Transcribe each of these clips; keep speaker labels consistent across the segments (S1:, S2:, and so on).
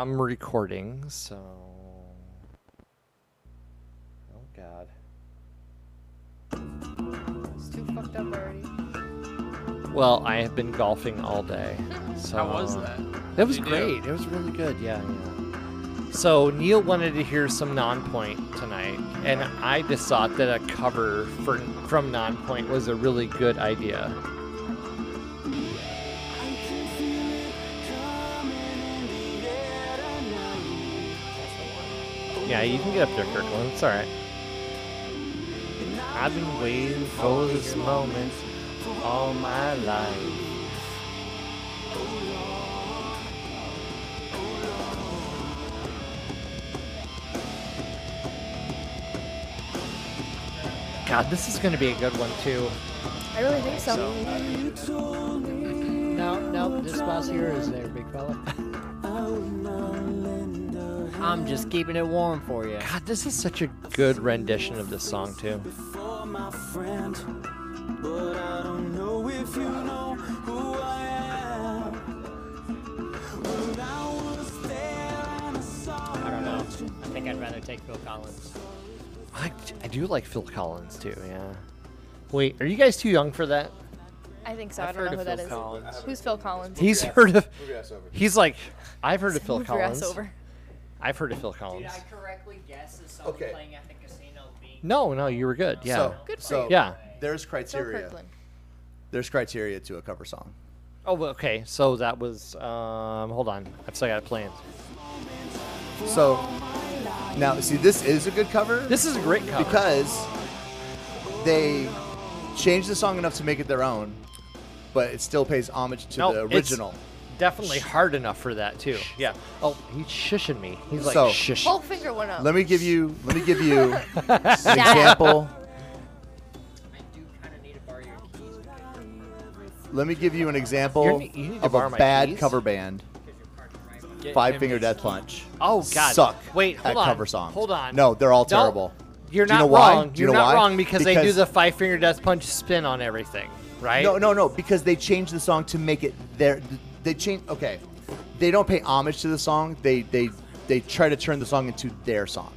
S1: I'm recording, so. Oh god.
S2: It's too fucked up already.
S1: Well, I have been golfing all day. So
S3: How was that?
S1: It was
S3: Did you do?
S1: great. It was really good. Yeah, yeah. So Neil wanted to hear some non-point tonight, and I just thought that a cover for, from non-point was a really good idea. Yeah, you can get up there, Kirkland. It's all right. I've been waiting for this moment all my life. God, this is going to be a good one too.
S2: I really think so.
S4: No, no, this boss here is there, big fella. I'm just keeping it warm for you.
S1: God, this is such a good rendition of this song too.
S4: I don't know. I think I'd rather take Phil Collins.
S1: I, I do like Phil Collins too. Yeah. Wait, are you guys too young for that?
S2: I think so.
S3: I've
S2: I don't
S3: heard
S2: know who that
S3: of Phil
S2: is.
S3: Collins.
S2: Who's Phil Collins?
S1: He's heard of.
S5: Move your ass over.
S1: He's like, I've heard of Phil
S2: Move your ass
S1: Collins.
S2: over.
S1: I've heard of Phil Collins.
S4: correctly guess is
S5: someone Okay. playing
S4: at the casino being
S1: No, no, you were good. Yeah.
S5: So,
S2: Good for
S5: so
S2: you.
S1: Yeah.
S5: There's
S2: Phil
S5: criteria.
S2: Kirkland.
S5: There's criteria to a cover song.
S1: Oh, well, okay. So that was. Um, hold on. I've still got it playing.
S5: So now, see, this is a good cover
S1: This is a great cover.
S5: because they changed the song enough to make it their own, but it still pays homage to
S1: No,
S5: the
S1: it's
S5: original.
S1: definitely hard enough for that too. Yeah. Oh, he's shushing me. He's like
S5: So-
S1: shush.
S2: Whole finger went up.
S5: Let me give you. Let me give you an
S2: up.
S5: example.
S4: I do kind of need to borrow your keys
S5: Let me give you an
S1: You're-
S5: example
S1: you need to
S5: of
S1: borrow
S5: a
S1: my
S5: bad
S1: keys.
S5: cover band,
S3: Get
S5: Five
S3: him
S5: Finger
S3: his-
S5: Death Punch.
S1: Oh God.
S5: Suck.
S1: Wait.
S5: at
S1: Hold on.
S5: cover songs.
S1: Hold on.
S5: No, they're all
S1: Don't-
S5: terrible.
S1: You're
S5: Do you
S1: not
S5: know why?
S1: wrong.
S5: Do you
S1: are
S5: know
S1: not
S5: why?
S1: wrong because, they do
S5: Because-
S1: the five finger death punch spin on everything, right?
S5: No, no, no, because they changed the song to make it their. They change. Okay, they don't pay homage to the song. They they they try to turn the song into their song.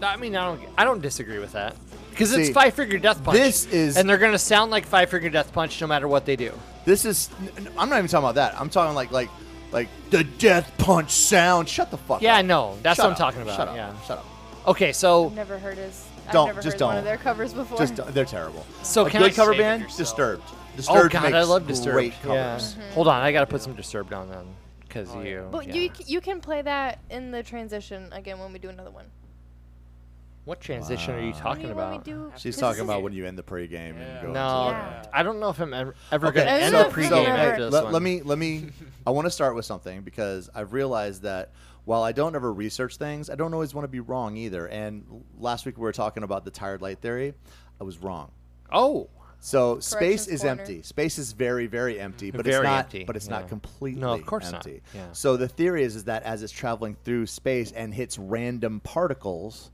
S1: No, I mean, I don't, I don't disagree with that because it's
S5: See,
S1: five finger death punch.
S5: this is-
S1: and they're gonna sound like five finger death punch no matter what they do.
S5: This is. n- I'm not even talking about that. I'm talking like like like the death punch sound. Shut the fuck.
S1: Yeah,
S5: up.
S1: no, that's
S5: Shut
S1: what I'm
S5: up.
S1: talking about.
S5: Shut up.
S1: Yeah.
S5: Shut up.
S1: Okay, so oh
S2: I've never heard his.
S5: Don't,
S2: I've never
S5: just
S2: heard one
S5: don't.
S2: of their covers before.
S5: Just they're terrible.
S1: So
S5: a
S1: can
S5: good
S1: I
S5: cover
S1: save it
S5: band?
S3: yourself?
S5: Disturbed.
S1: oh
S5: Disturbed.
S1: god,
S5: makes
S1: I love Disturbed.
S5: Great
S1: Yeah.
S5: covers.
S1: Hold on, I gotta put some Disturbed on then because you.
S2: Mm-hmm. but
S1: yeah.
S2: you c- you can play that in the transition again when we do another one.
S1: What transition are you
S5: Wow.
S1: talking
S2: When we-
S1: about?
S2: When we do,
S5: She's
S2: 'cause
S5: talking
S2: this
S5: about
S2: is-
S5: when you end the pregame
S3: Yeah.
S5: and go.
S1: no,
S2: Yeah.
S1: I don't know if I'm ever, ever
S5: Okay,
S1: gonna end
S2: so-
S1: the pregame
S2: so-
S1: after this
S5: let,
S1: one.
S5: let me let me I want to start with something because I've realized that while I don't ever research things, I don't always want to be wrong either. And l- last week we were talking about the tired light theory. I was wrong.
S1: Oh,
S5: So space
S2: Corrections
S5: is
S2: corner.
S5: empty. Space is very very empty, but it's
S1: Very
S5: not
S1: empty,
S5: but it's
S1: yeah.
S5: not completely
S1: No, of course not,
S5: empty.
S1: yeah.
S5: So the theory is is that as it's traveling through space and hits random particles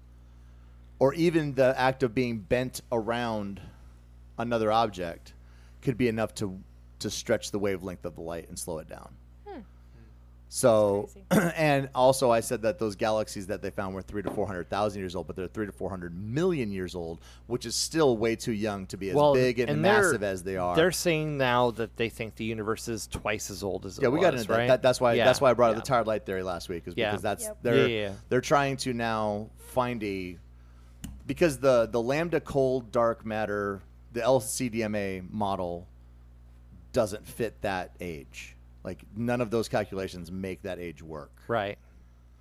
S5: or even the act of being bent around another object could be enough to to stretch the wavelength of the light and slow it down.
S2: Hmm.
S5: So, and also I said that those galaxies that they found were three to four hundred thousand years old, but they're three to four hundred million years old, which is still way too young to be as
S1: well,
S5: big and,
S1: they're-
S5: massive as they are.
S1: They're saying now that they think the universe is twice as old as it
S5: yeah, we got
S1: was,
S5: into
S1: right?
S5: that. that. That's why.
S1: Yeah,
S5: That's why I brought up
S1: yeah.
S5: the tired light theory last week, is
S1: Yeah.
S5: because that's
S2: Yep.
S5: they're
S1: Yeah, yeah, yeah.
S5: they're trying to now find a because the the lambda cold dark matter the LCDMA model doesn't fit that age. Like none of those calculations make that age work.
S1: Right.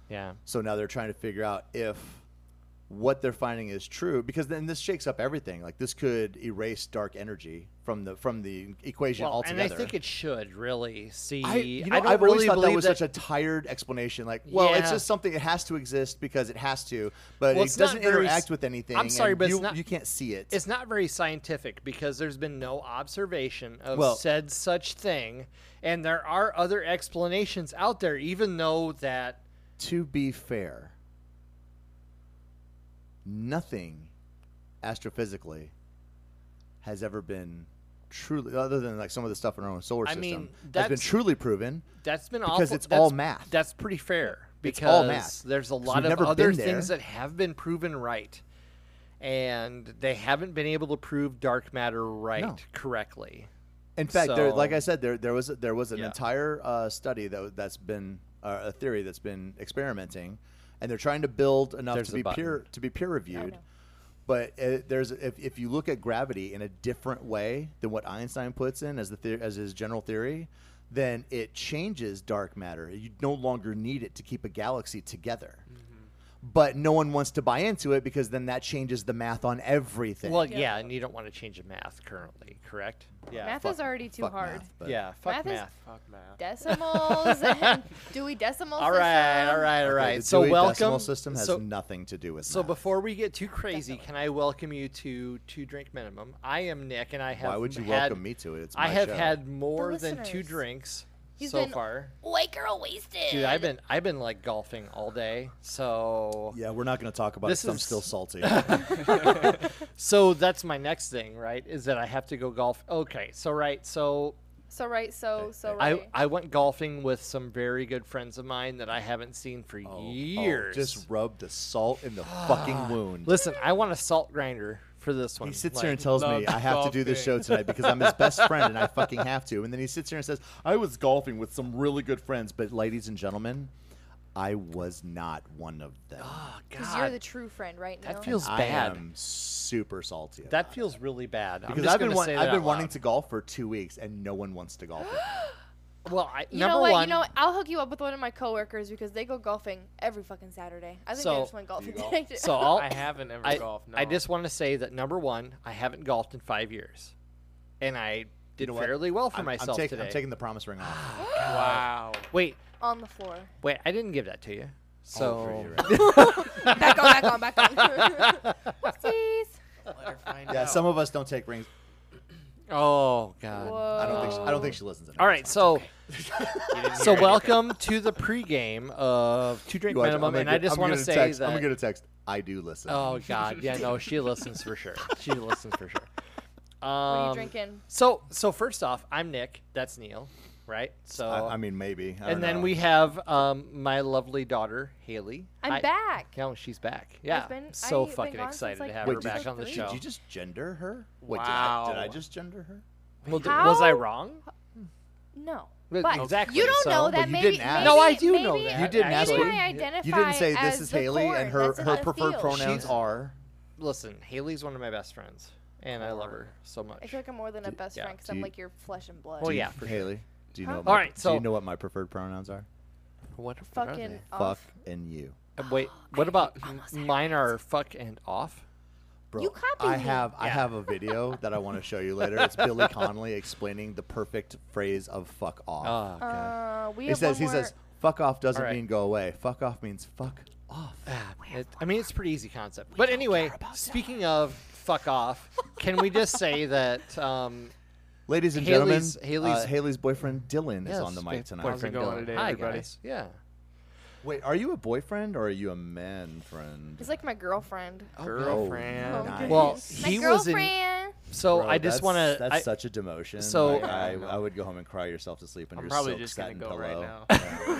S1: Yeah.
S5: So now they're trying to figure out if what they're finding is true because then this shakes up everything. Like this could erase dark energy from the from the equation
S1: Well, and
S5: altogether.
S1: I think it should really see.
S5: I, you know,
S1: I don't
S5: I've
S1: really
S5: always thought that
S1: believe
S5: was such a tired explanation. Like, well,
S1: Yeah.
S5: it's just something. It has to exist because it has to, but
S1: Well,
S5: it
S1: it's not
S5: doesn't
S1: very s-
S5: interact with anything.
S1: I'm sorry,
S5: and
S1: but it's
S5: you,
S1: not-
S5: you can't see it.
S1: It's not very scientific because there's been no observation of
S5: Well-
S1: said such thing, and there are other explanations out there, even though that
S5: to be fair, nothing astrophysically has ever been truly, other than like some of the stuff in our own solar
S1: I
S5: system,
S1: mean,
S5: has been
S1: that's-
S5: truly proven.
S1: That's been
S5: Because
S1: awful-
S5: it's all
S1: that's-
S5: math.
S1: That's pretty fair because
S5: It's all math.
S1: there's a
S5: 'Cause
S1: lot
S5: we've
S1: of
S5: never
S1: other
S5: been there.
S1: things that have been proven right, and they haven't been able to prove dark matter right
S5: No.
S1: correctly.
S5: In fact, there, like
S1: So-
S5: I said, there there was there was an
S1: Yeah.
S5: entire uh, study that w- that's been uh, a theory that's been experimenting, and they're trying to build enough
S1: There's
S5: to
S1: a
S5: be
S1: button.
S5: peer to be peer reviewed. But uh there's if, if you look at gravity in a different way than what Einstein puts in as the theor as his general theory, then it changes dark matter. You no longer need it to keep a galaxy together.
S1: Mm-hmm.
S5: But no one wants to buy into it because then that changes the math on everything.
S1: Well,
S2: Yeah.
S1: yeah, and you don't want to change the math currently, correct? Yeah,
S2: math
S5: fuck-
S2: is already too
S5: fuck
S2: hard.
S5: math, but-
S1: yeah, fuck
S2: Math is-
S1: math.
S3: Fuck math.
S2: Decimals and Dewey Decimal
S1: All right,
S2: System.
S1: all right, all
S5: Okay,
S1: right.
S5: the
S1: so
S5: Dewey
S1: welcome.
S5: Decimal system has
S1: so,
S5: nothing to do with
S1: so
S5: math.
S1: before we get too crazy, can I welcome you to Two Drink Minimum? I am Nick, and I have
S5: Why would you
S1: had-
S5: welcome me to it? It's
S1: I
S5: my
S1: have
S5: show.
S1: had more than two
S2: listeners.
S1: drinks
S2: He's
S1: so
S2: been-
S1: far.
S2: White girl wasted.
S1: Dude, I've been I've been like golfing all day. So
S5: Yeah, we're not going to talk about
S1: This
S5: it. 'cause I'm
S1: is-
S5: still salty. Oh,
S1: so that's my next thing, right? Is that I have to go golf. Okay, so right, so
S2: So right, so so
S1: I
S2: right.
S1: I went golfing with some very good friends of mine that I haven't seen for years.
S5: Oh,
S1: Ah,
S5: just rub the salt in the fucking wound.
S1: Listen, I want a salt grinder for this one.
S5: He sits here and
S1: Like,
S5: tells me
S3: love
S5: I have to do this show
S3: golfing.
S5: tonight because I'm his best friend and I fucking have to. And then he sits here and says, I was golfing with some really good friends, but ladies and gentlemen, I was not one of them.
S1: "Oh,
S2: Because you're
S1: God,
S2: the true friend right now.
S1: that feels
S5: I
S1: bad.
S5: am super salty. about
S1: That
S5: it.
S1: feels really bad. I'm
S5: because
S1: just
S5: I've been
S1: gonna
S5: wa-
S1: say
S5: I've
S1: that
S5: been
S1: out
S5: wanting
S1: loud.
S5: to golf for two weeks and no one wants to golf. with me.
S1: Well, I,
S2: You
S1: number
S2: know what?
S1: one,
S2: You know what? I'll hook you up with one of my coworkers because they go golfing every fucking Saturday. I think I
S1: So-
S2: just went golfing.
S3: golf?
S2: today.
S1: so I'll,
S3: I haven't ever
S1: I,
S3: golfed. No.
S1: I just want to say that number one, I haven't golfed in five years, and I did
S5: know what?
S1: fairly well for
S5: I'm, I'm
S1: myself
S5: taking-
S1: today. Ah,
S5: I'm taking the promise ring off.
S3: Wow.
S1: Wait,
S2: on the floor.
S1: wait, I didn't give that to you. So
S5: Oh, you're
S2: Back on, back on, back on. Whoopsies.
S3: Let her find
S5: Yeah,
S3: out.
S5: some of us don't take rings.
S1: oh god.
S2: Whoa.
S5: I don't think she, I don't think she listens.
S1: Oh. All right, so
S3: You didn't
S1: so
S3: hear it.
S1: welcome to the pregame of two drink minimum, and I just want to say
S5: text,
S1: that.
S5: I'm gonna text. I do listen.
S1: oh god, yeah, no, she listens for sure. She listens for sure. Um,
S2: What are you drinking?
S1: So so first off, I'm Nick. That's Neil, right? So
S5: I, I mean, maybe. I don't
S1: and then
S5: know.
S1: we have um, my lovely daughter Haley.
S2: I'm
S1: I-
S2: back.
S1: No, she's back. Yeah,
S2: been-
S1: so
S2: I've been
S1: fucking
S2: gone since,
S1: excited to
S2: like,
S1: have
S5: Wait,
S1: her
S5: did
S1: back
S5: you-
S1: on the
S2: did
S1: show.
S5: Did you just gender her? Wait, did I, did I
S3: Wow.
S5: just gender her?
S1: Well, d- was I
S2: How?
S1: wrong?
S2: No.
S1: Well,
S2: But
S1: exactly,
S2: You don't
S1: so-
S2: know
S1: But
S2: that
S5: you
S2: maybe,
S5: didn't ask.
S2: maybe-
S1: No, I do
S2: maybe-
S1: know that. You
S5: didn't ask
S2: Maybe
S5: me.
S2: I
S1: You
S2: identify
S5: You didn't say this
S2: as
S5: is
S2: the
S5: Haley
S2: corn
S5: and her
S2: that's in
S5: her
S2: the
S5: preferred
S2: field.
S5: pronouns
S1: She's-
S5: are.
S1: Listen, Haley's one of my best friends, and I love her so
S2: I
S1: much.
S2: feel like I'm more than a best
S1: yeah,
S2: friend friend because
S5: do
S2: I'm
S5: you-
S2: like your flesh and blood.
S1: Well, Oh, yeah, for sure.
S5: Haley, do you know?
S2: Huh?
S5: what my-
S1: All right,
S5: do
S1: so-
S5: you know what my preferred pronouns are?
S1: What the fuck are
S2: Fucking
S1: they?
S5: Fuck
S2: off.
S5: and you.
S1: Uh, Wait, what about m- mine are fuck and off?
S5: Bro,
S2: You copied
S5: I
S2: me.
S5: have I
S1: Yeah.
S5: have a video that I want to show you later. It's Billy Connolly explaining the perfect phrase of "fuck off."
S3: Ah.
S1: Oh god.
S2: Uh, we
S5: he
S2: have
S5: says he
S2: one more-
S5: says "fuck off" doesn't
S1: Alright.
S5: mean go away. "Fuck off" means fuck off.
S1: Ah, it- I mean, it's a pretty easy concept. But anyway, speaking of fuck off, can we just say that um,
S5: Ladies and
S1: Haley's-
S5: gentlemen,
S1: Haley's-
S5: uh, Haley's boyfriend Dylan is
S1: yes,
S5: on the
S1: my
S5: mic tonight.
S1: boyfriend
S3: it going
S1: Dylan.
S3: today,
S1: Hi,
S3: everybody?
S1: guys. Yeah.
S5: Wait, are you a boyfriend or are you a man friend?
S2: He's like my girlfriend.
S3: Girlfriend.
S2: Oh,
S5: nice.
S1: Well,
S2: My
S1: he was in.
S2: girlfriend.
S1: So
S5: Bro,
S1: I just
S5: that's-
S1: want to.
S5: That's such a demotion.
S1: so-
S5: Like, I,
S3: Yeah, I
S5: I
S3: know.
S5: would go home and cry yourself to sleep in
S3: I'm
S5: your
S3: probably
S5: silk
S3: just gonna
S5: satin
S3: go
S5: pillow.
S3: right now.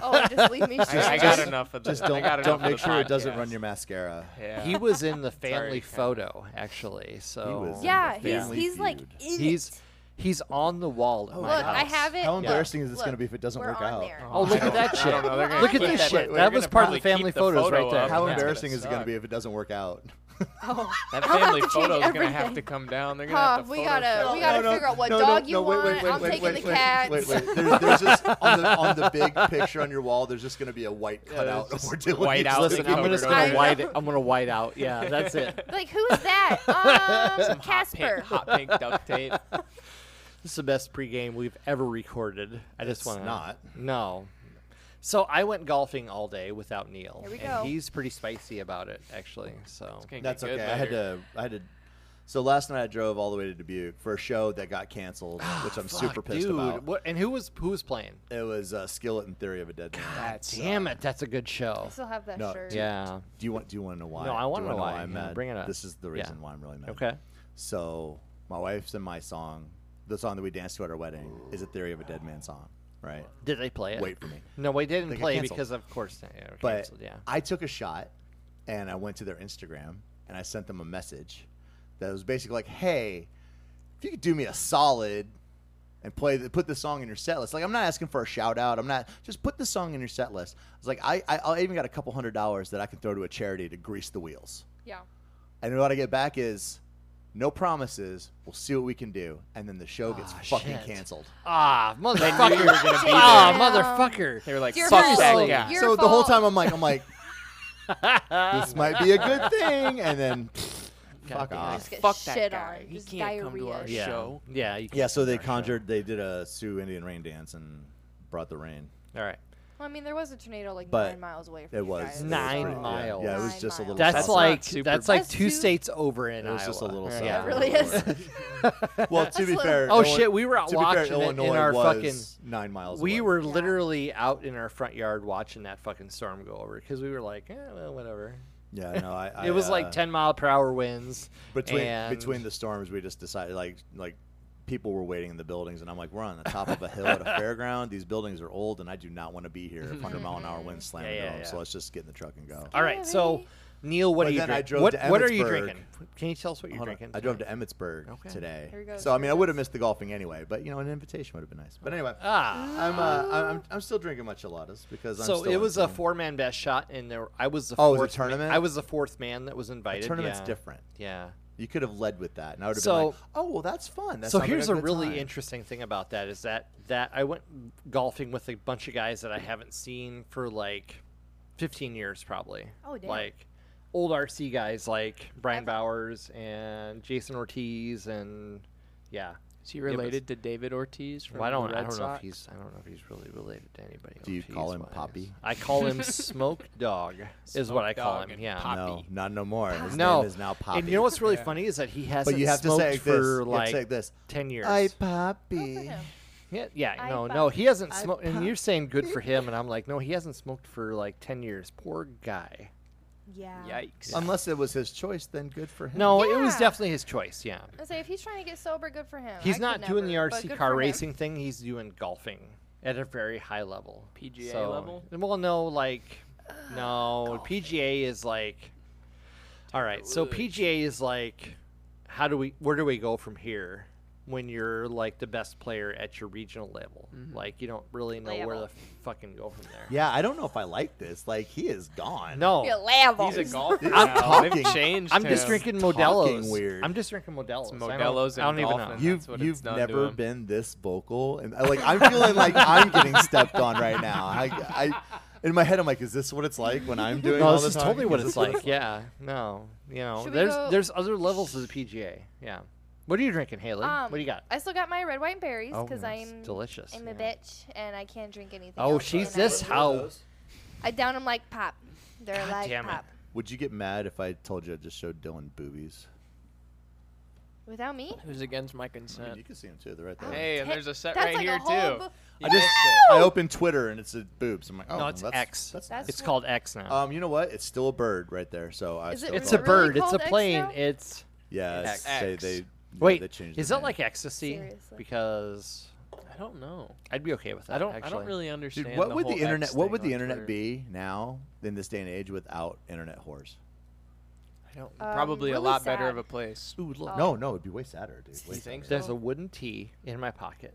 S2: Oh, just leave me.
S3: I, I
S2: stranded.
S3: got
S5: Just-
S3: enough of this.
S5: Just don't
S3: I got
S5: don't
S3: enough of
S5: make
S3: the
S5: sure it doesn't run
S3: podcast.
S5: your mascara.
S3: Yeah.
S1: he was in the family
S3: Kinda.
S1: photo actually. So
S5: was in
S2: Yeah,
S5: the
S2: he's
S5: Family
S2: he's like
S5: Feud.
S2: in
S1: he's
S2: it.
S1: he's on the wall. At
S5: Oh,
S1: my
S2: Look,
S1: house.
S2: I have it.
S5: How
S2: Look,
S5: embarrassing is this gonna
S2: look,
S5: be if it doesn't
S2: we're
S5: work
S2: on
S5: out?
S2: there.
S1: Oh, look
S3: I
S1: at that
S3: don't- I
S1: shit.
S3: don't know. They're gonna
S1: Look at
S3: clip
S1: this
S3: that,
S1: shit.
S3: but
S1: That
S3: they're
S1: was
S3: gonna
S1: part of the
S3: probably
S1: family
S3: keep the
S1: photos
S3: photo
S1: right there.
S3: up.
S5: How
S3: That's gonna
S5: embarrassing is it going to
S3: suck.
S5: be if it doesn't work out?
S3: That
S2: I'll have
S3: family
S2: to change
S3: photo's gonna have
S2: everything.
S3: to come down. They're gonna
S2: Huh,
S3: have to
S2: we gotta
S3: Photoshop
S2: we
S3: it.
S2: gotta figure out what dog you want. I'm taking the cat.
S5: Wait, wait. There's, there's just on the, on the big picture on your wall. There's just going to be a white cutout.
S3: there's
S5: of where
S3: just
S5: Dylan is
S3: white out
S5: looking.
S1: Listen, I'm
S3: Covered
S1: just
S3: over
S1: gonna
S2: it.
S1: white. It, I'm gonna white out. Yeah, that's it.
S2: Like who is that? Um,
S3: Hot pink,
S2: Casper.
S3: hot pink duct tape.
S1: This is the best pregame we've ever recorded. I just
S5: It's
S1: want to
S5: not.
S1: No. So I went golfing all day without Neil,
S2: Here we
S1: and
S2: go.
S1: he's pretty spicy about it actually. So
S3: It's gonna
S5: That's
S3: get
S5: okay.
S3: good
S5: I had
S3: later.
S5: to. I had to. So last night I drove all the way to Dubuque for a show that got canceled, which I'm super
S1: Fuck,
S5: pissed
S1: dude.
S5: about.
S1: What, and who was who was playing?
S5: It was uh, Skillet and Theory of a Dead Man.
S3: That's
S1: Damn it, that's a good
S2: I
S1: show.
S2: still have that
S5: No,
S2: shirt.
S1: Yeah.
S5: Do you want? Do you want to know why?
S1: No, I
S5: Do you
S1: wanna know
S5: wanna
S1: why.
S5: I'm
S1: Yeah,
S5: mad?
S1: bring it up.
S5: This is the
S1: Yeah.
S5: reason why I'm really mad.
S1: Okay.
S5: So my wife's and my song, the song that we danced to at our wedding, is a Theory of a Dead Man song, right?
S1: Did they play it?
S5: Wait for me.
S1: No, we didn't
S5: They got
S1: play
S5: canceled.
S1: because of course they were
S5: But
S1: canceled, yeah.
S5: I took a shot and I went to their Instagram and I sent them a message that was basically like, hey, if you could do me a solid and play the, put this song in your set list. Like, I'm not asking for a shout out. I'm not just put this song in your set list. It's like, I, I, I even got a couple hundred dollars that I can throw to a charity to grease the wheels.
S2: Yeah.
S5: And what I get back is no promises. We'll see what we can do. And then the show gets
S1: Ah,
S5: fucking
S1: shit.
S5: canceled.
S1: Ah, motherfucker.
S3: you were gonna be
S1: Ah, motherfucker.
S3: They were like,
S2: Your
S3: fuck
S2: fault.
S3: that guy.
S2: Your
S5: so the whole
S2: fault.
S5: time I'm like, I'm like, this might be a good thing. And then fuck
S1: damn.
S5: off.
S2: Just get
S3: fuck that
S2: shit
S3: guy.
S2: on.
S3: He
S2: Just
S3: can't come to our
S2: diarrhea.
S1: yeah.
S3: show.
S1: Yeah. you
S5: Yeah,
S1: can't
S5: so
S1: do
S5: they
S1: our show.
S5: conjured, they did a Sioux Indian rain dance and brought the rain.
S1: All right.
S2: Well, I mean, there was a tornado like
S5: But
S2: nine miles away from
S5: It
S2: you
S5: was it
S2: guys.
S5: was
S1: Nine
S5: pretty- yeah,
S1: miles.
S5: Yeah, it was
S2: Nine
S5: just a little.
S2: miles.
S1: That's
S5: south.
S3: not
S1: like
S3: super
S1: that's like
S2: That's
S1: two,
S2: two-
S1: states over in
S5: it was
S1: Iowa.
S5: just a little.
S3: Yeah.
S5: south
S2: Yeah,
S5: of
S2: it really
S5: Illinois.
S2: is.
S5: well, to be
S2: That's
S5: fair.
S1: Oh
S5: Illinois-
S1: shit, we were out
S5: To be fair,
S1: watching it
S5: Illinois
S1: in our fucking.
S5: was nine miles.
S1: We
S5: away.
S1: were
S2: Yeah.
S1: literally out in our front yard watching that fucking storm go over because we were like, eh, well, whatever.
S5: Yeah, no, I. I
S1: it was
S5: uh,
S1: like ten mile per hour winds
S5: between
S1: and-
S5: between the storms. We just decided like like people were waiting in the buildings, and I'm like, we're on the top of a hill at a fairground. These buildings are old, and I do not want to be here. if 100 mile an hour wind slamming
S1: yeah,
S5: down,
S1: yeah.
S5: So let's just get in the truck and go.
S1: All right, so
S2: Really?
S1: Neil, what
S5: But
S1: are you
S5: then I
S1: drinking?
S5: drove
S1: What,
S5: to
S1: what are you
S5: Emmitsburg.
S1: drinking? Can you tell us what you're
S5: Hold on.
S1: drinking?
S5: I drove to Emmitsburg
S1: Okay.
S5: today.
S2: Here we go,
S5: So I mean, I
S2: Sherman
S5: would have missed the golfing anyway, but you know, an invitation would have been nice. But anyway,
S1: Ah,
S5: I'm, uh, I'm I'm I'm still drinking micheladas because I'm
S1: so
S5: still
S1: it was a
S5: insane.
S1: four man best shot, and there I was the
S5: Oh, it was a
S1: fourth ma-
S5: tournament?
S1: I was the fourth man that was
S5: The
S1: invited.
S5: tournament's
S1: yeah.
S5: different.
S1: Yeah.
S5: You could have led with that, and I would have
S1: So-
S5: been like, "Oh, well, that's fun." That
S1: so
S5: sounds like
S1: here's a,
S5: good
S1: really
S5: time."
S1: interesting thing about that is that that I went golfing with a bunch of guys that I haven't seen for like 15 years probably.
S2: Oh, damn.
S1: Like old RC guys like Brian
S2: I've-
S1: Bowers and Jason Ortiz and yeah.
S3: Is he
S1: was-
S3: related to David Ortiz from
S1: Well, I don't.
S3: the
S1: I
S3: Red
S1: don't know if
S3: Sox?
S1: he's. I don't know if he's really related to anybody.
S5: Do you call him
S1: Ortiz-wise.
S5: Poppy?
S1: I call him Smoke Dog. Is
S3: Smoke
S1: what I call
S3: Dog
S1: him.
S3: and
S1: Yeah.
S3: Pop-
S5: No,
S3: Poppy.
S5: not no more. His
S1: No.
S5: name is now Poppy.
S1: And you know what's really
S3: Yeah.
S1: funny is that he hasn't
S5: But you have to
S1: smoked
S5: say it this.
S1: for
S5: You have
S1: like
S5: to say it this.
S1: ten years.
S5: I
S2: Good for
S5: Poppy.
S2: him.
S1: Yeah, yeah,
S2: I
S1: no,
S2: bu-
S1: no, he hasn't
S5: I
S1: smoked. And
S5: bu-
S1: you're saying good for him, and I'm like, no, he hasn't smoked for like ten years. Poor guy.
S2: Yeah.
S3: Yikes.
S5: Unless it was his choice, then good for him.
S1: No, it was
S2: Yeah.
S1: definitely his choice. Yeah,
S2: I say if he's trying to get sober, good for him. I
S1: he's
S2: could
S1: not doing the
S2: never, but
S1: RC
S2: good
S1: car
S2: for him.
S1: racing thing. He's doing golfing at a very high level.
S3: PGA
S1: So-
S3: level?
S1: Well, no, like, no, PGA is like. All right, so
S3: Ugh.
S1: PGA is like, how do we? Where do we go from here? When you're like the best player at your regional level, like you don't really know where
S2: Mm-hmm. Level.
S1: to fucking go from there.
S5: Yeah, I don't know if I like this. Like he is gone.
S1: No,
S2: Be a level.
S3: He's a golfer
S5: I'm
S3: now. They've
S5: talking.
S3: changed
S1: I'm just
S3: him.
S1: drinking
S5: Talking
S1: Modelo's.
S5: weird.
S1: I'm just drinking Modelo's. I don't-
S3: Modelo's
S1: I don't,
S3: and
S1: even know.
S3: dolphin.
S5: You've
S3: That's what it's
S5: you've
S3: done to
S5: never
S3: him.
S5: been this vocal, and I- like I'm feeling like I'm getting stepped on right now. I, I in my head I'm like, is this what it's like when I'm doing
S1: No,
S5: all
S1: this
S5: this?
S1: is totally
S5: talking?
S1: what it's like. Yeah. No. You know,
S2: Should we
S1: there's
S2: go-
S1: there's other levels of the PGA. Yeah. Um, What are you drinking, Haley?
S2: Um,
S1: what do you got?
S2: I still got my red, white, and berries
S1: Oh,
S2: because
S1: yeah, it's
S2: I'm
S1: delicious,
S2: I'm a
S1: yeah.
S2: bitch and I can't drink anything.
S1: Oh,
S2: else,
S1: she's
S2: and I-
S1: this how.
S2: I down them like pop. They're
S1: God
S2: like
S1: damn it.
S2: pop.
S5: Would you get mad if I told you I just showed Dylan boobies?
S2: Without me,
S3: It was against my
S5: I mean,
S3: consent.
S5: you can see them too. They're right there.
S3: Hey, and
S2: Hey,
S3: there's a set
S2: that's
S3: right
S2: like a
S3: here
S2: whole
S3: too.
S2: bo-
S3: You
S5: I just
S3: missed it.
S5: I opened Twitter and it's a boobs. I'm like, oh,
S1: No, it's
S5: that's,
S1: X.
S5: That's
S2: That's
S1: It's
S2: what-
S1: called X now.
S5: Um, you know what? It's still a bird right there. So I
S2: Is it
S5: still
S1: Uh, it's
S5: call
S1: a
S2: really
S1: bird. it's a
S2: called X
S1: plane.
S2: now?
S1: It's
S5: Yeah,
S3: X.
S5: it's- they
S3: X.
S5: they yeah,
S1: wait.
S5: they changed
S1: is
S5: the
S1: that
S5: name.
S1: like ecstasy?
S2: Seriously.
S1: Because
S3: I don't know.
S1: I'd be okay with that.
S3: I don't. I
S1: Actually.
S3: don't really understand.
S5: Dude, what
S3: the
S5: would
S3: whole
S5: the internet
S3: X
S5: what
S3: thing
S5: would
S3: on
S5: the internet
S3: Twitter.
S5: be now in this day and age without internet whores?
S3: I don't.
S2: Um,
S3: probably a
S2: really
S3: lot better
S2: sad.
S3: of a place.
S1: Ooh, look.
S2: Oh.
S5: No, no, it'd be way sadder, dude.
S3: You
S5: Way
S3: think
S5: sadder.
S1: There's a wooden tee in my pocket,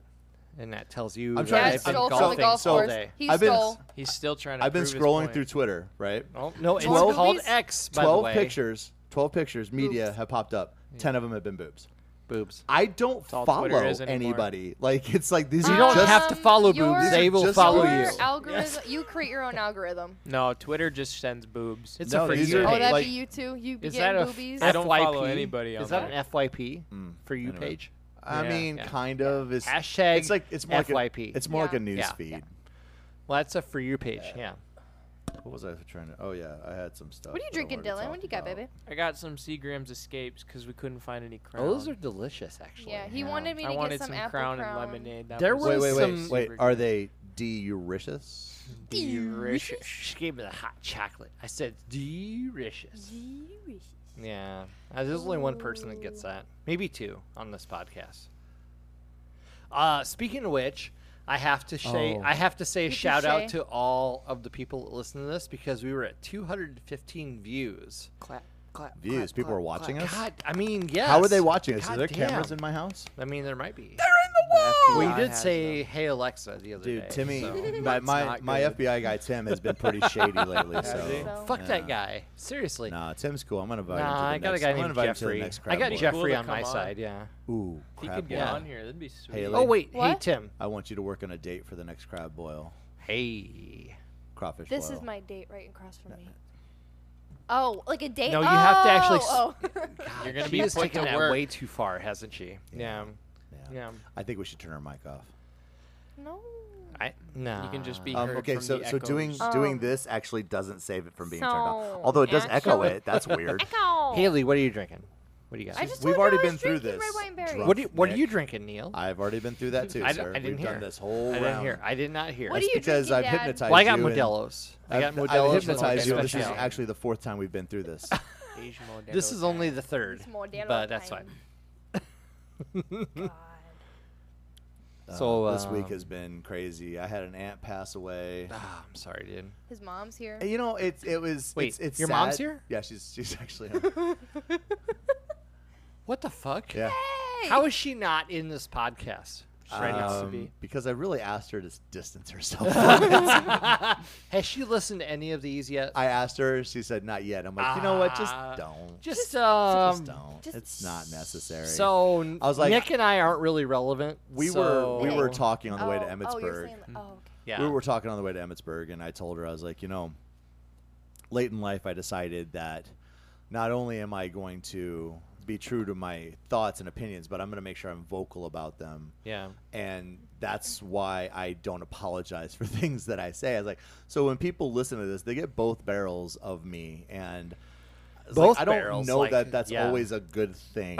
S1: and that tells you
S5: I'm
S1: that
S5: trying to-
S2: yeah, I
S1: I've been
S2: stole from the
S1: golfing
S2: golf
S5: so-
S1: all
S2: course.
S1: day.
S2: He
S5: I've been
S2: stole.
S3: He's still trying to.
S5: I've been
S3: prove his
S5: scrolling
S3: point.
S5: through Twitter, right?
S1: Oh, no, it's
S2: Twelve
S1: called
S2: movies?
S1: X. By the
S5: Twelve
S1: way.
S5: pictures, twelve pictures, media
S2: Boobs.
S5: have popped up. Ten of them have been boobs.
S1: Boobs.
S5: I don't
S3: all
S5: follow
S3: Twitter is anymore.
S5: anybody. Like it's like these
S1: You
S5: are
S1: don't
S5: just
S1: have to follow
S2: your-
S1: boobs. They will
S5: just
S1: follow
S5: your
S1: you.
S2: Algorithm. You create your own algorithm.
S3: No, Twitter just sends boobs.
S1: It's
S5: No,
S1: a for
S5: these
S1: you
S5: are-
S2: Oh,
S1: page.
S2: that'd
S5: Like-
S2: be you too. You be
S1: is that
S2: getting
S1: a
S2: boobies.
S3: I don't
S1: FYP?
S3: follow anybody
S1: Is
S3: on
S1: that
S3: there.
S1: an FYP
S5: Mm,
S1: for you
S5: anyway.
S1: page?
S5: I
S3: Yeah.
S5: mean,
S3: Yeah.
S5: kind of. It's,
S1: Hashtag
S5: it's like it's more like
S1: FYP.
S5: a, it's more like
S2: Yeah.
S5: a news
S1: Yeah.
S5: feed.
S1: Well, that's a for you page. Yeah.
S5: What was I trying to? Oh yeah, I had some stuff.
S2: What are you
S5: that I
S2: drinking,
S5: wanted to
S2: Dylan?
S5: talk
S2: What do you got,
S5: about.
S2: baby?
S3: I got some Seagram's escapes because we couldn't find any crown.
S1: Oh, those are delicious, actually.
S2: Yeah, he wanted me
S3: I
S2: to
S3: wanted
S2: get some, apple
S3: crown, and lemonade. That
S1: There
S3: was
S5: Wait,
S1: was
S5: wait, wait,
S1: some-
S5: wait.
S3: super
S5: Are
S3: good.
S5: they deuricious?
S3: delicious?
S1: She gave me the hot chocolate. I said delicious.
S2: Delicious.
S1: Yeah, Uh, there's only one person that gets that. Maybe two on this podcast. Uh, speaking of which, I have to say
S5: Oh.
S1: I have to say a
S2: Did you
S1: shout out
S2: say-
S1: to all of the people that listen to this because we were at 215 views.
S3: Clap, clap.
S5: Views. People are watching us.
S1: God, I mean, yes.
S5: How are they watching us?
S1: God
S5: Is there
S1: damn.
S5: cameras in my house?
S1: I mean, there might be.
S3: Whoa!
S1: We did say, "Hey Alexa," the other
S5: Dude,
S1: day.
S5: Timmy,
S1: so-
S5: my my,
S3: not
S5: my
S3: good.
S5: FBI guy Tim has been pretty shady lately. so
S2: So-
S1: fuck that
S5: Yeah.
S1: guy. Seriously.
S5: nah, Tim's cool. I'm gonna invite
S1: Nah, I
S5: him to the
S1: got a
S5: next.
S1: guy
S5: I'm gonna
S1: named
S5: invite him to the
S1: Jeffrey.
S5: next
S1: I
S5: crab
S1: got
S5: boil.
S3: Jeffrey. Cool
S1: Jeffrey
S3: to
S1: on my
S3: come on.
S1: side. Yeah.
S5: Ooh,
S3: He
S5: crab
S3: could get
S5: boil.
S1: Yeah.
S3: on here. That'd be sweet.
S5: Haley.
S1: Oh wait, hey
S2: What?
S1: Tim.
S5: I want you to work on a date for the next crab boil,
S1: Hey.
S5: crawfish
S2: This
S5: boil.
S2: is my date right across from me. Oh, like a date?
S1: No, you have to actually
S2: Oh, oh.
S3: You're gonna
S1: she
S3: be
S1: has
S3: put
S1: taken
S3: to
S1: that
S3: work.
S1: way too far, hasn't she? Yeah.
S5: Yeah.
S1: Yeah.
S5: I think we should turn our mic off.
S2: no.
S1: I no.
S3: You can just be
S5: Um,
S3: heard
S5: okay,
S3: from
S5: so
S3: the
S5: so doing
S3: echoes.
S5: doing
S2: Um,
S5: this actually doesn't save it from being turned off.
S2: so
S5: Although it does echo
S2: actually-
S5: it. That's weird.
S2: Echo.
S1: Haley, what are you drinking? What do you got?
S2: I just
S5: We've
S2: told you
S5: already
S2: I was
S5: been through
S2: drinking
S5: this.
S2: Red wine berry.
S5: Drunk.
S1: what do you, What are
S5: Nick.
S1: you drinking, Neil?
S5: I've already been through that too,
S1: I d-
S5: sir.
S1: I didn't
S5: We've
S1: hear.
S5: done this whole
S1: I
S5: round.
S1: didn't hear. I did not hear.
S2: What do you
S5: because I've
S2: drinking, Dad?
S5: hypnotized
S1: well, I got
S5: you. and-
S1: Modelo's. I got
S5: I've, I've
S1: Modelo's. and
S5: hypnotized you. and This is
S1: Especial.
S5: actually the fourth time we've been through this.
S3: Asian Modelo
S1: This is only the third,
S2: It's Modelo
S1: but that's fine.
S2: time. God.
S5: Uh,
S1: So,
S5: this week
S1: um,
S5: has been crazy. I had an aunt pass away.
S1: Ah, I'm sorry, dude.
S2: His mom's here.
S5: And You know, it's it was.
S1: Wait,
S5: it's, it's
S1: your mom's
S5: sad.
S1: here?
S5: Yeah, she's she's actually.
S1: What the fuck?
S5: yeah.
S2: Hey!
S1: How is she not in this podcast right now?
S3: to be.
S5: Um, Because I really asked her to s- distance herself. from it.
S1: Has she listened to any of these yet?
S5: I asked her. She said not yet. I'm like, you know what? Just
S1: Ah.
S5: don't.
S1: just um.
S5: Just don't.
S2: just-
S5: it's not necessary.
S1: So
S5: I was like-
S1: Nick and I aren't really relevant.
S5: we
S1: so-
S5: were we were talking on the way to
S2: Oh, Oh, you're
S5: Emmitsburg.
S2: saying, oh, okay.
S1: Yeah.
S5: we were talking on the way to Emmitsburg, and I told her I was like, you know, late in life, I decided that not only am I going to be true to my thoughts and opinions, but I'm going to make sure I'm vocal about them,
S1: yeah.
S5: and that's why I don't apologize for things that I say. I was like, so when people listen to this, they get both barrels of me, and I was like,
S1: Both
S5: I don't
S1: barrels,
S5: know
S1: like,
S5: that that's
S1: yeah.
S5: always a good thing.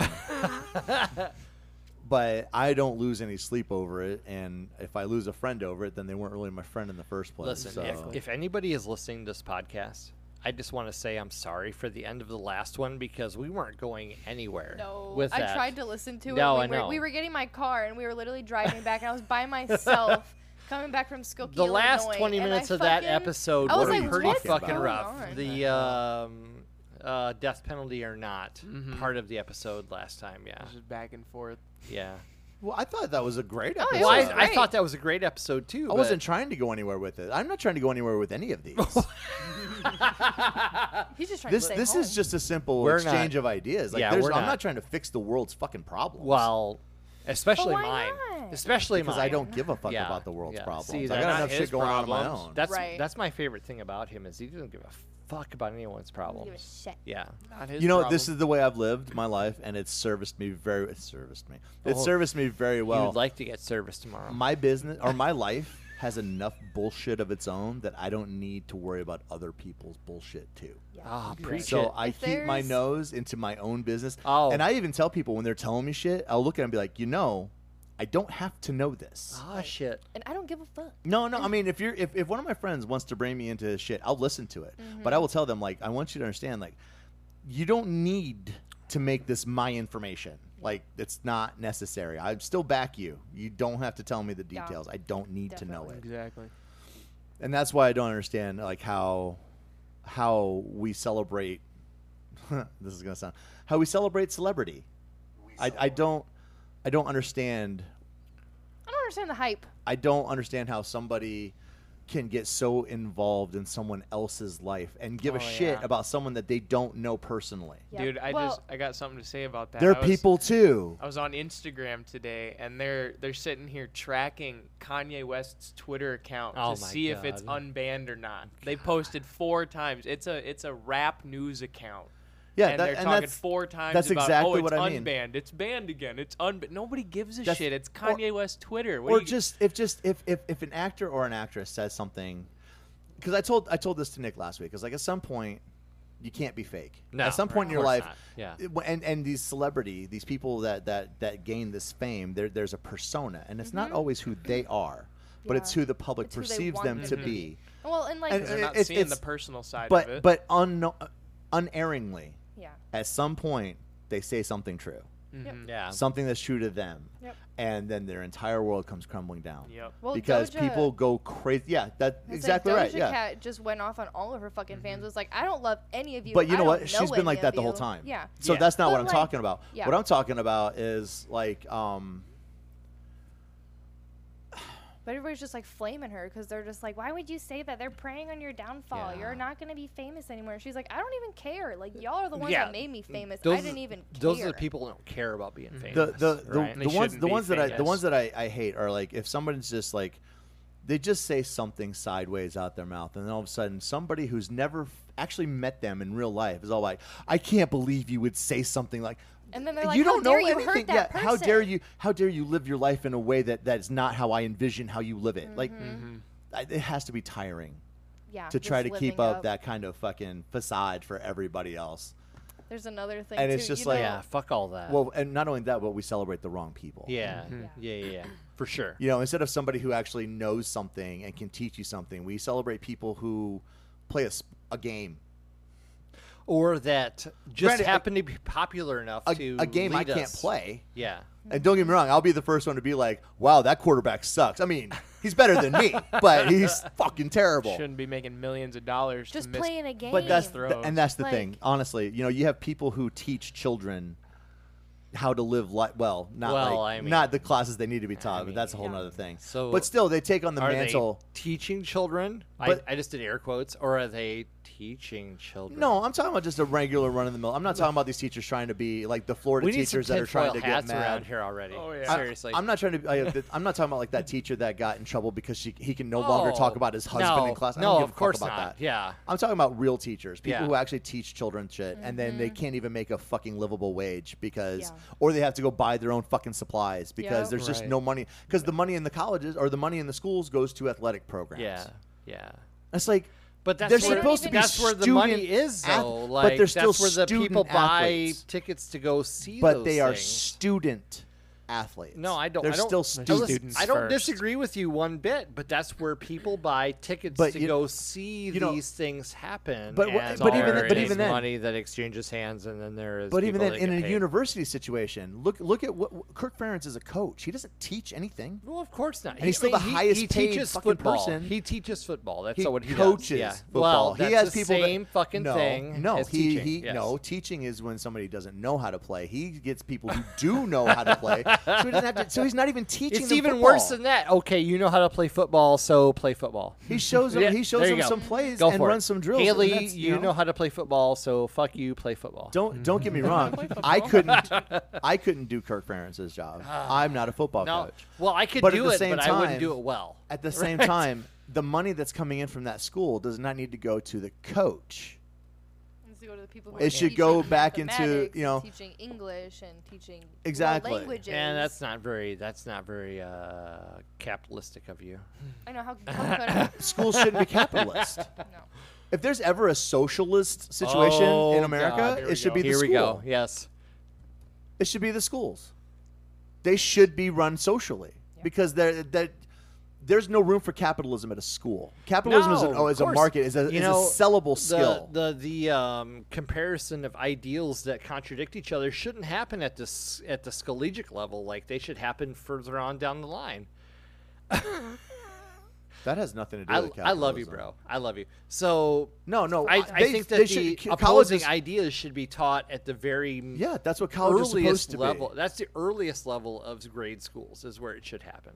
S5: But I don't lose any sleep over it, and if I lose a friend over it, then they weren't really my friend in the first place.
S1: Listen,
S5: so.
S1: if, if anybody is listening to this podcast, I just want to say I'm sorry for the end of the last one because we weren't going
S5: Hmm.
S1: anywhere.
S2: No,
S1: with
S2: I
S1: that.
S2: tried to listen to it.
S1: No,
S2: we
S1: I
S2: were,
S1: know.
S2: We were getting my car, and we were literally driving back, and I was by myself, coming back from Skokie,
S1: The last
S2: Illinois,
S1: 20
S2: and I
S1: minutes of that
S2: fucking-
S1: episode
S2: I was
S1: were
S2: like,
S1: pretty
S2: what's
S1: fucking
S2: going
S1: rough.
S2: on?
S1: The um, uh, death penalty or not
S5: Mm-hmm.
S1: part of the episode last time. Yeah,
S3: This is back and forth.
S1: yeah.
S5: well, I thought that was a great
S2: Oh,
S5: episode.
S2: it
S1: Well, I,
S2: was
S1: I
S2: great.
S1: thought that was a great episode too.
S5: I wasn't trying to go anywhere with it. I'm not trying to go anywhere with any of these.
S2: He's just trying
S5: this
S2: to stay
S5: this
S2: home.
S5: is just a simple
S1: We're
S5: exchange
S1: not-
S5: of ideas. Like,
S1: Yeah,
S5: there's,
S1: we're
S5: I'm
S1: not.
S5: not trying to fix the world's fucking problems.
S1: Well, especially
S2: why
S1: mine.
S2: not?
S1: Especially
S5: because
S1: mine.
S5: I don't give a fuck
S1: Yeah,
S5: about the world's
S1: yeah.
S5: problems.
S1: See,
S5: I
S1: they're
S5: got
S1: not
S5: enough
S3: his
S5: shit going on on
S3: problems.
S5: my own.
S1: That's
S2: Right.
S1: that's my favorite thing about him is he doesn't give a fuck about anyone's
S2: Don't give a
S1: problems.
S2: shit.
S1: Yeah.
S3: Not his
S5: you know,
S3: problem.
S5: this is the way I've lived my life, and it's serviced me very. It serviced me. It
S1: Oh.
S5: serviced me very
S1: you
S5: well.
S1: would like to get service tomorrow.
S5: my business or my life has enough bullshit of its own that I don't need to worry about other people's bullshit too.
S1: Ah, preach
S5: So
S1: it.
S5: I
S2: If
S5: keep my
S2: there's-
S5: nose into my own business.
S1: Oh.
S5: And I even tell people when they're telling me shit, I'll look at them and be like, you know, I don't have to know this.
S1: Ah, shit.
S2: And I don't give a fuck.
S5: No, no. I mean, if you're if, if one of my friends wants to bring me into his shit, I'll listen to it.
S2: Mm-hmm.
S5: But I will tell them like, I want you to understand like, you don't need to make this my information. Like, it's not necessary. I still back you. You don't have to tell me the
S2: Yeah.
S5: details. I don't need to know
S2: Definitely.
S5: it
S3: exactly.
S5: and that's why I don't understand like how how we celebrate. this is gonna sound how we celebrate celebrity. I, I don't I don't understand
S2: I don't understand the hype.
S5: I don't understand how somebody can get so involved in someone else's life and give
S3: Oh,
S5: a shit
S3: yeah.
S5: about someone that they don't know personally.
S2: Yeah.
S3: Dude, I
S2: well,
S3: just I got something to say about that.
S5: They're
S3: I was-
S5: people too.
S3: I was on Instagram today, and they're they're sitting here tracking Kanye West's Twitter account
S1: Oh my
S3: to see if it's
S1: God.
S3: unbanned or not.
S5: Oh
S3: They posted four times. It's a it's a rap news account.
S5: Yeah,
S3: and
S5: that-
S3: they're
S5: and
S3: talking
S5: that's-
S3: four times
S5: that's
S3: about
S5: exactly
S3: oh it's
S5: what I mean.
S3: unbanned, it's banned again, it's unbanned. Nobody gives a
S5: That's-
S3: shit. It's
S5: or-
S3: Kanye West Twitter. What
S5: or
S3: do you-
S5: just if just if, if if an actor or an actress says something because i told i told this to nick last week because like at some point you can't be fake
S1: No,
S5: at some point
S1: of
S5: in your
S1: course
S5: life
S1: not. Yeah.
S5: it- and and these celebrity these people that that that gain this fame there there's a persona and it's not always who they are but it's
S2: Yeah.
S5: who the public
S2: It's who they
S5: perceives
S2: want
S5: them
S2: them
S5: to
S2: to
S5: be
S2: well, and like,
S5: And-
S3: they're not
S5: it's-
S3: seeing the
S5: it's-
S3: personal side of
S5: but
S3: it.
S5: but unkno- unerringly
S2: Yeah.
S5: At some point, they say something true,
S3: Mhm.
S1: Yeah.
S5: something that's true to them,
S2: Yep.
S5: and then their entire world comes crumbling down.
S3: Yep.
S2: Well,
S5: because
S2: Doja-
S5: people go crazy. Yeah, that's
S2: I was
S5: exactly
S2: like,
S5: right.
S2: Doja
S5: Yeah.
S2: Cat just went off on all of her fucking fans.
S5: Mm-hmm.
S2: Was like, I don't love any of you.
S5: But you
S2: I
S5: know
S2: don't
S5: what? She's
S2: know
S5: been
S2: any
S5: like that
S2: of
S5: the whole
S2: you."
S5: time.
S2: Yeah.
S5: So
S3: Yeah.
S5: that's not
S2: But
S5: what I'm
S2: like-
S5: talking about.
S2: yeah.
S5: What I'm talking about is like um
S2: But everybody's just like flaming her because they're just like, why would you say that? They're preying on your downfall.
S5: Yeah.
S2: You're not going to be famous anymore. She's like, I don't even care. Like, y'all are the ones
S1: Yeah.
S2: that made me famous. I
S1: Those-
S2: didn't even care.
S1: Those are the people who don't care about being famous.
S5: the the the,
S1: right?
S5: the
S3: They
S5: ones
S3: shouldn't
S5: the
S3: be
S5: ones that I the
S3: famous.
S5: ones that I, I hate are like if someone's just like they just say something sideways out their mouth and then all of a sudden somebody who's never f- actually met them in real life is all like I can't believe you would say something like
S2: And then they're like,
S5: you
S2: "How
S5: don't know
S2: dare you hurt
S5: anything
S2: that
S5: yeah how dare
S2: person."
S5: you how dare you live your life in a way that that is not how I envision how you live it
S2: Mm-hmm.
S5: like I, it has to be tiring
S2: yeah,
S5: to try
S2: just
S5: to keep
S2: living
S5: up, that kind of fucking facade for everybody else.
S2: There's another thing.
S5: And it's
S2: too,
S5: just
S2: you
S5: like-
S1: yeah, fuck all that.
S5: Well, and not only that, but we celebrate the wrong people.
S1: yeah,
S5: mm-hmm.
S1: yeah, yeah, yeah, for sure.
S5: You know, instead of somebody who actually knows something and can teach you something, we celebrate people who play a, s- a game.
S1: Or that just
S5: Granted, a-
S1: happened to be popular enough
S5: A,
S1: to
S5: a game I
S1: lead
S5: can't
S1: us.
S5: play.
S1: Yeah,
S5: And don't get me wrong, I'll be the first one to be like, wow, that quarterback sucks. I mean, he's better than me, but he's fucking terrible.
S3: Shouldn't be making millions of dollars.
S2: Just
S3: to miss
S2: playing a game.
S5: But that's
S3: Throw.
S5: the, and that's the thing.
S2: Like-
S5: Honestly, you know, you have people who teach children how to live life. Well, not
S1: Well,
S5: like,
S1: I mean-
S5: not the classes they need to be taught, but that's a whole
S2: Yeah.
S5: other thing.
S1: So
S5: but still, they take on the
S1: are
S5: mantle.
S1: they teaching children?
S5: But-
S1: I, I just did air quotes. Or are they teaching children?
S5: No, I'm talking about just a regular run of the mill. I'm not talking about these teachers trying to be like the Florida
S1: we need some
S5: teachers that are trying to
S1: tinfoil
S5: get
S1: hats
S5: mad.
S1: around here already.
S3: Oh, yeah.
S5: I-
S1: seriously.
S5: I'm not trying to. Be, I, I'm not talking about like that teacher that got in trouble because she, he can no longer talk
S1: Oh,
S5: about his husband
S1: no,
S5: in class. I
S1: no,
S5: don't give
S1: of
S5: a fuck
S1: course
S5: about
S1: not.
S5: that.
S1: Yeah,
S5: I'm talking about real teachers, people
S1: Yeah.
S5: who actually teach children shit, and then they can't even make a fucking livable wage because,
S2: Mm-hmm. Yeah.
S5: or they have to go buy their own fucking supplies because
S2: Yep.
S5: there's just
S1: Right.
S5: no money. Because the money in the colleges or the money in the schools goes to athletic programs.
S1: yeah, yeah.
S5: it's like
S1: But that's
S5: they're
S1: where,
S5: supposed to be.
S1: that's where the money
S5: student
S1: is,
S5: ath-
S1: though. like,
S5: but they're still
S1: that's where the
S5: student
S1: people
S5: athletes.
S1: buy tickets to go see.
S5: But
S1: those
S5: they are
S1: things.
S5: student athletes.
S1: No, I don't.
S5: They're
S1: I don't, I
S5: still
S1: listen-
S5: students.
S3: students
S1: I don't
S3: first.
S1: disagree with you one bit, but that's where people buy tickets
S5: But
S1: to
S5: you-
S1: go see
S5: you know-
S1: these things happen.
S5: But wha-
S1: and
S5: but
S1: there
S5: even th- but
S1: is
S5: even then-
S1: money that exchanges hands, and then there is.
S5: But even
S1: people
S5: then,
S1: that
S5: in a
S1: get paid.
S5: university situation, look look at what Kirk Ferentz is a coach. He doesn't teach anything.
S1: Well, of course not.
S5: And he's still the
S1: he-
S5: highest
S1: he
S5: paid
S1: teaches
S5: fucking
S1: football.
S5: person.
S1: He teaches football. That's
S5: he
S1: what he does.
S5: coaches
S1: Yeah.
S5: football.
S1: Well, that's
S5: he has
S1: the
S5: people that-
S1: same fucking
S5: no,
S1: thing.
S5: No,
S1: as
S5: he
S1: teaching.
S5: he
S1: Yes.
S5: no teaching is when somebody doesn't know how to play. He gets people who do know how to play, so he doesn't have to. So he's not even teaching.
S1: It's
S5: them
S1: even
S5: football.
S1: worse than that. Okay, you know how to play football, so play football.
S5: he shows them.
S1: Yeah,
S5: he shows
S1: there you
S5: them
S1: go.
S5: some plays
S1: Go
S5: and
S1: for it.
S5: runs some drills. and
S1: Haley,
S5: that's,
S1: you know how to play football, so fuck you, play football.
S5: Don't
S1: Mm-hmm.
S5: don't get me wrong. I couldn't I couldn't do Kirk Ferentz's job. I'm not a football
S1: Ah. No.
S5: coach.
S1: Well, I could
S5: But at
S1: do
S5: the
S1: it,
S5: same
S1: but I
S5: time-
S1: wouldn't do it well.
S5: At the same time, the money that's coming in from that school does not need to go to the coach.
S2: Let's go to the people who
S5: It
S2: are
S5: should
S2: teaching
S5: go back into,
S2: mathematics and
S5: you know-
S2: teaching English and teaching world
S5: Exactly. And
S2: languages.
S1: And that's not very that's not very uh, capitalistic of you.
S2: I know how. how could I-
S5: Schools shouldn't be capitalist.
S2: no.
S5: If there's ever a socialist situation
S1: Oh,
S5: in America,
S1: God,
S3: here we
S5: it should
S3: go.
S5: be the
S1: Here
S5: school.
S1: we go. Yes.
S5: It should be the schools. They should be run socially because they're that. There's no room for capitalism at a school. Capitalism is, an,
S1: No,
S5: oh,
S1: of
S5: is a
S1: course.
S5: market, is a,
S1: You
S5: is
S1: know,
S5: a sellable
S1: the,
S5: skill.
S1: The the um, comparison of ideals that contradict each other shouldn't happen at this at the collegiate level. Like they should happen further on down the line.
S5: that has nothing to do
S1: I,
S5: with
S1: I
S5: capitalism.
S1: love you, bro. I love you. So
S5: No, no. uh,
S1: I, I
S5: they-
S1: think
S5: they
S1: that
S5: should-
S1: the
S5: c-
S1: opposing
S5: colleges-
S1: ideas should be taught at the very
S5: Yeah, that's what college is supposed
S1: earliest
S5: to
S1: level.
S5: be.
S1: That's the earliest level of grade schools is where it should happen.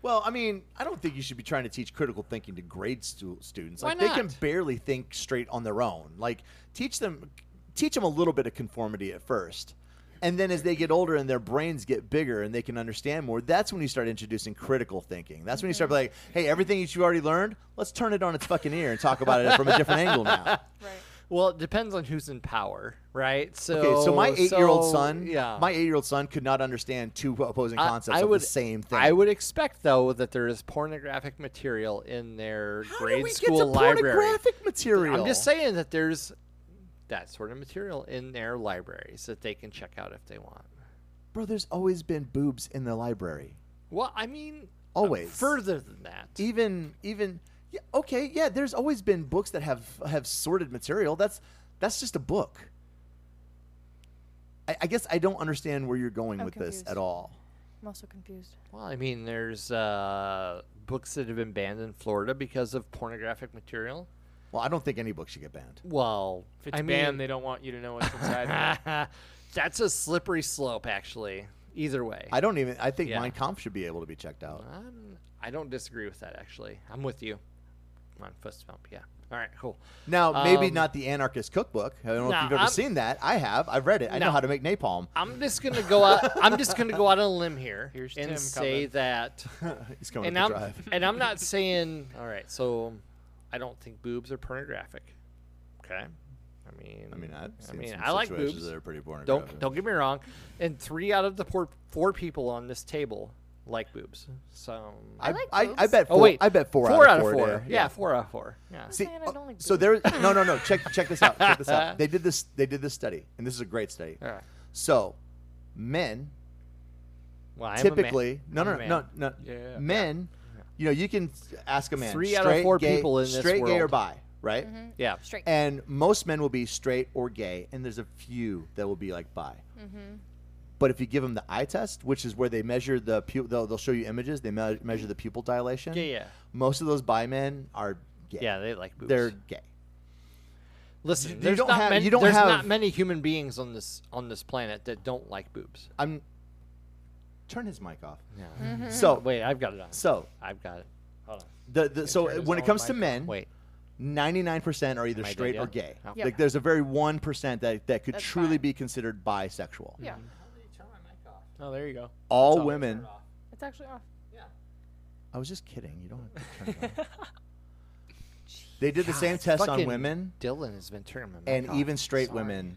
S5: Well, I mean, I don't think you should be trying to teach critical thinking to grade stu- students.
S1: Why
S5: Like they can
S1: not?
S5: barely think straight on their own. Like teach them teach them a little bit of conformity at first. And then as they get older and their brains get bigger and they can understand more, that's when you start introducing critical thinking. That's when you start like, hey, everything that you already learned, let's turn it on its fucking ear and talk about it from a different angle now.
S2: Right.
S1: Well, it depends on who's in power, right? So,
S5: Okay, so my eight-year-old
S1: so,
S5: son,
S1: yeah,
S5: my eight-year-old son could not understand two opposing
S1: I-
S5: concepts
S1: I
S5: of
S1: would-
S5: the same thing.
S1: I would expect though that there is pornographic material in their
S5: How do
S1: grade
S5: we get
S1: school
S5: to
S1: library.
S5: pornographic material.
S1: I'm just saying that there's that sort of material in their libraries that they can check out if they want.
S5: Bro, there's always been boobs in the library.
S1: Well, I mean,
S5: Always.
S1: further than that.
S5: Even even yeah, okay, yeah, there's always been books that have have sorted material. That's that's just a book. I, I guess I don't understand where you're going
S2: I'm
S5: with this at
S2: confused.
S5: all.
S2: I'm also confused.
S1: Well, I mean, there's uh, books that have been banned in Florida because of pornographic material.
S5: Well, I don't think any book should get banned.
S1: Well,
S3: If it's
S1: I
S3: banned,
S1: mean,
S3: they don't want you to know what's inside.
S1: that's a slippery slope, actually. Either way,
S5: I don't even. I think
S1: Yeah.
S5: Mein Kampf should be able to be checked out.
S1: I'm, I don't disagree with that. Actually, I'm with you. Come on, fist bump. Yeah. All right. Cool.
S5: Now, maybe
S1: Um,
S5: not the Anarchist Cookbook. I don't know
S1: Nah,
S5: if you've ever
S1: I'm-
S5: seen that. I have. I've read it. I know
S1: No.
S5: how to make napalm.
S1: I'm just gonna go out. I'm just gonna go out on a limb here
S3: Here's
S1: and
S3: Tim
S1: say
S3: coming.
S1: that
S5: He's coming
S1: and
S5: to
S1: I'm
S5: drive.
S1: and I'm not saying all right. So I don't think boobs are pornographic. Okay. I mean,
S5: I mean, I've seen
S1: mean,
S5: some
S1: I like
S5: situations
S1: boobs.
S5: that are pretty boring.
S1: don't don't get me wrong. And three out of the four four people on this table like boobs. So
S5: I,
S2: like
S5: I, I
S2: boobs.
S5: bet. Four,
S1: oh wait,
S5: I bet four,
S1: four
S5: out of four.
S1: four.
S5: did.
S1: Yeah, four out of four. Yeah.
S5: See,
S2: saying I
S5: oh,
S2: don't like
S5: so there. No, no, no. Check check this out. Check this out. They did this. They did this study, and this is a great study.
S1: All right.
S5: So, men
S1: Well, I'm a man.
S5: typically no
S1: I'm a
S5: no
S1: man.
S5: no no
S3: Yeah.
S5: men. You know, you can ask a man.
S1: Three
S5: straight,
S1: out of four
S5: gay-
S1: people in this
S5: straight, gay, or
S1: world.
S5: bi, right?
S2: Mm-hmm.
S1: Yeah.
S2: Straight.
S5: and most men will be straight or gay, and there's a few that will be like bi.
S2: Mm-hmm.
S5: But if you give them the eye test, which is where they measure the pu- they'll, they'll show you images, they me- measure the pupil dilation.
S1: Yeah, yeah.
S5: Most of those bi men are gay.
S1: Yeah, they like boobs.
S5: they're gay.
S1: Listen,
S5: you
S1: there's
S5: don't
S1: not
S5: have-
S1: many,
S5: you don't
S1: there's
S5: have-
S1: not many human beings on this on this planet that don't like boobs.
S5: I'm turn his mic off.
S1: Yeah.
S2: Mm-hmm.
S5: So
S1: Wait, I've got it on.
S5: so
S1: I've got it.
S5: Mm-hmm.
S1: Hold on.
S5: the, the so
S3: his
S5: when it
S3: own
S5: comes to
S3: mic off.
S5: men,
S1: Wait.
S5: 99% are either
S1: Am I
S5: straight
S1: dead
S5: or
S1: yet?
S5: gay.
S1: Oh.
S2: Yeah.
S5: Like there's a very 1% that that could
S2: That's
S5: truly
S2: fine.
S5: be considered bisexual.
S2: Yeah,
S3: Oh, there you go.
S5: All
S3: all.
S5: women
S2: it's actually off.
S5: I was just kidding. You don't have to turn it on. They did the same
S1: God,
S5: test on
S1: fucking
S5: women,
S1: Dylan has been turning my mic
S5: and
S1: off.
S5: even straight
S1: Sorry.
S5: women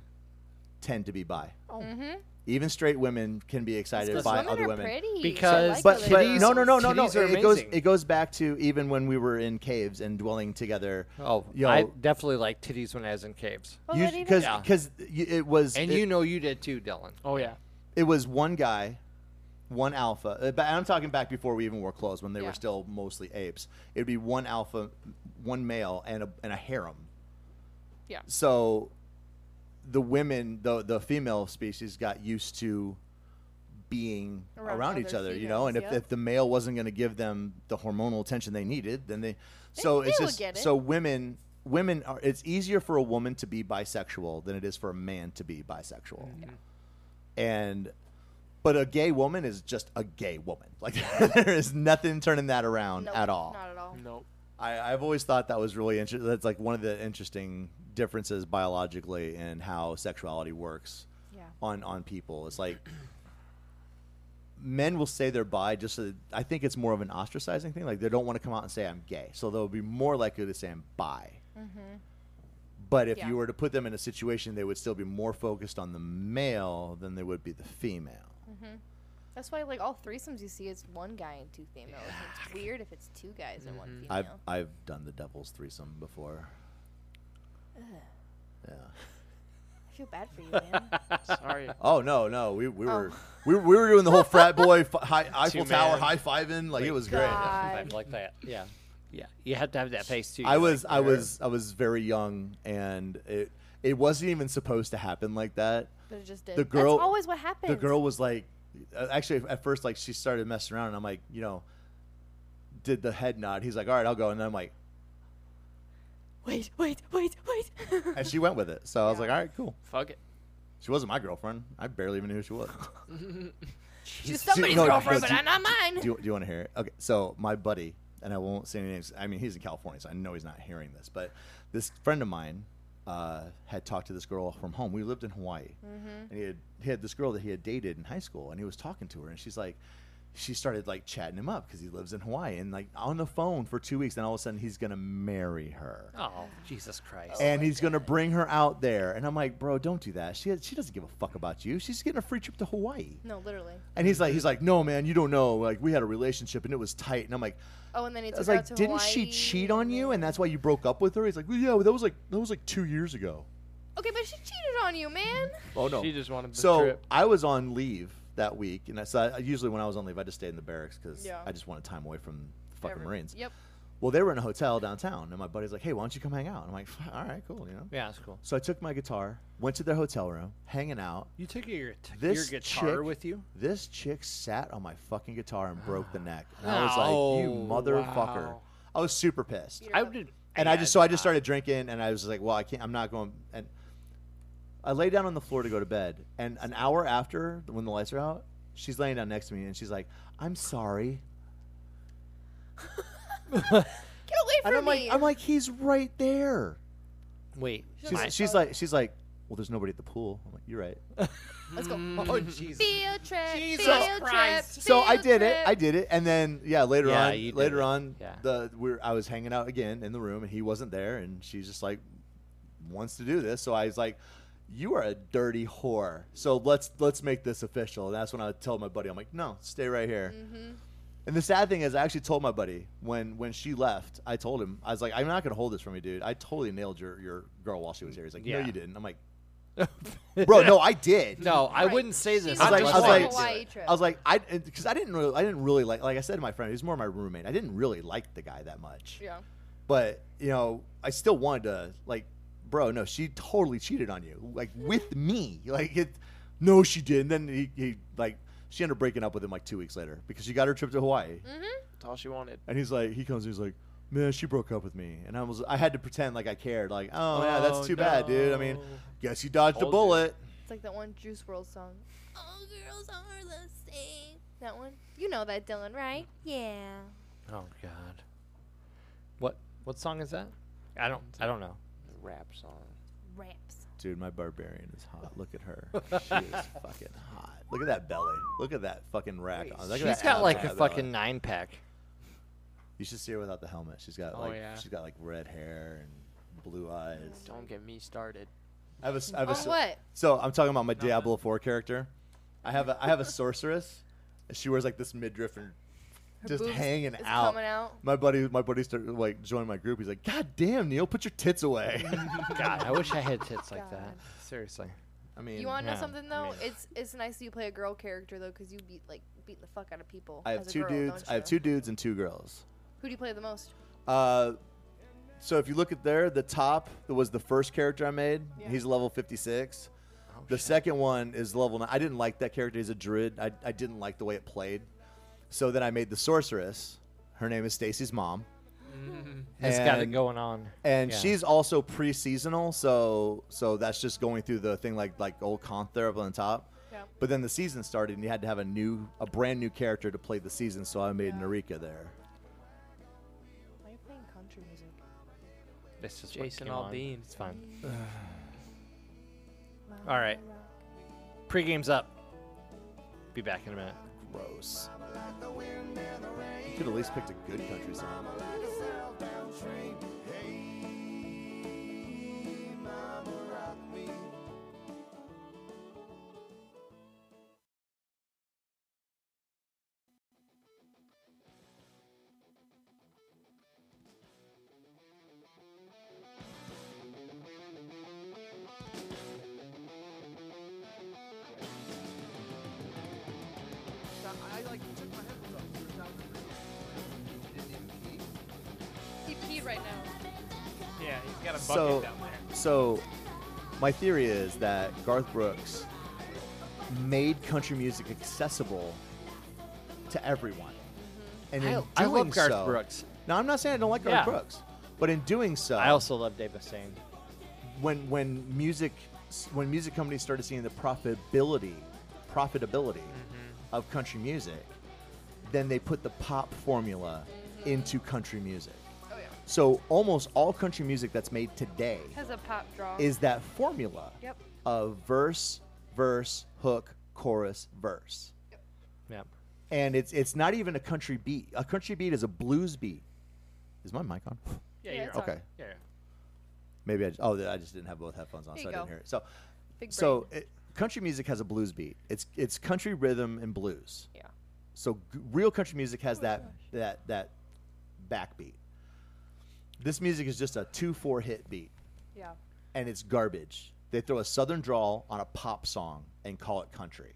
S5: tend to be bi.
S2: Mhm.
S5: Even straight women can be excited
S2: Because
S5: by
S2: women
S5: other
S2: are
S5: women.
S2: pretty.
S1: Because-
S2: I like
S5: But,
S2: other
S5: but
S2: girls.
S5: no no no no no
S1: Titties are
S5: it goes
S1: amazing.
S5: it goes back to even when we were in caves and dwelling together
S1: Oh,
S5: Yo.
S1: I definitely like titties when I was in caves.
S2: Well, that even-
S5: because
S1: Yeah.
S5: because it was
S1: And
S5: it,
S1: you know you did too, Dylan.
S3: Oh yeah.
S5: it was one guy, one alpha. uh, But I'm talking back before we even wore clothes when they
S2: Yeah.
S5: were still mostly apes. It would be one alpha, one male, and a and a harem.
S2: Yeah.
S5: So, the women, the the female species, got used to being around,
S2: Around
S5: each
S2: other
S5: other, you know. And
S2: females,
S5: if,
S2: yeah.
S5: if the male wasn't going to give them the hormonal attention they needed, then they. So
S2: they
S5: it's
S2: will
S5: just
S2: get it.
S5: so women. Women are. It's easier for a woman to be bisexual than it is for a man to be bisexual and but a gay woman is just a gay woman. Like there is nothing turning that around
S2: Nope,
S5: at all.
S2: Not at all.
S3: Nope.
S5: I, I've always thought that was really interesting. That's like one of the interesting differences biologically in how sexuality works
S2: Yeah.
S5: on on people. It's like men will say they're bi just so that, I think it's more of an ostracizing thing. Like they don't want to come out and say I'm gay, so they'll be more likely to say I'm bi. But if
S2: Yeah.
S5: you were to put them in a situation, they would still be more focused on the male than they would be the female.
S2: That's why, like, all threesomes you see is one guy and two females. and It's weird if it's two guys and one female.
S5: Mm-hmm. I've I've done the devil's threesome before. Yeah.
S2: I feel bad for you, man.
S3: Sorry.
S5: Oh no no we, we were we, we were doing the whole frat boy fi- high, Eiffel
S1: Two
S5: Tower
S1: man.
S5: high fiving like it was great.
S1: I
S2: God.
S1: like that. Yeah. Yeah. You have to have that face too.
S5: I
S1: You're
S5: was
S1: like,
S5: I
S1: "Grr."
S5: was I was very young and it it wasn't even supposed to happen like that.
S2: But it just did.
S5: The girl-
S2: That's always what happens.
S5: The girl was like uh, actually at first like she started messing around and I'm like, you know, did the head nod. He's like, "All right, I'll go." And I'm like,
S2: Wait, wait, wait, wait.
S5: and she went with it. So I was
S2: Yeah.
S5: like, "All right, cool."
S3: Fuck it.
S5: She wasn't my girlfriend. I barely even knew who she was.
S2: She's
S5: Do you-
S2: somebody's
S5: no,
S2: girlfriend, but
S5: because you-
S2: I'm not mine.
S5: do you, do you want to hear it? Okay, so my buddy, and I won't say any names. I mean, he's in California, so I know he's not hearing this. But this friend of mine uh, had talked to this girl from home. We lived in Hawaii, and he had he had this girl that he had dated in high school, and he was talking to her, and she's like. She started like chatting him up because he lives in Hawaii and like on the phone for two weeks, and all of a sudden he's gonna marry her
S1: Oh, Jesus Christ.
S5: and he's gonna bring her out there. And I'm like, bro, don't do that. She she doesn't give a fuck about you. She's getting a free trip to Hawaii.
S2: No, literally.
S5: And he's like, he's like, no, man, you don't know. Like, we had a relationship and it was tight. And I'm like,
S2: Oh, and then he
S5: I
S2: took
S5: was
S2: her out
S5: like,
S2: to
S5: didn't
S2: Hawaii.
S5: she cheat on you? And that's why you broke up with her. He's like, well, yeah, well, that was like that was like two years ago.
S2: Okay, but she cheated on you, man.
S5: Oh no.
S3: She just wanted the
S5: so
S3: trip.
S5: I was on leave that week, and I, so I, usually when I was on leave, I just stayed in the barracks because
S2: Yeah.
S5: I just wanted time away from the fucking
S2: Every-
S5: Marines.
S2: Yep.
S5: Well, they were in a hotel downtown, and my buddy's like, "Hey, why don't you come hang out?" I'm like, "All right, cool," you know.
S1: Yeah, that's cool.
S5: So I took my guitar, went to their hotel room, hanging out.
S1: You took your t-
S5: This
S1: your guitar
S5: chick-
S1: with you?
S5: This chick sat on my fucking guitar and broke the neck, and I was like, "You
S1: Oh,
S5: motherfucker!"
S3: wow.
S5: I was super pissed.
S2: You're
S1: I
S2: up-
S1: would.
S5: and I just so I just started drinking, and I was like, "Well, I can't. I'm not going." And I lay down on the floor to go to bed, and an hour after, when the lights are out, she's laying down next to me, and she's like, "I'm sorry,"
S2: Get away from
S5: and I'm
S2: me.
S5: like, "I'm like, he's right there."
S1: Wait.
S5: She's,
S1: my-
S5: she's like, she's like, "Well, there's nobody at the pool." I'm like, "You're right."
S2: Let's go.
S1: oh Jesus.
S2: Field trip.
S3: Jesus
S2: field
S3: Christ.
S2: Trip,
S5: mm. so I
S2: field
S5: did it.
S2: trip.
S5: I did it, and then yeah, later
S1: Yeah, you
S5: on,
S1: did
S5: later
S1: it.
S5: on,
S1: Yeah.
S5: the we're I was hanging out again in the room, and he wasn't there, and she's just like wants to do this, so I was like, "You are a dirty whore." So let's let's make this official. And that's when I told my buddy, I'm like, "No, stay right here." And the sad thing is, I actually told my buddy when when she left, I told him I was like, "I'm not gonna hold this from you, dude. I totally nailed your your girl while she was here." He's like,
S1: Yeah.
S5: "No, you didn't." I'm like, "Bro, no, I did."
S1: No, I
S2: Right.
S1: wouldn't say
S2: She
S1: this.
S2: was
S1: I'm
S5: I was like,
S1: just
S5: I was
S2: on a
S5: like-
S2: Hawaii trip.
S5: I was like, I because I didn't really, I didn't really like, like I said to my friend, he's more my roommate. I didn't really like the guy that much,
S2: Yeah.
S5: but you know, I still wanted to, like, bro, no, she totally cheated on you, like with me, like it. No, she didn't. Then he, he, like, she ended up breaking up with him like two weeks later because she got her trip to Hawaii,
S3: That's all she wanted.
S5: and he's like, he comes, he's like, man, she broke up with me, and I was, I had to pretend like I cared, like, oh, yeah,
S3: Oh,
S5: that's too bad, dude. I mean,
S3: no.
S5: guess you dodged a
S3: Told you.
S5: bullet.
S2: It's like that one Juice World song. All girls are the same. That one. You know that Dylan, right? Yeah.
S1: Oh God. What what song is that? I don't I don't know.
S3: Rap song.
S2: Raps.
S5: Dude, my barbarian is hot. Look at her. She is fucking hot. Look at that belly. Look at that fucking rack. on. Look at
S1: She's
S5: that
S1: got
S5: abs
S1: like
S5: on
S1: a
S5: that
S1: fucking
S5: belly.
S1: nine pack.
S5: You should see her without the helmet. She's got
S3: Oh,
S5: like
S3: yeah.
S5: she's got like red hair and blue eyes.
S3: Don't get me started.
S5: I have a s I have a
S2: On
S5: s-
S2: what?
S5: So I'm talking about my Diablo Four character. I have a I have a sorceress. and She wears like this midriff and
S2: Her
S5: just
S2: boobs
S5: hanging
S2: is
S5: out.
S2: coming out.
S5: My buddy, my buddy started like joined my group. He's like, "God damn, Neil, put your tits away."
S1: God, I wish I had tits like that.
S2: God.
S1: Seriously.
S5: I mean,
S2: You want to know
S1: yeah,
S2: something
S5: I
S2: though?
S5: mean-
S2: it's it's nice that you play a girl character though, because you beat like beat the fuck out of people.
S5: I have
S2: as a
S5: two
S2: girl,
S5: dudes.
S2: don't
S5: I have
S2: you?
S5: two dudes and two girls.
S2: Who do you play the most?
S5: Uh, so if you look at there, the top that was the first character I made. He's level 56. the second one is level 9. I didn't like that character. He's a druid. I, I didn't like the way it played. So then I made the sorceress. Her name is Stacy's mom.
S1: It's got it
S5: And-
S1: going on.
S5: And
S1: Yeah.
S5: she's also pre-seasonal, so so that's just going through the thing like like old conch there up on the top.
S2: Yeah.
S5: But then the season started, and you had to have a new, a brand new character to play the season. So I made Narika there.
S2: Why are you playing country music?
S1: It's just what
S3: Jason
S1: came on.
S3: Aldean.
S1: It's fine. All right. Pre-game's up. Be back in a minute.
S5: Gross. You could at least picked a good country song.
S2: He peed right now.
S3: Yeah, he's got a bucket
S5: So-
S3: down there.
S5: So, my theory is that Garth Brooks made country music accessible to everyone. And in
S1: I, Mm-hmm. I love
S5: doing
S1: Garth
S5: so-
S1: Brooks.
S5: No, I'm not saying I don't like Garth
S1: Yeah.
S5: Brooks, but in doing so,
S1: I also love Dave Mustaine.
S5: when when music when music companies started seeing the profitability profitability
S1: Mm-hmm.
S5: of country music, then they put the pop formula
S1: Mm-hmm.
S5: into country music.
S2: Oh yeah.
S5: So almost all country music that's made today
S2: Has a pop draw.
S5: is that formula
S2: Yep.
S5: of verse, verse, hook, chorus, verse.
S1: Yeah.
S5: And it's it's not even a country beat. A country beat is a blues beat. Is my mic on?
S1: Yeah,
S2: Yeah,
S1: you're
S2: it's
S1: on.
S2: on.
S5: Okay.
S1: Yeah.
S5: Maybe I just, oh I just didn't have both headphones on,
S2: There
S5: so I
S2: you
S5: didn't
S2: go.
S5: hear it. So
S2: Big
S5: so it, country music has a blues beat. It's it's country rhythm and blues.
S2: brain. Yeah.
S5: So g- real country music
S2: Oh
S5: has that that that backbeat. This music is just a two four hit beat,
S2: Yeah.
S5: and it's garbage. They throw a southern drawl on a pop song and call it country.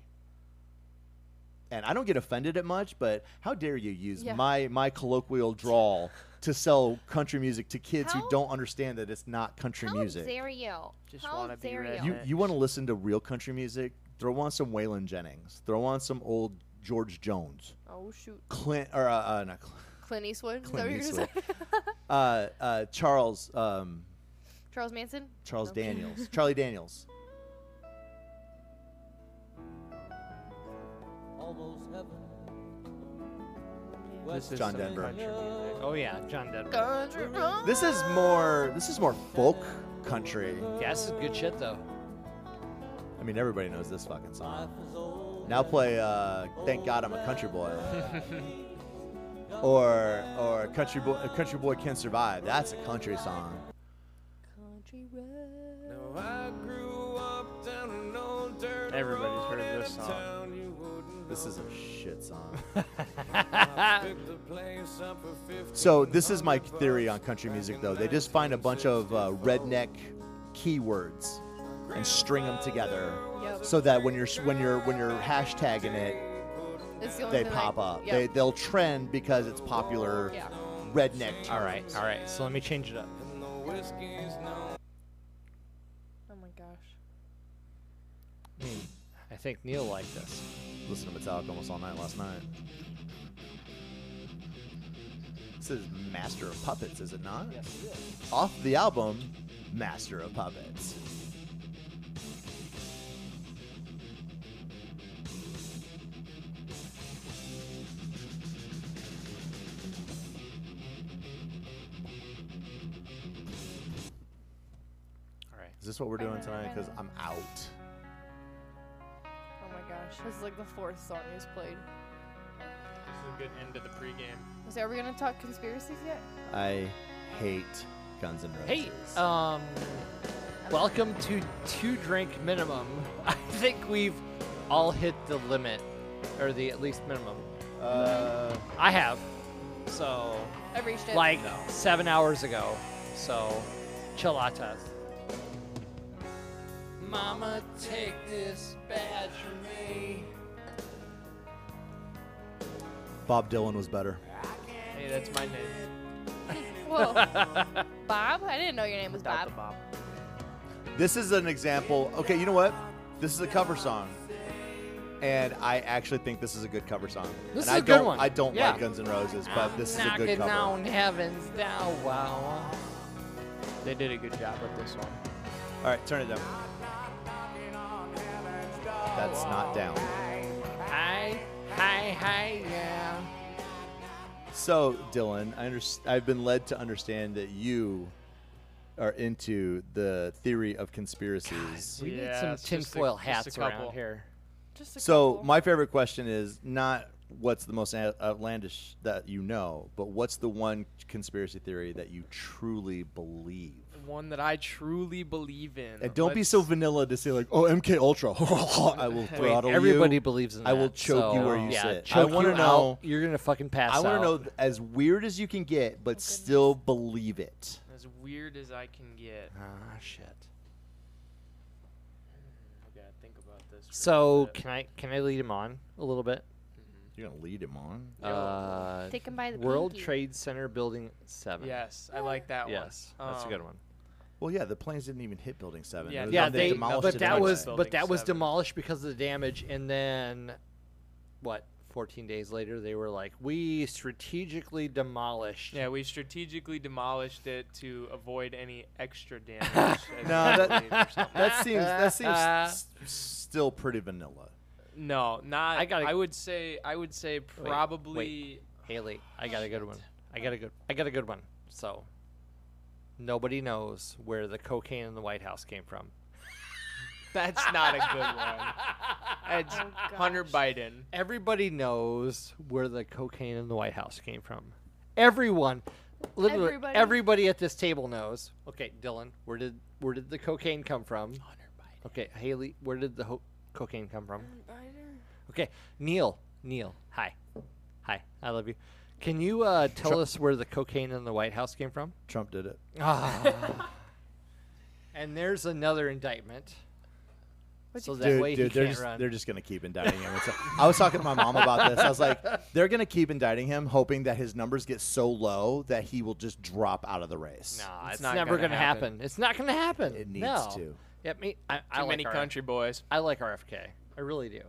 S5: And I don't get offended at much, but how dare you use
S2: Yeah.
S5: my my colloquial drawl to sell country music to kids who
S2: How-
S5: don't understand that it's not country
S2: How
S5: music.
S2: dare you?
S3: Just
S2: How
S3: wanna be
S2: dare
S3: rich.
S5: You
S2: you?
S3: Yeah.
S5: you want to listen to real country music? Throw on some Waylon Jennings. Throw on some old George Jones,
S2: Oh shoot,
S5: Clint or uh, uh, not Clint,
S2: Clint Eastwood. Is that
S5: Clint
S2: what you're gonna say?
S5: uh, uh, Charles um,
S2: Charles Manson.
S5: Charles
S2: Okay.
S5: Daniels, Charlie Daniels.
S4: Almost heaven.
S3: This is
S5: John
S3: some
S5: Denver.
S3: country music.
S1: Oh yeah, John Denver.
S2: Country road.
S5: This is more this is more folk country.
S1: Yeah, this is good shit though.
S5: I mean, everybody knows this fucking song.
S4: Life is old.
S5: Now play uh, "Thank God I'm a Country Boy," or or "Country Boy Country Boy Can Survive." That's a country song.
S2: Country road.
S6: Now I grew up down an old dirt
S3: Everybody's heard
S6: road in
S3: this
S6: a
S3: song.
S6: town you wouldn't
S5: This
S6: know.
S5: is a shit song.
S6: Picked the place up for 15
S5: So this is my
S6: bucks
S5: theory on country music, though. They just find a bunch of uh, redneck keywords and string them together,
S2: Yep.
S5: so that when you're when you're when you're hashtagging it,
S2: That's the only
S5: they
S2: thing I-
S5: pop up. They
S2: Yep.
S5: they'll trend because it's popular
S2: yeah.
S5: redneck.
S1: All right, all right. So let me change it up.
S6: And the whiskey's known
S2: Oh my gosh.
S1: I mean, I think Neil liked this.
S5: Listen to Metallica almost all night last night. This is Master of Puppets, is it not? Off the album, Master of Puppets.
S1: All right.
S5: Is this what we're doing tonight? Because I'm out.
S2: Oh my gosh. This is like the fourth song he's played.
S3: This is a good end to the pregame.
S2: So are we gonna talk conspiracies yet?
S5: I hate Guns N' Roses.
S1: Hey, um, welcome to Two Drink Minimum. I think we've all hit the limit, or the at least minimum.
S5: Uh,
S1: I have. So,
S2: I've reached it.
S1: like seven hours ago. So, chillatas. Mama, take this badge from me.
S5: Bob Dylan was better.
S3: Hey, that's my name.
S2: Whoa. Bob? I didn't know your name was
S3: Without
S2: Bob.
S3: the Bob.
S5: This is an example. Okay, you know what? This is a cover song. And I actually think this is a good cover song.
S1: This is
S5: and I
S1: a good
S5: don't,
S1: one.
S5: I don't
S1: Yeah.
S5: like Guns N' Roses, but this is a good
S1: Knocking
S5: cover.
S1: down heavens, thou wow.
S3: They did a good job with this one.
S5: All right, turn it down. That's not down.
S1: Hi, hi, hi, yeah.
S5: So, Dylan, I under- I've been led to understand that you are into the theory of conspiracies.
S1: We
S3: Yeah,
S1: need
S3: it's
S1: some
S3: just a-
S1: tinfoil
S3: just a
S1: hats around
S3: couple.
S1: here.
S2: Just a
S5: So,
S2: couple.
S5: my favorite question is not what's the most out- outlandish that you know, but what's the one conspiracy theory that you truly believe?
S3: One that I truly believe in.
S5: And don't be so
S3: Let's-
S5: vanilla to say like, "Oh, MK Ultra, I will
S3: Wait,
S5: throttle you."
S1: Everybody believes in that.
S5: I will choke you
S1: so,
S5: where you
S1: yeah,
S5: sit. I
S1: Choke
S5: wanna
S1: you
S5: know-
S1: Out, you're gonna fucking pass
S5: I want
S1: out.
S5: to know th- as weird as you can get, but still believe it.
S3: As weird as I can get.
S1: Ah, shit.
S3: I gotta think about this. for a
S1: So
S3: bit.
S1: can I can I lead him on a little bit?
S5: You're gonna lead him on.
S3: Yeah,
S1: Uh,
S2: Take him by the
S1: World
S2: pinky.
S1: Trade Center Building Seven.
S3: Yes, I like that one.
S1: Yes, that's a good
S3: Um,
S1: one.
S5: Well, yeah, the planes didn't even hit Building Seven.
S3: Yeah,
S5: It was
S1: Yeah,
S5: on-
S1: they,
S5: demolished
S1: but
S5: it
S1: that
S5: anyway.
S1: was
S3: Building
S1: but that was
S3: Seven.
S1: demolished because of the damage, and then what? 14 days later, they were like, "We strategically demolished."
S3: Yeah, we strategically demolished it to avoid any extra damage. as
S5: No,
S3: we
S5: that-
S3: believe or something.
S5: that seems that seems s- still pretty vanilla.
S3: no, not.
S1: I
S3: I,
S1: gotta-
S3: would say. I would say probably.
S1: Haley, I got a good one. I got a good. I got a good one. So, nobody knows where the cocaine in the White House came from.
S3: That's not a good one. It's Hunter Biden.
S1: Everybody knows where the cocaine in the White House came from. Everyone, literally everybody,
S2: Everybody?
S1: at this table knows. Okay, Dylan, where did where did the cocaine come from? Okay, Haley, where did the ho- cocaine come from? Okay, Neil, Neil, hi, hi, I love you. Can you uh, tell us where the cocaine in the White House came from?
S5: Trump did it.
S1: Ah. and there's another indictment.
S2: But
S1: so
S2: you-
S1: that
S5: dude,
S1: way
S5: dude,
S1: he
S5: they're
S1: can't
S5: just
S1: run.
S5: they're just gonna keep indicting him. It's like- I was talking to my mom about this. I was like, they're gonna keep indicting him, hoping that his numbers get so low that he will just drop out of the race.
S1: Nah,
S3: It's
S1: it's,
S3: not
S1: never
S3: gonna
S1: going to
S3: happen.
S1: happen. It's not going to happen.
S5: It needs
S1: No.
S5: to.
S1: Yeah, me. I, I
S3: Too
S1: like
S3: many
S1: RF
S3: country boys.
S1: I like RFK. I really do.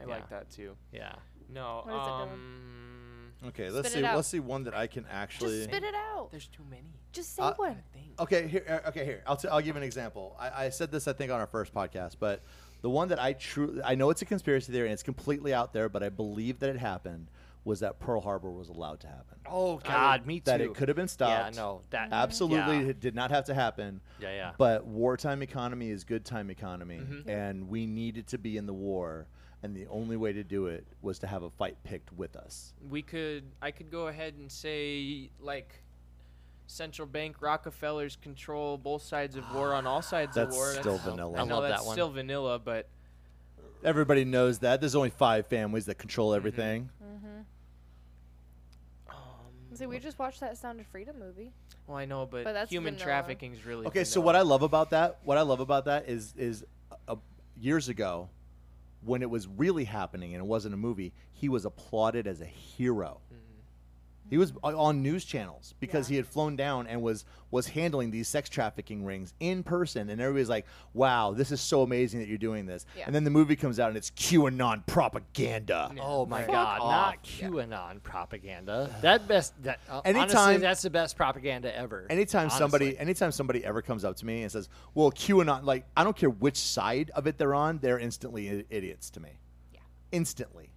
S3: I
S1: Yeah.
S3: like that too.
S1: Yeah.
S3: No.
S2: What is it, Dylan?
S3: um,
S5: Okay, let's
S2: Spit
S5: see.
S2: it out.
S5: Let's see one that I can actually.
S2: Just spit it out.
S3: There's too many.
S2: Just say
S5: Uh,
S2: one.
S3: Thing.
S5: Okay, here. uh, Okay, here. I'll, t- I'll give an example. I, I said this, I think, on our first podcast, but the one that I truly, I know it's a conspiracy theory and it's completely out there, but I believe that it happened was that Pearl Harbor was allowed to happen.
S1: Oh God, me too.
S5: that it could have been stopped.
S1: Yeah, no, that
S5: Absolutely,
S1: Yeah.
S5: it did not have to happen.
S1: Yeah, yeah. Mm-hmm.
S5: But wartime economy is good time economy, and we needed to be in the war, and the only way to do it was to have a fight picked with us.
S3: We could. I could go ahead and say like. Central bank Rockefellers control both sides of war on all sides
S5: That's
S3: of war.
S5: still vanilla.
S3: I
S5: I
S3: know
S1: love
S3: that's
S1: that one.
S3: still vanilla, but
S5: Everybody knows that. There's only five families that
S1: Mm-hmm.
S5: control everything.
S1: Um,
S2: See, we just watched that Sound of Freedom movie.
S3: well, I know, but,
S2: But that's
S3: human
S2: vanilla.
S3: trafficking is really
S5: Okay, so what I love about that, what I love about that is is uh, years ago when it was really happening and it wasn't a movie, he was applauded as a hero. He was o- on news channels because he had flown down and was was handling these sex trafficking rings in person, and everybody's like, "Wow, this is so amazing that you're doing this."
S2: Yeah.
S5: And then the movie comes out and it's QAnon propaganda.
S1: Oh my
S2: Fuck
S1: God! Not
S2: off.
S1: QAnon propaganda. That best. That uh, honestly,
S5: Anytime-
S1: that's the best propaganda ever.
S5: Anytime somebody,
S1: honestly.
S5: anytime somebody ever comes up to me and says, "Well, QAnon," like I don't care which side of it they're on, they're instantly i- idiots to me.
S2: Yeah.
S5: Instantly.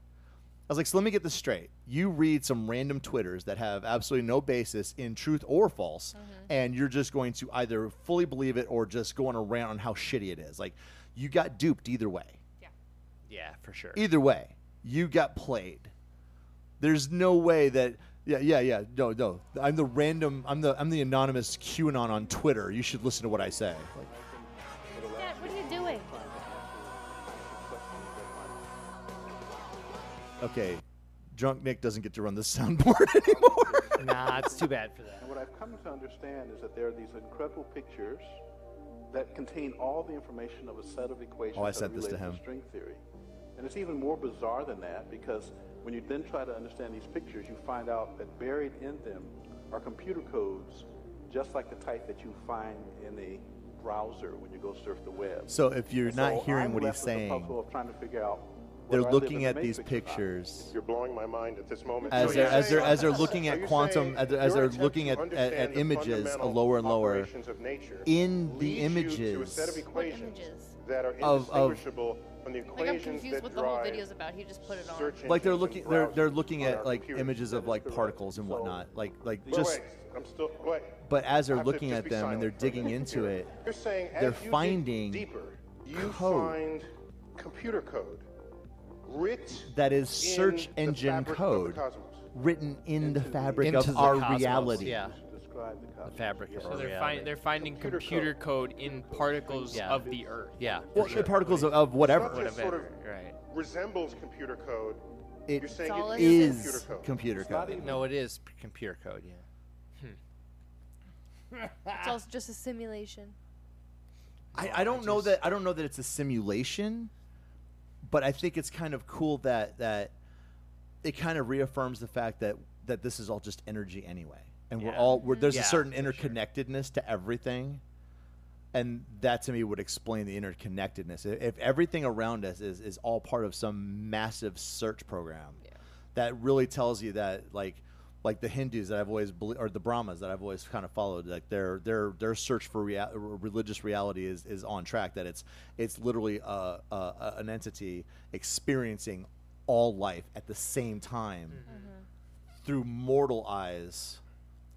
S5: I was like, so let me get this straight. You read some random twitters that have absolutely no basis in truth or false, and you're just going to either fully believe it or just go on a rant on how shitty it is. Like, you got duped either way.
S1: yeah, for sure.
S5: Either way, you got played. There's no way that yeah, yeah, yeah. No, no. I'm the random I'm the I'm the anonymous QAnon on Twitter. You should listen to what I say. Like,
S2: Dad, what are you doing?
S5: okay, drunk Nick doesn't get to run the soundboard anymore.
S1: nah, it's too bad for that.
S7: And what I've come to understand is that there are these incredible pictures that contain all the information of a set of equations
S5: Oh, I
S7: that
S5: sent this to
S7: relate
S5: him.
S7: string theory. And it's even more bizarre than that because when you then try to understand these pictures, you find out that buried in them are computer codes just like the type that you find in a browser when you go surf the web.
S5: so if you're
S7: And
S5: not
S7: so
S5: hearing
S7: I'm
S5: what he's
S7: left with the puzzle
S5: saying,
S7: of trying to figure out
S5: they're
S7: whether I live
S5: looking
S7: in
S5: at
S7: the
S5: these
S7: Matrix or not.
S5: pictures
S8: You're blowing my mind at this moment.
S5: as
S7: So
S5: they're
S7: you're
S5: as they're
S7: saying-
S5: as they're looking
S7: are
S5: at
S7: you
S5: quantum
S7: saying
S5: as they're, as
S7: your
S5: they're
S7: attempt
S5: looking
S8: to
S5: at, at,
S8: understand
S5: at
S8: the
S5: images
S8: fundamental
S5: lower and lower
S8: operations of nature
S5: in the
S8: leads you to a
S5: images
S8: set of
S2: What
S8: equations
S2: images?
S8: that are
S5: of- of-
S8: indistinguishable from the
S2: Like I'm
S8: equations
S2: confused
S8: that
S2: what the whole
S8: drive
S2: video's about. He just put it on.
S8: search engines
S5: like they're
S8: and
S5: looking they're they're
S8: browsers
S5: looking
S8: on
S5: at
S8: our
S5: like
S8: computers.
S5: images
S8: That
S5: of
S8: is
S5: like
S8: correct.
S5: particles and
S7: So-
S5: whatnot like like
S8: Wait,
S5: just
S8: wait, I'm still wait.
S5: but as they're
S8: I've said
S5: looking
S8: just
S5: at
S8: be
S5: them and they're
S8: silent for a
S5: digging
S8: minute
S5: into
S8: here.
S5: it,
S8: You're saying as
S5: they're
S8: you dig
S5: finding
S8: deeper, you
S5: code.
S8: find computer code writ
S5: that is
S8: in
S5: search
S8: the
S5: engine
S8: fabric of the
S5: code
S8: cosmos.
S5: written in the fabric
S1: Into
S5: of
S1: the
S5: our
S1: cosmos,
S5: reality.
S1: Yeah,
S7: Describe the cosmos.
S1: fabric
S7: Yes.
S1: of
S3: So
S1: our
S3: they're,
S1: reality.
S3: find, they're finding
S8: Computer
S3: computer code in particles
S1: Yeah.
S3: of the earth.
S1: yeah.
S5: Well,
S1: for sure.
S5: the particles of, of
S8: It's
S5: whatever.
S8: not just sort of
S3: Right.
S8: resembles computer code.
S5: It
S8: You're saying
S2: It's all
S8: it
S2: in
S8: is
S5: is
S8: computer code.
S5: computer
S7: It's not
S5: code.
S7: even-
S1: No, it is p- computer code. Yeah.
S2: It's also just a simulation.
S5: I, I don't know that I don't know that it's a simulation, but I think it's kind of cool that that it kind of reaffirms the fact that that this is all just energy anyway, and we're
S1: Yeah.
S5: all we're, there's a
S1: Yeah,
S5: certain interconnectedness to everything, and that to me would explain the interconnectedness. If, if everything around us is is all part of some massive search program, that really tells you that like like the Hindus that I've always belie- or the Brahmas that I've always kind of followed like their their their search for rea- r- religious reality is is on track that it's it's literally uh, uh, uh, an entity experiencing all life at the same time through mortal eyes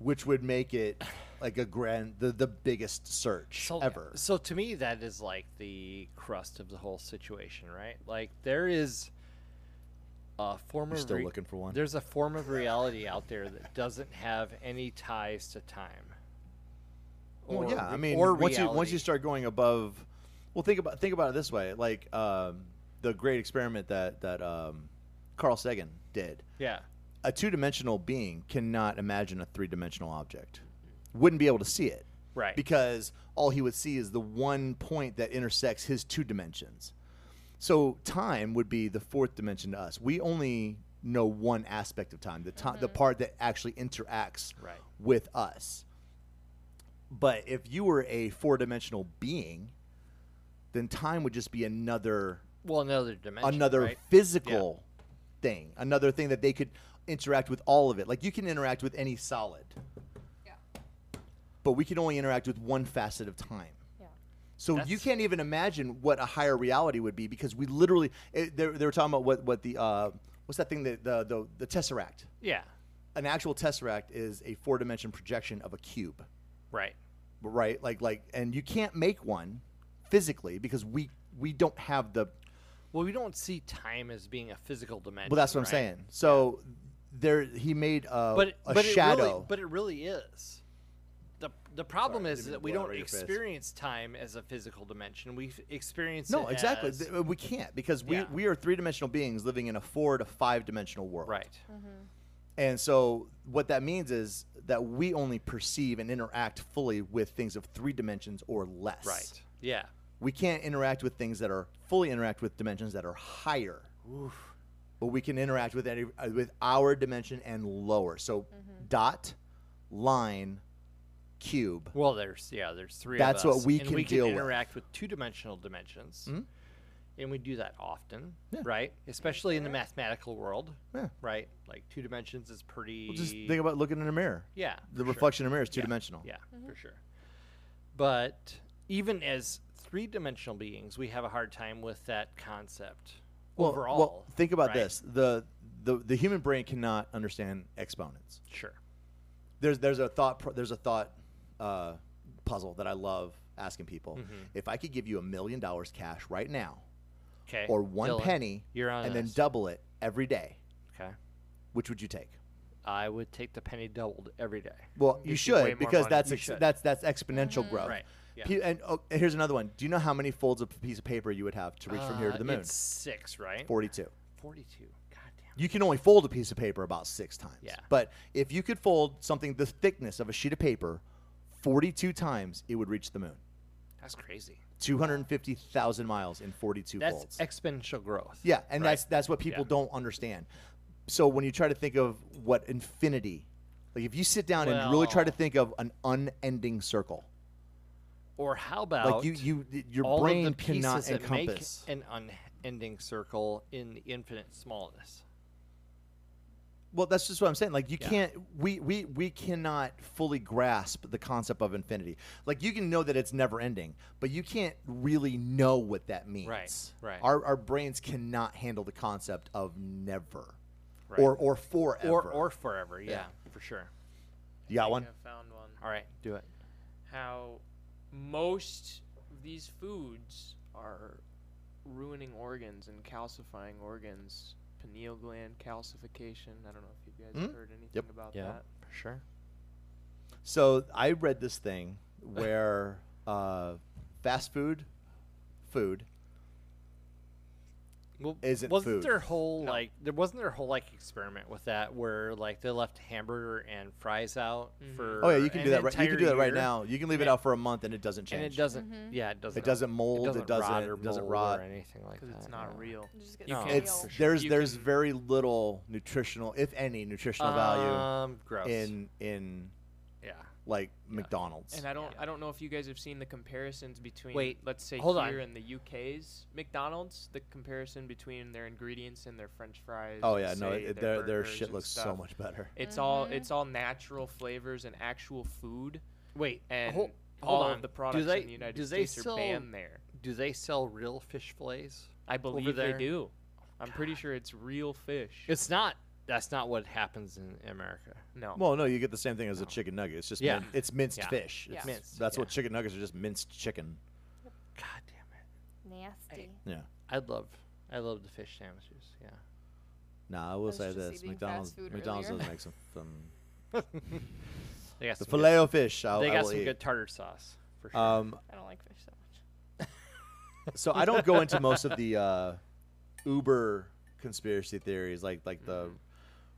S5: which would make it like a grand the, the biggest search
S1: So-
S5: ever
S1: So to me, that is like the crust of the whole situation, right? Like there is a form
S5: You're
S1: of
S5: still looking for one?
S1: There's a form of reality out there that doesn't have any ties to time.
S5: Well,
S1: Or
S5: yeah, I
S1: re-
S5: mean,
S1: or
S5: once you once
S1: reality.
S5: you start going above, well, think about think about it this way: like um, the great experiment that that um, Carl Sagan did.
S1: Yeah.
S5: A two dimensional being cannot imagine a three dimensional object; wouldn't be able to see it,
S1: Right.
S5: Because all he would see is the one point that intersects his two dimensions. So time would be the fourth dimension to us. We only know one aspect of time, the time, the part that actually interacts
S1: Right.
S5: with us. But if you were a four-dimensional being, then time would just be another
S1: Well, another dimension.
S5: another
S1: right?
S5: physical thing, another thing that they could interact with all of it. Like you can interact with any solid.
S2: Yeah.
S5: But we can only interact with one facet of time.
S2: Yeah.
S5: So you
S1: That's-
S5: can't even imagine what a higher reality would be because we literally it, they, they were talking about what what the uh, what's that thing that the, the the tesseract.
S1: Yeah.
S5: An actual tesseract is a four dimension projection of a cube,
S1: Right.
S5: right? Like like and you can't make one physically because we we don't have the
S1: Well, we don't see time as being a physical dimension.
S5: Well, that's what I'm
S1: right?
S5: saying. So there, he made a,
S1: But it-
S5: a
S1: but
S5: shadow.
S1: It really, but it really is. The, the problem
S5: Sorry, I
S1: is
S5: didn't mean
S1: that
S5: to
S1: we
S5: blow out
S1: don't
S5: right your face.
S1: experience time as a physical dimension. We f- experience
S5: no,
S1: it
S5: exactly.
S1: as-
S5: Th- We can't because we,
S1: Yeah.
S5: we are three dimensional beings living in a four to five dimensional world.
S1: right.
S5: And so what that means is that we only perceive and interact fully with things of three dimensions or less.
S1: Right. Yeah.
S5: We can't interact with things that are fully interact with dimensions that are higher. But we can interact with any, uh, with our dimension and lower. So
S1: Mm-hmm.
S5: dot, line, cube.
S1: Well, there's yeah, there's three.
S5: That's
S1: of
S5: what
S1: us,
S5: we
S1: and
S5: can
S1: we
S5: deal
S1: can
S5: with. Mm-hmm.
S1: interact with two-dimensional dimensions, and we do that often,
S5: Yeah.
S1: right? Especially in the mathematical world,
S5: Yeah.
S1: right? Like two dimensions is pretty.
S5: Well, just think about looking in a mirror.
S1: yeah, for
S5: The
S1: sure.
S5: reflection in a mirror is two dimensional.
S1: Yeah, for sure. But even as three-dimensional beings, we have a hard time with that concept
S5: Well,
S1: overall.
S5: well, think about
S1: right?
S5: this: the, the the human brain cannot understand exponents.
S1: Sure.
S5: There's there's a thought pro- there's a thought uh, puzzle that I love asking people.
S1: Mm-hmm.
S5: If I could give you a million dollars cash right now,
S1: Okay.
S5: or one
S1: Dylan,
S5: penny,
S1: You're on
S5: and then
S1: this.
S5: double it every day,
S1: okay.
S5: which would you take?
S1: I would take the penny doubled every day.
S5: Well, you
S3: Gives you way
S5: should
S3: more
S5: because
S3: money.
S5: that's
S1: You
S5: ex-
S1: should. Mm-hmm.
S5: that's that's exponential growth.
S1: Right, yeah.
S5: Pe- and oh, and here's another one. Do you know how many folds of piece of paper you would have to reach from here to
S1: Uh,
S5: the moon?
S1: It's six, right?
S5: Forty-two.
S1: Forty-two. God damn.
S5: you can only fold a piece of paper about six times.
S1: Yeah.
S5: But if you could fold something the thickness of a sheet of paper 42 times, it would reach the moon.
S1: That's crazy.
S5: 250,000 miles in 42
S1: That's
S5: folds.
S1: exponential growth.
S5: yeah, and
S1: right.
S5: that's that's what people
S1: Yeah.
S5: don't understand. So when you try to think of what infinity, like if you sit down and really try to
S1: Well-
S5: think of an unending circle,
S1: Or how about
S5: like you you your
S1: all
S5: brain
S1: of the pieces
S5: cannot
S1: that
S5: encompass.
S1: make an unending circle in the infinite smallness?
S5: Well, that's just what I'm saying. Like you
S1: Yeah.
S5: can't we, we we cannot fully grasp the concept of infinity. Like you can know that it's never ending, but you can't really know what that means.
S1: right.
S5: Our our brains cannot handle the concept of never.
S1: Right.
S5: Or or forever.
S1: Or or forever? Yeah, for sure.
S5: you got
S3: I
S5: one?
S3: think I found one.
S1: All right, do it.
S3: How most of these foods are ruining organs and calcifying organs. Pineal gland calcification. I don't know if you guys have
S5: Mm.
S3: heard anything
S5: Yep.
S3: about
S1: Yeah,
S3: that.
S1: Uh, for sure.
S5: So I read this thing where uh, fast food food
S1: Well,
S5: Isn't
S1: wasn't
S5: food.
S1: their whole like there wasn't their whole like experiment with that where like they left hamburger and fries out
S3: Mm-hmm.
S1: for
S5: Oh yeah, you can
S1: an
S5: do that right you can
S1: entire
S5: do that right
S1: year,
S5: now. You can leave it out for a month and it doesn't change.
S1: and it doesn't
S3: Mm-hmm.
S1: yeah it doesn't
S5: doesn't mold,
S1: it doesn't,
S5: it doesn't-
S1: rot or
S5: it doesn't
S1: mold
S5: rot.
S1: or anything like
S3: Because
S1: that
S3: it's not
S1: Uh, yeah.
S3: real.
S2: It just gets
S3: You
S1: No.
S3: can-
S5: it's
S2: stale.
S5: there's
S3: You
S5: there's
S3: can-
S5: very little nutritional, if any, nutritional value
S1: um, gross
S5: in in
S1: yeah
S5: like McDonald's.
S3: And I don't, I don't know if you guys have seen the comparisons between,
S1: Wait,
S3: let's say
S1: hold on.
S3: here and the UK's McDonald's, the comparison between their ingredients and their French fries.
S5: oh
S3: and
S5: yeah, no,
S3: say
S5: it, their their
S3: burgers
S5: shit
S3: and
S5: looks so
S3: stuff.
S5: much better.
S3: It's all, it's all natural flavors and actual food,
S1: wait
S3: and
S1: hol-
S3: all
S1: hold on
S3: of the products
S1: do they,
S3: in the United
S1: do they
S3: States
S1: sell,
S3: are banned there.
S1: do they sell real fish fillets
S3: I believe they
S1: there?
S3: do. I'm pretty sure it's real fish.
S1: it's not that's not what happens in America
S3: no.
S5: Well, no, you get the same thing as a chicken nugget. It's just
S1: Yeah.
S5: min- it's minced
S1: Yeah.
S5: fish.
S2: Yeah.
S5: It's-
S1: Minced,
S5: That's what
S1: yeah.
S5: chicken nuggets are just minced chicken.
S1: god damn it
S2: nasty.
S5: Yeah.
S1: I'd love I love the fish sandwiches yeah
S5: Nah, I will
S2: was
S5: say
S2: just
S5: this:
S2: eating fast
S5: McDonald's
S2: food
S5: McDonald's
S2: earlier.
S5: doesn't make some. some-
S1: they got some
S5: the
S1: good-
S5: filet o fish. I,
S1: they
S5: Oh, I
S1: got
S5: will
S1: some
S5: eat.
S1: good tartar sauce for sure
S5: Um,
S2: I don't like fish so much.
S5: so I don't go into most of the uh, Uber conspiracy theories, like like the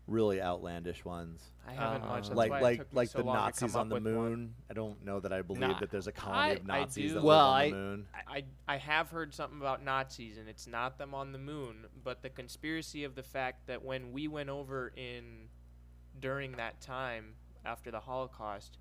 S5: really outlandish ones. Uh,
S3: I haven't watched. That's
S5: like
S3: why it
S5: like
S3: took me
S5: like
S3: so
S5: the
S3: long to
S5: Nazis on
S3: come up
S5: the
S3: with one.
S5: moon. I don't know that I believe
S3: Nah,
S5: that there's a colony
S3: I-
S5: of
S3: I
S5: Nazis
S3: do-
S5: that
S1: Well,
S5: live
S1: I-
S5: on the moon.
S3: I, I have heard something about Nazis, and it's not them on the moon, but the conspiracy of the fact that when we went over in during that time after the Holocaust,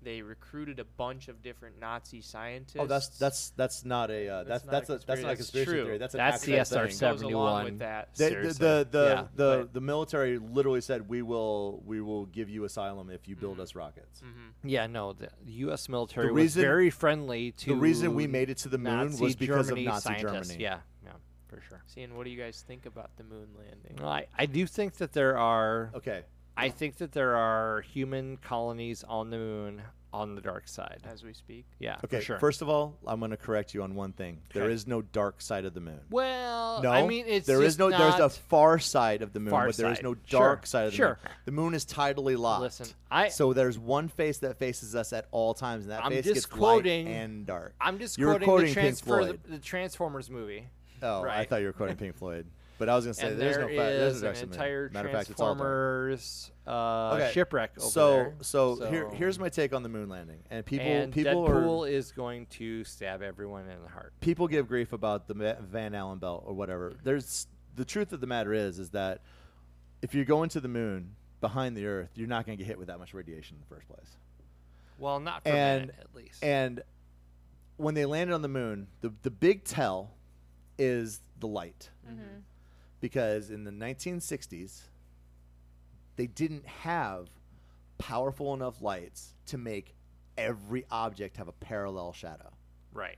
S3: they recruited a bunch of different Nazi scientists.
S5: Oh, that's that's that's not a uh, that's
S3: That's
S5: that's
S3: not a
S5: a, that's not a
S3: conspiracy. That's
S5: conspiracy
S3: true.
S5: theory. That's an
S1: That's
S5: actual
S1: CSR
S5: thing.
S3: It goes along
S1: 71.
S3: with that.
S5: They- the
S1: Seriously.
S5: the the,
S1: Yeah,
S5: the,
S3: but-
S5: the military literally said we will we will give you asylum if you build us rockets.
S1: Yeah, no, the U.S. military
S5: reason-
S1: was very friendly to
S5: The reason we made it to the moon
S1: Nazi
S5: was because
S1: Germany
S5: of Nazi
S1: scientists.
S5: Germany.
S1: Yeah, yeah, for sure.
S3: Seeing what do you guys think about the moon landing?
S1: I, I do think that there are
S5: Okay.
S1: I think that there are human colonies on the moon on the dark side.
S5: Oh.
S3: As we speak,
S1: Yeah. for
S5: Okay.
S1: sure.
S5: First of all, I'm going to correct you on one thing. There
S3: Okay.
S5: is no dark side of the moon.
S1: well,
S5: No,
S1: I mean it's
S5: there is
S1: just
S5: no. There's a
S1: not-
S5: far side of the moon,
S1: Far
S5: but there is
S1: side.
S5: no
S1: Sure,
S5: dark side of the
S1: sure.
S5: moon. The moon is tidally locked.
S1: Listen, I-
S5: so there's one face that faces us at all times, and that
S1: I'm
S5: face
S1: just
S5: gets
S1: quoting-
S5: light and dark.
S1: I'm just
S5: You were
S1: quoting, the,
S5: quoting Pink
S1: transfer, the,
S5: Floyd.
S1: the Transformers movie.
S5: oh, I
S1: right.
S5: thought you were quoting Pink Floyd, but I was going to say
S1: and
S5: there's
S1: there
S5: no. fa- there's
S1: is
S5: no
S1: an
S5: dark side of the moon.
S1: entire
S5: Matter of fact, it's all dark.
S1: Transformers uh,
S5: Okay,
S1: shipwreck over
S5: so,
S1: there.
S5: So here here's my take on the moon landing, and people
S1: and
S5: people
S1: Deadpool
S5: are,
S1: is going to stab everyone in the heart.
S5: people give grief about the Ma- Van Allen belt or whatever. There's the truth of the matter is is that if you go into the moon behind the Earth, you're not going to get hit with that much radiation in the first place.
S1: Well, not for
S5: And-
S1: a minute, at least.
S5: And when they landed on the moon, the the big tell is the light, because in the 1960s they didn't have powerful enough lights to make every object have a parallel shadow
S1: right.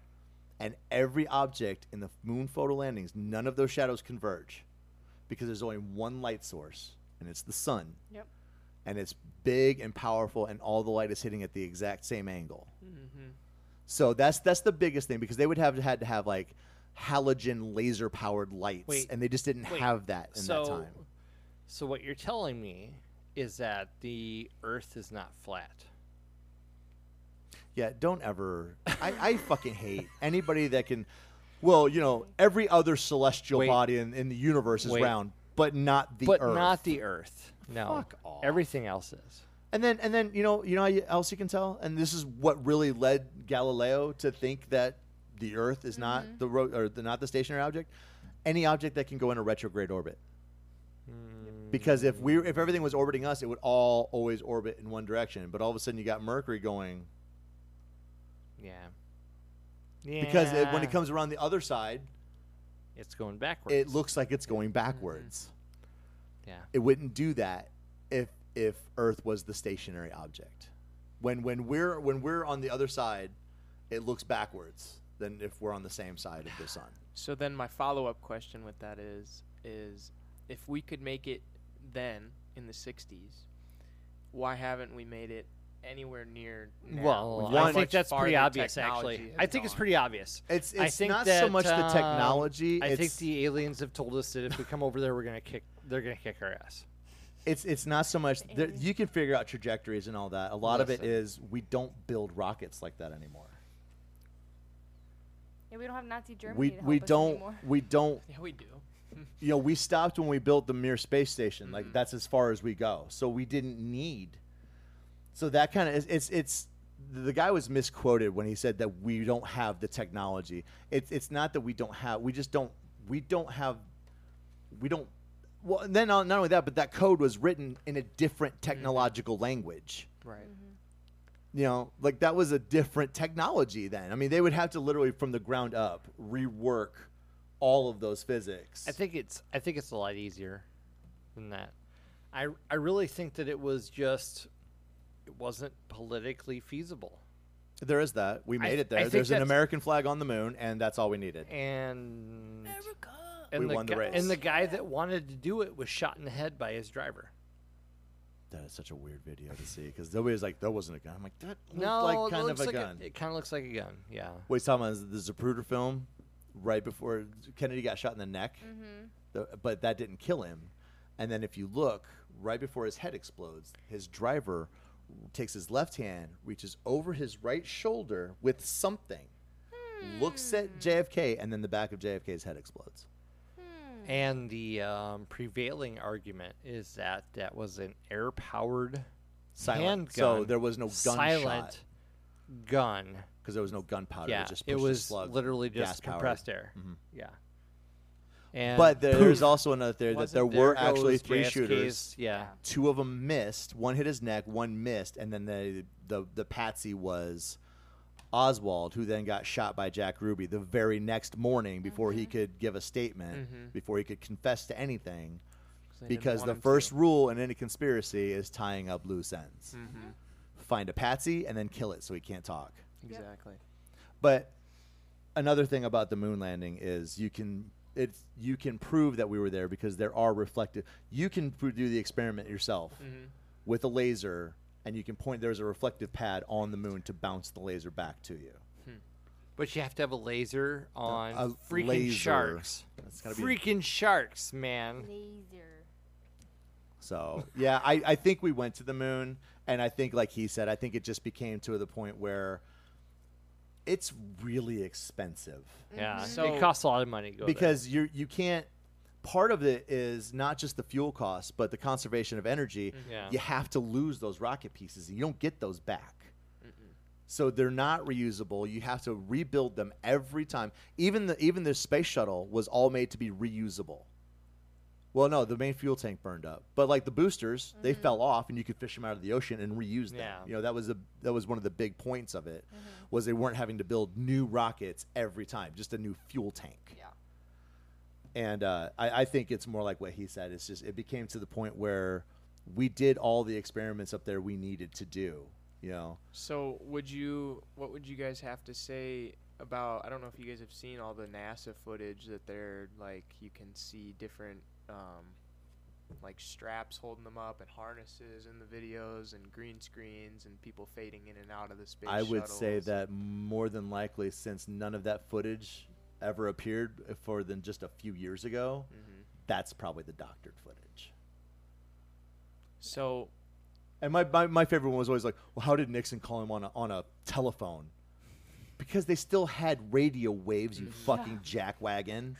S5: and every object in the moon photo landings, none of those shadows converge because there's only one light source, and it's the sun.
S2: Yep.
S5: And it's big and powerful, and all the light is hitting at the exact same angle.
S1: Mm-hmm.
S5: So that's that's the biggest thing because they would have had to have like halogen laser powered lights,
S1: Wait,
S5: and they just didn't
S1: wait,
S5: have that in
S1: so,
S5: that time.
S1: so what you're telling me is that the Earth is not flat.
S5: Yeah, don't ever. I, I fucking hate anybody that can. Well, you know, every other celestial
S1: Wait.
S5: body in, in the universe is
S1: Wait.
S5: round, but not the
S1: but
S5: Earth.
S1: not the Earth. No,
S5: Fuck off.
S1: everything else is.
S5: And then, and then, you know, you know how else you can tell, and this is what really led Galileo to think that the Earth is not the ro- or the, not the stationary object, any object that can go in a retrograde orbit.
S1: Hmm.
S5: Because if we if everything was orbiting us, it would all always orbit in one direction. But all of a sudden, you got Mercury going
S1: Yeah. Yeah.
S5: because it, when it comes around the other side,
S1: it's going backwards.
S5: it looks like it's going backwards.
S1: Mm-hmm. Yeah.
S5: it wouldn't do that if if Earth was the stationary object. When when we're when we're on the other side, it looks backwards than if we're on the same side of the sun.
S3: So then my follow-up question with that is is if we could make it then in the 60s, why haven't we made it anywhere near now?
S1: Well,
S3: with how
S1: I
S3: much
S1: think that's pretty
S3: farther
S1: obvious.
S3: technology
S1: Actually,
S3: has
S1: I think it's
S3: gone?
S1: pretty obvious.
S5: It's
S1: I
S5: it's
S1: think
S5: not
S1: that,
S5: so much the
S1: um,
S5: technology.
S1: I
S5: it's,
S1: think the aliens have told us that if we come over there, we're gonna kick. They're gonna kick our ass.
S5: it's it's not so much. There, you can figure out trajectories and all that. A lot of it
S1: Listen.
S5: is we don't build rockets like that anymore.
S2: Yeah, we don't have Nazi Germany.
S5: We
S2: to help
S5: we
S2: us
S5: don't
S2: Anymore.
S5: we don't
S3: Yeah, we do.
S5: you know, we stopped when we built the Mir space station. Like that's as far as we go. So we didn't need. So that kind of it's, it's it's the guy was misquoted when he said that we don't have the technology. It's it's not that we don't have. We just don't. We don't have. We don't. Well, and then not not only that, but that code was written in a different technological language
S3: Right.
S5: you know, like that was a different technology then. I mean, they would have to literally from the ground up rework all of those physics.
S1: I think it's I think it's a lot easier than that. I I really think that it was just it wasn't politically feasible.
S5: there is that. We made
S1: th-
S5: it there.
S1: I think
S5: There's an
S1: that's-
S5: American flag on the moon, and that's all we needed.
S1: And and
S5: We
S1: the
S5: won the
S1: gu-
S5: race.
S1: And the guy that wanted to do it was shot in the head by his driver.
S5: That is such a weird video to see because nobody's like, "That wasn't a gun." I'm like, "That looked
S1: No,
S5: like
S1: it
S5: kind
S1: looks
S5: of a
S1: like
S5: gun."
S1: it kind of looks like a gun. Yeah.
S5: What he's talking about is the Zapruder film, right before Kennedy got shot in the neck,
S1: Mm-hmm.
S5: The- but that didn't kill him. And then if you look, right before his head explodes, his driver takes his left hand, reaches over his right shoulder with
S1: Hmm.
S5: something, looks at JFK, and then the back of JFK's head explodes.
S1: And the um, prevailing argument is that that was an air powered
S5: Silent.
S1: handgun.
S5: So there was no gunshot.
S1: silent gun.
S5: because there was no gunpowder.
S1: yeah,
S5: it was, just
S1: it
S5: pushed and
S1: was
S5: slugged,
S1: literally Mm-hmm.
S5: gas
S1: just
S5: powered.
S1: compressed air. Yeah. And
S5: But there- there's
S1: poof,
S5: also another theory that
S1: wasn't
S5: there were
S1: goes
S5: actually three
S1: JFK's
S5: shooters.
S1: Yeah.
S5: Two of them missed. One hit his neck. One missed, and then the the the patsy was Oswald, who then got shot by Jack Ruby the very next morning before
S1: Mm-hmm.
S5: he could give a statement, before he could confess to anything.
S3: they didn't
S5: Because
S3: want
S5: the
S3: him to.
S5: first rule in any conspiracy is tying up loose ends.
S1: Mm-hmm.
S5: Find a patsy and then kill it so he can't talk.
S3: Exactly.
S5: But another thing about the moon landing is you can it's you can prove that we were there because there are reflective. You can pr- do the experiment yourself with a laser, and you can point. There's a reflective pad on the moon to bounce the laser back to you.
S1: But you have to have a laser on
S5: a
S1: freaking
S5: laser.
S1: sharks.
S5: That's gotta be-
S1: Freaking sharks, man.
S2: Laser.
S5: So yeah, I, I think we went to the moon, and I think like he said, I think it just became to the point where it's really expensive.
S1: Yeah.
S3: So-
S1: Mm-hmm. it costs a lot of money to go there.
S5: because you you can't part of it is not just the fuel cost but the conservation of energy
S1: Mm-hmm. Yeah.
S5: you have to lose those rocket pieces and you don't get those back so they're not reusable you have to rebuild them every time even the even the space shuttle was all made to be reusable well no the main fuel tank burned up but like the boosters they fell off and you could fish them out of the ocean and reuse them
S1: Yeah.
S5: you know that was a that was one of the big points of it was they weren't having to build new rockets every time just a new fuel tank
S2: Yeah.
S5: and uh, I, I think it's more like what he said. It's just it became to the point where we did all the experiments up there we needed to do. You know,
S3: So would you? What would you guys have to say about? I don't know if you guys have seen all the NASA footage that they're like you can see different um, like straps holding them up and harnesses in the videos and green screens and people fading in and out of the space.
S5: I would say
S3: shuttles.
S5: that more than likely, since none of that footage ever appeared for than just a few years ago,
S1: Mm-hmm.
S5: that's probably the doctored footage.
S3: So
S5: And my, my, my favorite one was always like, well, how did Nixon call him on a, on a telephone? Because they still had radio waves, you
S1: Mm-hmm.
S5: fucking jackwagon.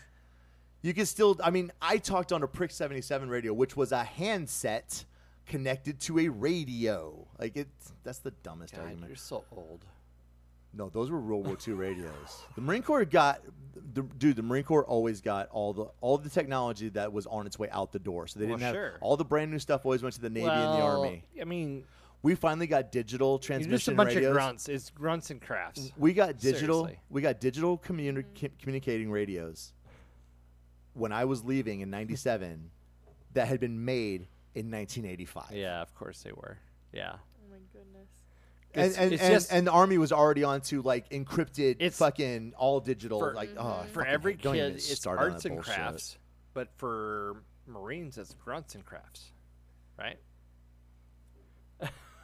S5: You could still, I mean, I talked on a Prick 77 radio, which was a handset connected to a radio. Like, it, that's the dumbest
S1: God,
S5: argument.
S1: you're so old.
S5: No, those were World War II radios. The Marine Corps got, the, dude. The Marine Corps always got all the all the technology that was on its way out the door. So they
S1: Well,
S5: didn't have
S1: sure.
S5: all the brand new stuff. Always went to the Navy and the
S1: Well,
S5: Army.
S1: I mean,
S5: We finally got digital
S1: you're
S5: transmission
S1: just a bunch
S5: radios.
S1: of grunts. It's grunts and crafts.
S5: We got digital.
S1: Seriously.
S5: We got digital communi- com- communicating radios. When I was leaving in '97, that had been made in 1985.
S1: Yeah, of course they were. Yeah.
S2: Oh my goodness.
S5: and
S1: It's-
S5: and,
S1: it's
S5: and,
S1: just-
S5: and the army was already on to like encrypted,
S1: It's-
S5: fucking all digital.
S1: For-
S5: like oh, I
S1: For
S5: fucking
S1: every
S5: hate- don't even
S1: kid, it's
S5: start on that
S1: arts and
S5: bullshit.
S1: crafts. But for Marines, it's grunts and crafts, right?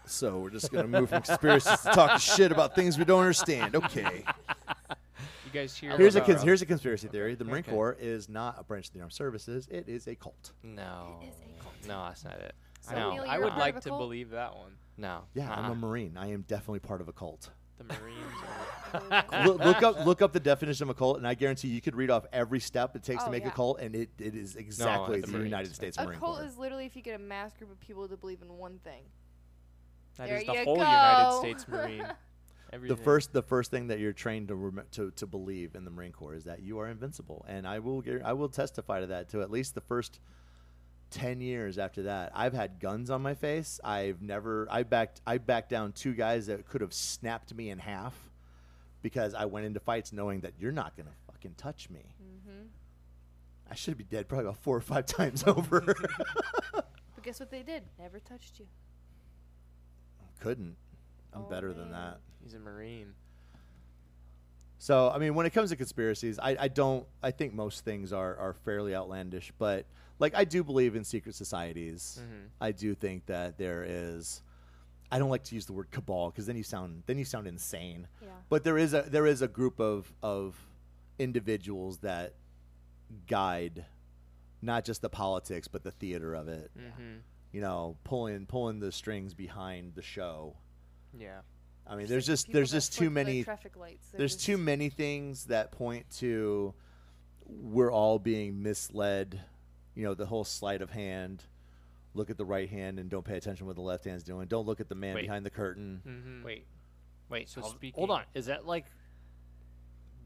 S5: So we're just gonna move from conspiracies to talking shit about things we don't understand. Okay.
S3: you guys hear
S5: Here's a
S3: about-
S5: cons- here's a conspiracy theory. The Marine
S1: Okay.
S5: Corps is not a branch of the armed services. It is a cult.
S1: No.
S2: is a cult.
S1: No, that's not it.
S3: I
S1: no,
S3: would-
S2: Neil,
S3: I
S2: you're
S3: would
S2: part of
S3: like
S2: a
S3: to
S2: cult?
S3: believe that one.
S1: no.
S5: Yeah, I'm
S1: uh-uh.
S5: a Marine. I am definitely part of a cult.
S3: The Marines. are-
S5: look, look up look up the definition of a cult, and I guarantee you could read off every step it takes
S2: Oh,
S5: to make
S2: yeah.
S5: a cult, and it, it is exactly
S1: it's
S5: the
S1: Marines.
S5: United States
S2: A
S5: Marine
S2: cult
S5: Corps.
S2: is literally if you get a mass group of people to believe in one thing.
S3: That
S2: There
S3: is the
S2: you
S3: whole United
S2: go.
S3: States Marine.
S5: the
S3: Everything.
S5: first the first thing that you're trained to, rem- to to believe in the Marine Corps is that you are invincible, and I will guar- I will testify to that to at least the first. 10 years after that i've had guns on my face i've never i backed i backed down two guys that could have snapped me in half because i went into fights knowing that you're not gonna fucking touch me
S2: Mm-hmm.
S5: i should be dead probably about four or five times over
S2: But guess what they did? Never touched you.
S5: couldn't i'm
S2: Oh,
S5: better than
S2: man.
S5: that
S3: He's a Marine.
S5: So I mean, when it comes to conspiracies, I, I don't. I think most things are are fairly outlandish, but like I do believe in secret societies. I do think that there is. I don't like to use the word cabal because then you sound then you sound insane.
S2: Yeah.
S5: But there is a there is a group of of individuals that guide not just the politics but the theater of it. You know, pulling pulling the strings behind the show.
S3: Yeah.
S5: I mean, there's just
S2: People
S5: there's
S2: that
S5: just
S2: flip
S5: too
S2: the
S5: many
S2: traffic lights. They're
S5: there's
S2: just-
S5: too many things that point to we're all being misled. You know, the whole sleight of hand. Look at the right hand and don't pay attention what the left hand's doing. Don't look at the man
S1: Wait. Hmm.
S5: behind the curtain.
S1: Wait, wait.
S3: So
S1: Mm. hold,
S3: speaking-
S1: hold on. Is that like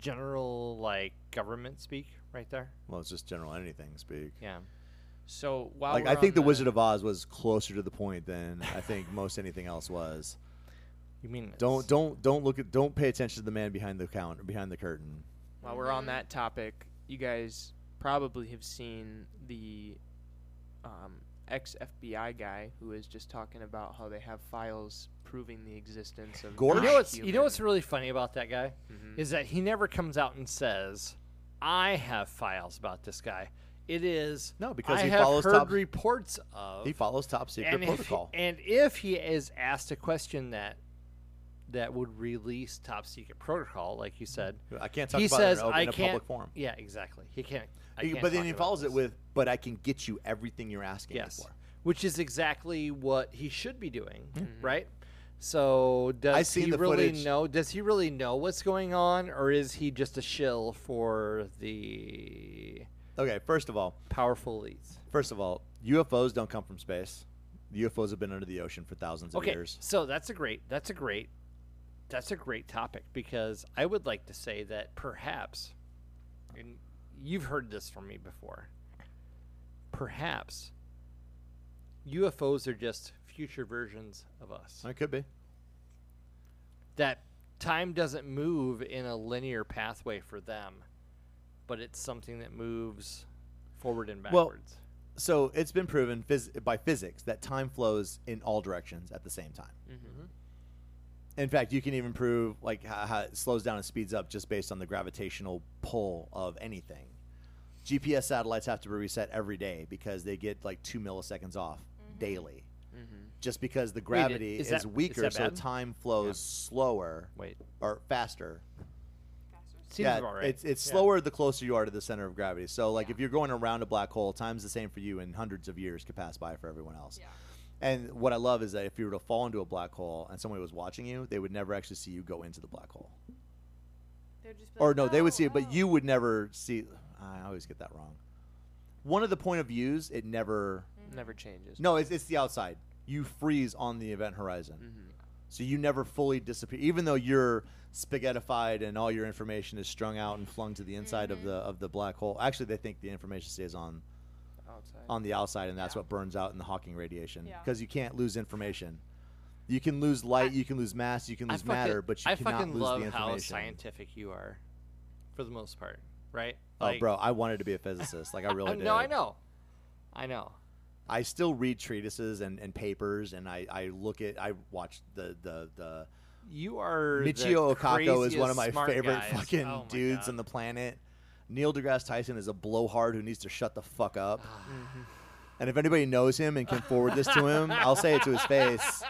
S1: general like government speak right there?
S5: Well, it's just general anything speak.
S1: Yeah.
S3: So while
S5: Like
S3: we're
S5: I think the
S3: on
S5: Wizard of Oz was closer to the point than I think most anything else was.
S1: You mean
S5: Don't
S1: it's-
S5: don't don't look at don't pay attention to the man behind the counter behind the curtain.
S3: While we're on that topic, you guys probably have seen the um, ex FBI guy who is just talking about how they have files proving the existence of.
S5: Gorge?
S1: You know what's you know what's
S3: non-human-
S1: really funny about that guy
S5: Mm-hmm.
S1: is that he never comes out and says, "I have files about this guy." It is
S5: No, because
S1: I
S5: he
S1: have
S5: follows
S1: heard
S5: top-
S1: reports of
S5: He follows top secret
S1: and if,
S5: protocol.
S1: and if he is asked a question that that would release top secret protocol, like you said,
S5: I can't talk
S1: he
S5: about
S1: says
S5: it in, an open-
S1: I
S5: in a
S1: can't,
S5: public forum.
S1: Yeah, exactly. He can't. I
S5: He-
S1: can't
S5: but then
S1: talk
S5: he
S1: about
S5: follows
S1: this.
S5: it with, "But I can get you everything you're asking me
S1: yes,
S5: for."
S1: which is exactly what he should be doing, right? So does
S5: seen
S1: he
S5: the
S1: really
S5: footage.
S1: know? Does he really know what's going on, or is he just a shill for the
S5: Okay, first of all,
S1: powerful elites?
S5: first of all, UFOs don't come from space. UFOs have been under the ocean for thousands of
S1: Okay,
S5: years.
S1: so that's a great, that's a great, that's a great topic because I would like to say that perhaps, and you've heard this from me before, perhaps UFOs are just future versions of us.
S5: It could be.
S1: That time doesn't move in a linear pathway for them, but it's something that moves forward and
S5: Well,
S1: backwards.
S5: So it's been proven phys- by physics that time flows in all directions at the same time.
S1: Mm-hmm.
S5: In fact, you can even prove like how, how it slows down and speeds up just based on the gravitational pull of anything. GPS satellites have to be reset every day because they get like two milliseconds off daily, just because the gravity
S1: Mm-hmm. is
S5: is,
S1: that- is
S5: weaker,
S1: that
S5: so
S1: bad?
S5: time flows slower
S1: Wait,
S5: or faster
S1: seems
S5: yeah,
S1: about right.
S5: it's it's slower the closer you are to the center of gravity. So like if you're going around a black hole, time's the same for you, and hundreds of years could pass by for everyone else. And what I love is that if you were to fall into a black hole and somebody was watching you, they would never actually see you go into the black hole.
S2: They're just "Oh,
S5: Or no, they would see it, but you would never see. I always get that wrong. One of the point of views, it never.
S3: never changes.
S5: No, it's it's the outside. You freeze on the event horizon.
S1: Mm-hmm.
S5: So you never fully disappear, even though you're spaghettified and all your information is strung out and flung to the inside of
S1: Mm-hmm.
S5: the of the black hole. Actually, they think the information stays on
S3: outside.
S5: on the outside, and that's what burns out in the Hawking radiation
S2: Yeah.
S5: because you can't lose information. You can lose light, you can lose mass, you can lose matter, but you
S1: I
S5: cannot
S1: fucking
S5: lose
S1: love
S5: the
S1: how
S5: information.
S1: scientific you are, for the most part, right?
S5: oh, bro, I wanted to be a physicist. Like I really
S1: I-
S5: did.
S1: no, I know, I know.
S5: I still read treatises and, and papers, and I, I look at I watch the the the
S1: You are the
S5: Michio Kaku is
S1: craziest
S5: one of my
S1: smart
S5: favorite
S1: guys.
S5: fucking
S1: Oh my
S5: dudes
S1: God.
S5: on the planet. Neil deGrasse Tyson is a blowhard who needs to shut the fuck up.
S1: Ah.
S5: and if anybody knows him and can forward this to him, I'll say it to his face.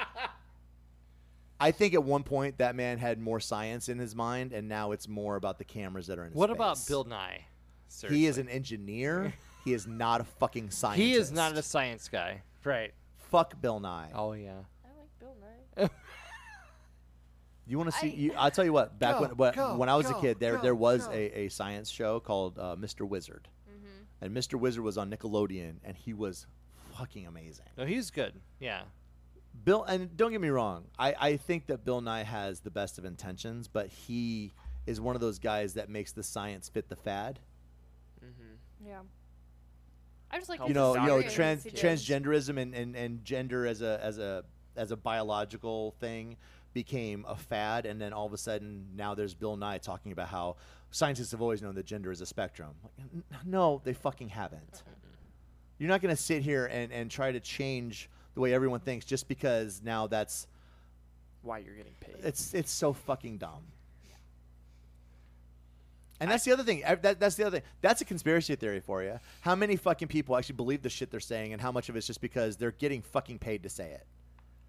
S5: I think at one point that man had more science in his mind, and now it's more about the cameras that are in his
S1: What about
S5: face.
S1: Bill Nye?
S5: He is an engineer. he is not a fucking scientist.
S1: He is not a science guy, right?
S5: fuck Bill Nye.
S1: Oh yeah.
S2: I like Bill Nye.
S5: You want to see?
S2: I-
S5: you, I'll tell you what. Back
S1: Go,
S5: when when,
S1: go,
S5: when I was
S1: go,
S5: a kid, there
S1: go,
S5: there was
S1: go. Mm-hmm.
S5: a, a science show called uh, Mr. Wizard, and Mr. Wizard was on Nickelodeon, and he was fucking amazing.
S1: No, he's good. Yeah.
S5: Bill, and don't get me wrong, I, I think that Bill Nye has the best of intentions, but he is one of those guys that makes the science fit the fad.
S2: Yeah. I just like
S5: you know, you know,
S2: experience
S5: trans,
S2: it.
S5: transgenderism and, and, and gender as a as a as a biological thing became a fad, and then all of a sudden now there's Bill Nye talking about how scientists have always known that gender is a spectrum. Like, n- no, they fucking haven't. You're not going to sit here and, and try to change the way everyone thinks just because now that's
S3: Why you're getting paid?
S5: it's it's so fucking dumb. And that's the other thing. I- That, that's the other thing. That's a conspiracy theory for you. How many fucking people actually believe the shit they're saying, and how much of it's just because they're getting fucking paid to say it?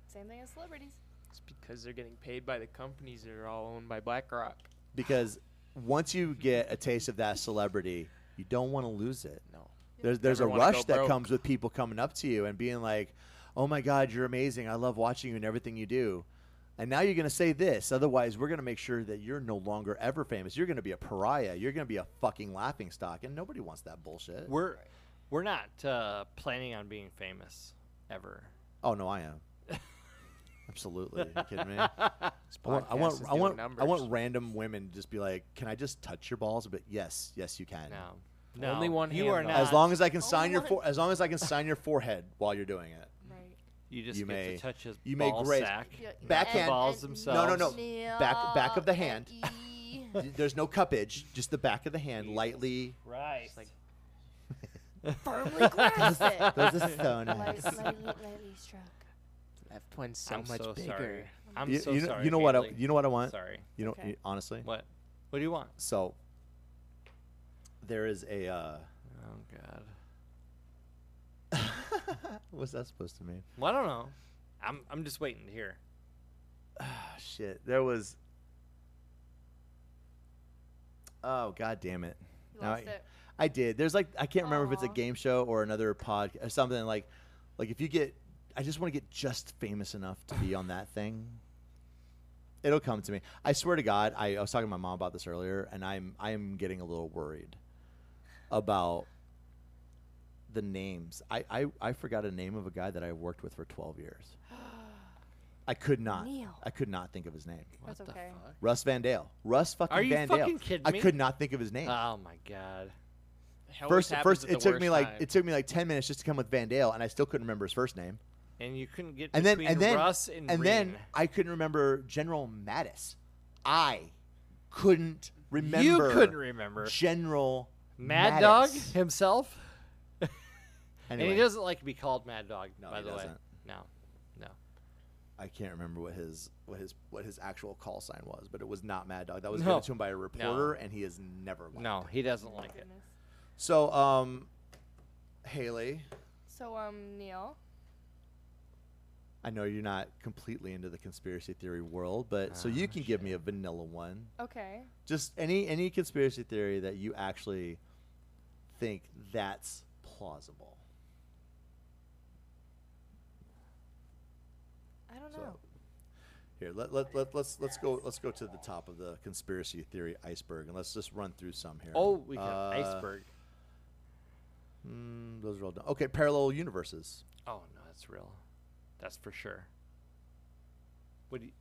S2: Same thing as celebrities.
S3: It's because they're getting paid by the companies that are all owned by BlackRock.
S5: Because once you get a taste of that celebrity, you don't want to lose it.
S3: No.
S5: There's there's a
S3: Never wanna go
S5: rush that
S3: broke.
S5: comes with people coming up to you and being like, "Oh my God, you're amazing! I love watching you and everything you do." And now you're going to say this. Otherwise, we're going to make sure that you're no longer ever famous. You're going to be a pariah. You're going to be a fucking laughing stock. And nobody wants that bullshit.
S1: We're we're not uh, planning on being famous ever.
S5: oh, no, I am. Absolutely. you kidding me? I
S3: This
S5: want, I
S3: podcast
S5: want,
S3: is
S5: I
S3: doing
S5: want, I
S3: numbers.
S5: want random women to just be like, can I just touch your balls? But yes, yes, you can.
S1: No, no.
S3: Only one
S1: You
S3: hand,
S1: are
S3: though.
S1: not.
S5: As long as I can
S2: Only
S5: sign
S3: Oh
S5: your
S2: one.
S5: fore- as long as I can sign your forehead while you're doing it.
S2: Right.
S1: you just
S5: you
S1: get
S5: may-
S1: to touch his
S5: you may
S1: ball
S5: graze-
S1: sack.
S2: Yeah, yeah,
S5: Backhand-
S2: and-
S1: Balls
S2: and-
S1: No, no, no.
S2: Neil
S5: Back- back of the
S2: and
S5: hand.
S2: E.
S5: Y- There's no cuppage, just the back of the hand, lightly.
S1: Right.
S3: It's like-
S2: Firmly grasp it.
S5: Those are so
S2: Light,
S5: nice.
S2: lightly, lightly struck.
S3: Left one's so
S1: I'm
S3: much
S1: so
S3: bigger.
S1: sorry. I'm
S5: You,
S1: so
S5: you know,
S1: sorry.
S5: you know what? I,
S1: Haley.
S5: you know what I want.
S1: Sorry.
S5: You know,
S2: Okay.
S5: you- honestly.
S1: What? What do you want?
S5: So there is a. Uh,
S1: Oh God.
S5: what's that supposed to mean?
S1: Well, I don't know. I'm I'm just waiting to hear.
S5: Oh, shit, there was. Oh god damn it!
S2: You
S5: Now
S2: lost
S5: I,
S2: it.
S5: I did. There's like I can't remember if it's a
S2: Aw.
S5: game show or another pod or something like, like if you get, I just want to get just famous enough to be on that thing. It'll come to me. I swear to God, I, I was talking to my mom about this earlier, and I'm I'm getting a little worried about the names. I I, I forgot a name of a guy that I worked with for 12 years. I could not.
S2: Neil.
S5: I could not think of his name.
S2: That's okay.
S5: Russ Van Dale. Russ fucking
S1: Are you
S5: Van Dale.
S1: fucking kidding
S5: I
S1: me?
S5: could not think of his name
S1: Oh my God.
S3: It always
S5: first
S3: happens
S5: first
S3: at
S5: it
S3: the
S5: took me
S3: worst
S5: like
S3: time.
S5: it took me like 10 minutes just to come with Van Dale and I still couldn't remember his first name.
S1: And you couldn't get
S5: And then
S1: between
S5: and then
S1: Russ and
S5: then
S1: Reen.
S5: I couldn't remember General Mattis. I couldn't remember
S1: you couldn't remember
S5: General
S1: Mad
S5: Mattis.
S1: Dog himself.
S5: Anyway,
S1: And he doesn't like to be called Mad Dog.
S5: No,
S1: by
S5: he
S1: the way,
S5: doesn't.
S1: no, no.
S5: I can't remember what his what his what his actual call sign was, but it was not Mad Dog. That was
S1: No.
S5: given to him by a reporter and he has never liked
S1: No,
S5: it.
S1: he doesn't like it.
S5: So um Haley,
S2: So um Neil,
S5: I know you're not completely into the conspiracy theory world, but so
S1: Ah,
S5: you can give me a vanilla one.
S2: okay.
S5: just any any conspiracy theory that you actually think that's plausible.
S2: I don't
S5: So-
S2: know.
S5: Here, let, let, let, let's let's go let's go to the top of the conspiracy theory iceberg and let's just run through some here.
S1: Oh, we got
S5: Uh,
S1: iceberg.
S5: mm, those are all done. Okay, parallel universes.
S1: Oh no, that's real. That's for sure. What do you?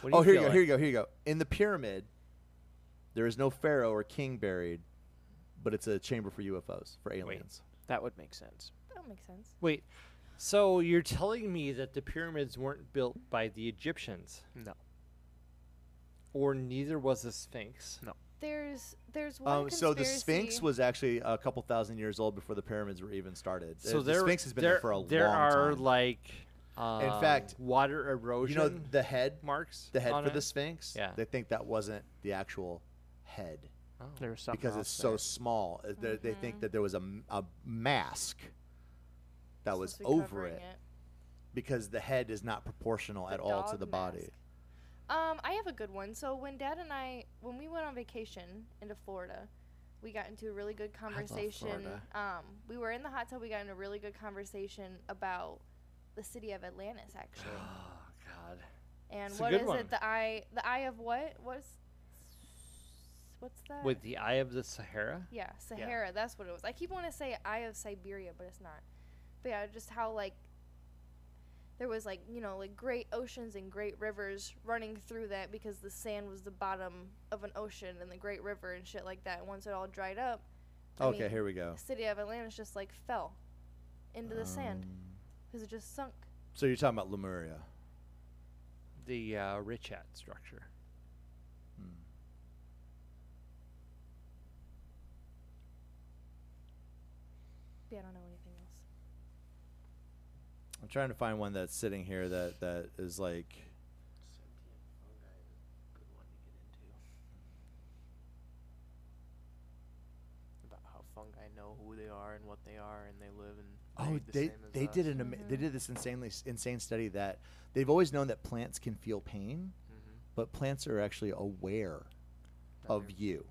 S1: What do
S5: Oh,
S1: you
S5: here you
S1: feel
S5: go.
S1: like?
S5: Here you go. Here you go. In the pyramid, there is no pharaoh or king buried, but it's a chamber for UFOs for aliens.
S3: That would make sense.
S2: That makes sense.
S1: Wait. So you're telling me that the pyramids weren't built by the Egyptians,
S3: No.
S1: or neither was the Sphinx?
S2: There's there's one
S5: Um, so the Sphinx
S2: conspiracy-
S5: was actually a couple thousand years old before the pyramids were even started. Uh,
S1: So
S5: the
S1: there,
S5: Sphinx has been
S1: there,
S5: there, for a
S1: there
S5: long time.
S1: are like, um,
S5: fact,
S1: water erosion.
S5: you know the head
S1: marks.
S5: the head
S1: on
S5: for
S1: it?
S5: the sphinx
S1: Yeah.
S5: they think that wasn't the actual head
S1: Oh.
S3: There was something
S5: because
S3: else
S5: it's so
S3: there.
S5: small Uh, they- they
S2: Mm-hmm.
S5: think that there was a, m- a mask that was
S2: supposed to be
S5: over
S2: covering
S5: it, because the head is not proportional at
S2: The
S5: all to
S2: dog
S5: the body
S2: mask. Um, I have a good one. So when Dad and I, when we went on vacation into Florida, we got into a really good conversation.
S1: Florida.
S2: Um, we were in the hot tub. We got into a really good conversation about the city of Atlantis, actually.
S1: Oh God.
S2: And
S1: It's a
S2: what
S1: good
S2: is
S1: one.
S2: it? The eye, the eye of what? What's what's that?
S1: With the eye of the Sahara.
S2: yeah, Sahara. That's what it was. I keep wanting to say eye of Siberia, but it's not. But yeah, just how like there was like you know like great oceans and great rivers running through that because the sand was the bottom of an ocean and the great river and shit like that. And once it all dried up, I
S5: okay
S2: mean,
S5: here we go
S2: the city of Atlantis just like fell into the sand
S5: Um,
S2: because it just sunk.
S5: so you're talking about lemuria
S1: The uh, rich hat structure.
S2: Yeah, I don't know anything else.
S5: i'm trying to find one that's sitting here that that is like
S3: About how fungi know who they are and what they are and they live and
S5: Oh,
S3: breathe the
S5: they
S3: same as
S5: they
S3: us. Mm-hmm.
S5: did an ama- they did this insanely s- insane study that they've always known that plants can feel pain,
S3: Mm-hmm.
S5: but plants are actually aware of you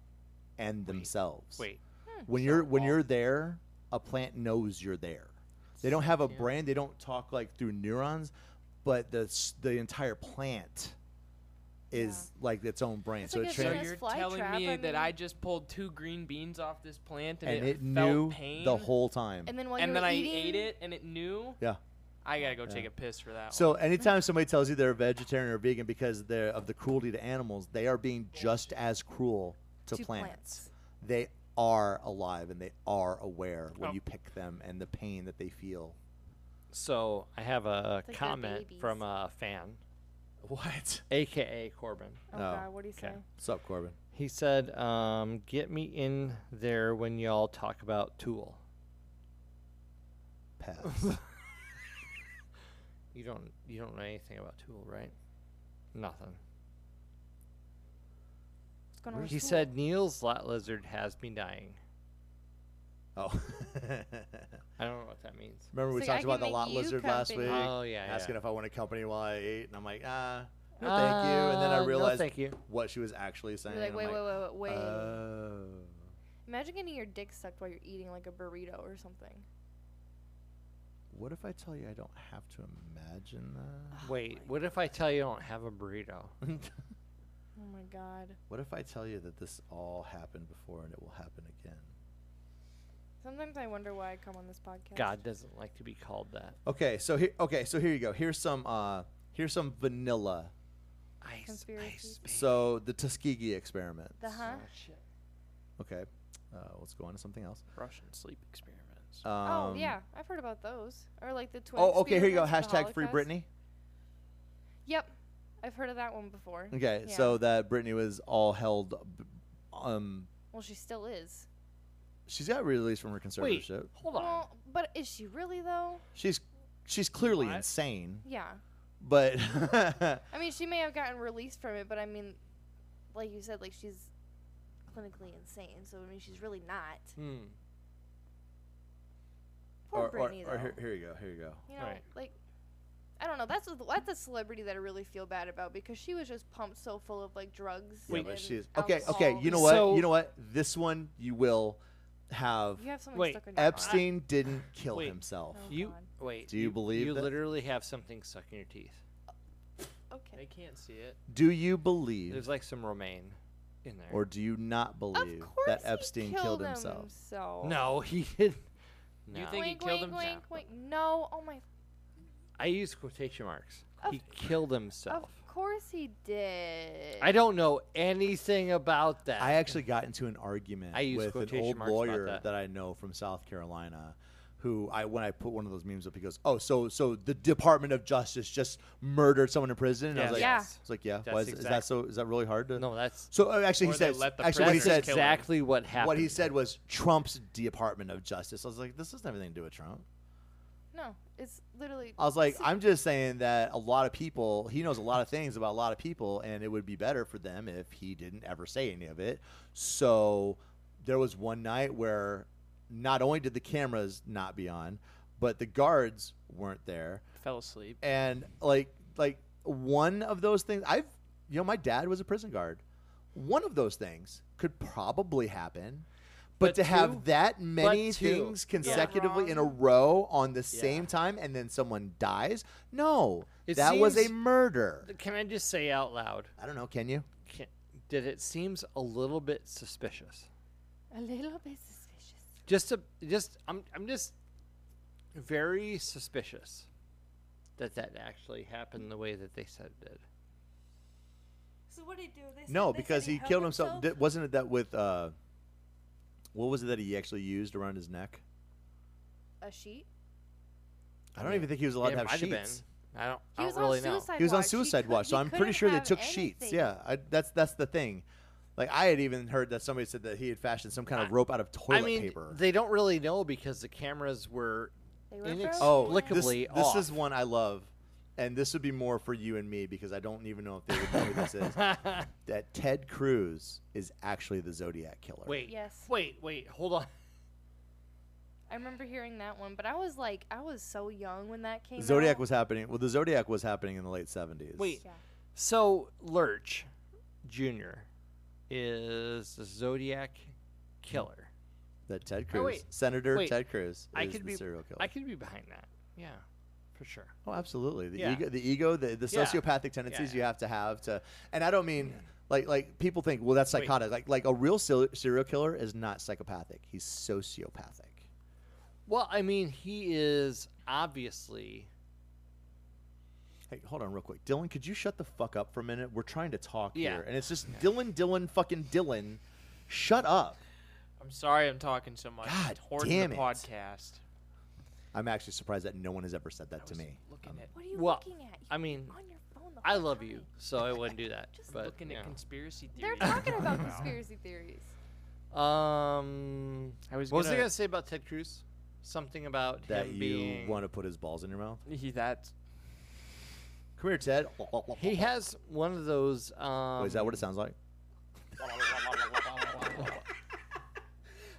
S5: and themselves.
S1: Wait.
S2: Hmm.
S5: when you're when you're there, a plant knows you're there. They don't have a brain. They don't talk like through neurons, but the s- the entire plant is like its own brain.
S2: It's
S5: so
S2: like
S5: it
S2: a
S3: So
S5: trains
S2: Trans-
S3: you're
S2: fly
S3: telling
S2: trap,
S3: me
S2: I
S3: that I
S2: mean.
S3: just pulled two green beans off this plant and,
S5: and it
S3: felt
S5: knew
S3: pain,
S5: the whole time.
S2: And then while
S3: and
S2: you were
S3: then I
S2: eating,
S3: ate it and it knew.
S5: yeah.
S3: I gotta go take a piss for that.
S2: Oh,
S5: So anytime somebody tells you they're vegetarian or vegan because they're of the cruelty to animals, they are being just as cruel to,
S2: To
S5: plants.
S2: plants.
S5: They are alive and they are aware when
S3: Oh.
S5: you pick them and the pain that they feel.
S1: So I have a
S2: like they're
S1: comment from
S2: babies.
S1: a fan,
S5: What?
S1: aka Corbin.
S2: Oh,
S5: No.
S2: God, what do you say?
S1: Okay.
S5: What's up, Corbin?
S1: He said, um, "Get me in there when y'all talk about Tool."
S5: Pass.
S1: You don't you don't know anything about Tool, right? Nothing.
S2: What's going on? with
S1: He
S2: school?
S1: said Neil's lot lizard has me dying.
S5: oh.
S1: I don't know what that means.
S5: Remember we
S2: It's like,
S5: talked
S2: I can
S5: about the
S2: make
S5: lot
S2: you
S5: lizard last week?
S2: company.
S1: Oh, yeah,
S5: Asking
S1: yeah.
S5: if I want a company while I eat, and I'm like, ah, no, thank you. And then
S1: Uh,
S5: I
S1: no,
S5: realized
S1: thank you.
S5: what she was actually saying.
S2: You're like,
S5: I'm
S2: wait, wait, wait, wait, wait.
S5: Oh.
S2: Imagine getting your dick sucked while you're eating like a burrito or something.
S5: What if I tell you I don't have to imagine that?
S1: Wait, what if I tell you I don't have a burrito?
S2: Oh my god.
S5: what if I tell you that this all happened before and it will happen again?
S2: Sometimes I wonder why I come on this podcast.
S1: God doesn't like to be called that.
S5: Okay, so here, okay, so here you go. Here's some, uh, here's some vanilla.
S1: Ice,
S2: Conspiracies.
S1: ice.
S5: So the Tuskegee experiment.
S2: The huh?
S5: Okay, uh, let's go on to something else.
S3: Russian sleep experiments.
S5: Um,
S2: oh yeah, I've heard about those. Or like the twin.
S5: Oh, okay. Here you go.
S2: experiments with the
S5: Hashtag free
S2: Holocaust.
S5: Britney.
S2: Yep, I've heard of that one before.
S5: Okay,
S2: Yeah.
S5: so that Britney was all held. b- Um,
S2: well, she still is.
S5: she's got released from her
S1: Wait,
S5: conservatorship.
S1: hold on.
S2: Well, but is she really though?
S5: She's she's clearly
S3: What?
S5: insane,
S2: Yeah.
S5: but
S2: I mean, she may have gotten released from it, but I mean, like you said, like she's clinically insane. So I mean, she's really not.
S1: Hmm.
S2: Poor
S5: or, or,
S2: Britney though.
S5: or here, here you go. Here you go.
S2: you know,
S1: Right.
S2: like I don't know. That's a, that's a celebrity that I really feel bad about because she was just pumped so full of like drugs.
S5: Yeah,
S2: and
S5: but she's okay. Okay,
S2: alcohol.
S5: you know what?
S1: So-
S5: you know what? This one you will have.
S2: You have something
S1: Wait,
S2: stuck in your Epstein.
S5: Epstein didn't kill
S1: Wait.
S5: himself.
S2: Oh,
S1: you
S2: God.
S1: wait.
S5: Do you believe
S1: You
S5: that-
S1: literally have something stuck in your teeth.
S3: They
S2: Okay.
S3: can't see it.
S5: Do you believe,
S1: There's like some romaine in there.
S5: or do you not believe
S2: Of course
S5: that
S2: he
S5: Epstein
S2: killed,
S5: killed himself?
S2: himself.
S1: no, he did. No.
S3: You think he
S2: Wink,
S3: killed
S2: wink,
S3: himself?
S2: wink, wink. No. Oh my.
S1: I use quotation marks.
S2: Of-
S1: he killed himself.
S2: Of course he did.
S1: I don't know anything about that.
S5: I actually got into an argument
S1: I use
S5: with an
S1: quotation
S5: old
S1: marks about
S5: lawyer
S1: that.
S5: that. I know from South Carolina, who I when I put one of those memes up, he goes, "Oh, so so the Department of Justice just murdered someone in prison?" And I was like,
S2: Yeah.
S5: I was like, yeah.
S1: That's
S5: Why is, is that
S1: exact-
S5: so? Is that really hard to?"
S1: no, that's
S5: So uh, actually,
S3: Or
S5: he
S3: they
S5: said.
S3: let the
S5: Actually, what he
S1: that's
S5: said.
S3: prisoners kill him.
S1: exactly what happened.
S5: What he said was Trump's Department of Justice. I was like, this doesn't have anything to do with Trump.
S2: No. It's literally.
S5: I was like,
S2: See,
S5: I'm just saying that a lot of people, he knows a lot of things about a lot of people, and it would be better for them if he didn't ever say any of it. So there was one night where not only did the cameras not be on, but the guards weren't there.
S3: Fell asleep.
S5: And like, like one of those things, I've, you know, my dad was a prison guard. One of those things could probably happen. But,
S1: But
S5: to
S1: two-
S5: have that many
S1: but two.
S5: things
S1: Yeah.
S5: consecutively in a
S2: Wrong.
S5: row on the
S1: Yeah.
S5: same time and then someone dies? No.
S1: It
S5: that was a
S1: seems-
S5: murder.
S1: Can I just say out loud?
S5: I don't know, can you?
S1: Can, did it seems a little bit suspicious?
S2: A little bit suspicious.
S1: Just a just I'm I'm just very suspicious that that actually happened the way that they said it did.
S2: So what did he do? They said-
S5: No,
S2: they said
S5: because he
S2: hung
S5: killed himself. Di- wasn't it that with uh what was it that he actually used around his neck?
S2: A sheet.
S5: I don't even think he was allowed
S1: It
S5: to have
S1: might have
S5: sheets.
S1: been. I don't,
S2: He
S1: I
S2: was
S1: don't really
S2: on
S1: know.
S2: suicide
S5: He was on
S2: watch.
S5: suicide
S2: could-
S5: watch, so
S2: he
S5: I'm pretty
S2: couldn't
S5: sure they
S2: have
S5: took sheets.
S2: anything.
S5: Yeah, I, that's that's the thing. Like I had even heard that somebody said that he had fashioned some kind of rope out of toilet
S1: I mean,
S5: paper.
S1: they don't really know because the cameras were
S2: They were
S1: Inex-
S2: frozen.
S5: Oh, this,
S1: explicably
S5: this is
S1: off.
S5: one I love, and this would be more for you and me because I don't even know if they would know who this is. That Ted Cruz is actually the Zodiac killer.
S1: wait.
S2: Yes.
S1: Wait, wait, hold on.
S2: I remember hearing that one, but I was like, I was so young when that came.
S5: Zodiac
S2: out.
S5: was happening. Well, the Zodiac was happening in the late seventies.
S1: Wait.
S2: Yeah.
S1: So Lurch Jr. is the Zodiac killer.
S5: that Ted
S1: Oh,
S5: Cruz,
S1: wait.
S5: Senator
S1: Wait.
S5: Ted Cruz, is
S1: I could
S5: the
S1: be
S5: serial killer.
S1: I could be behind that. Yeah. for sure.
S5: Oh, absolutely. The
S1: Yeah.
S5: ego, the ego, the, the
S1: Yeah.
S5: sociopathic tendencies
S1: yeah.
S5: you have to have to, and I don't mean like like people think, well, that's psychotic. Like like a real sil- serial killer is not psychopathic. He's sociopathic.
S1: Well, I mean, he is obviously.
S5: Hey, hold on real quick, Dylan. Could you shut the fuck up for a minute? We're trying to talk
S1: Yeah.
S5: here, and it's just Dylan, Dylan, fucking Dylan. Shut up.
S3: I'm sorry I'm talking so much.
S5: God
S3: Hoarding
S5: damn
S3: the
S5: it.
S3: podcast.
S5: I'm actually surprised that no one has ever said that to
S3: was
S5: me.
S3: Looking at
S2: What are you
S1: Well,
S2: looking at? You
S1: I mean,
S2: on your phone the
S1: I
S2: whole
S1: love you,
S2: time.
S1: so I wouldn't do that.
S2: Just
S1: but
S3: looking at conspiracy
S2: They're
S3: theories.
S2: talking about conspiracy theories.
S1: um,
S3: I was
S1: what was I
S3: gonna-
S1: gonna say about Ted Cruz? Something about
S5: That
S1: him
S5: you
S1: being.
S5: want to put his balls in your mouth?
S3: he, that's
S5: Come here, Ted.
S1: He has one of those. Um,
S5: Oh, is that what it sounds like?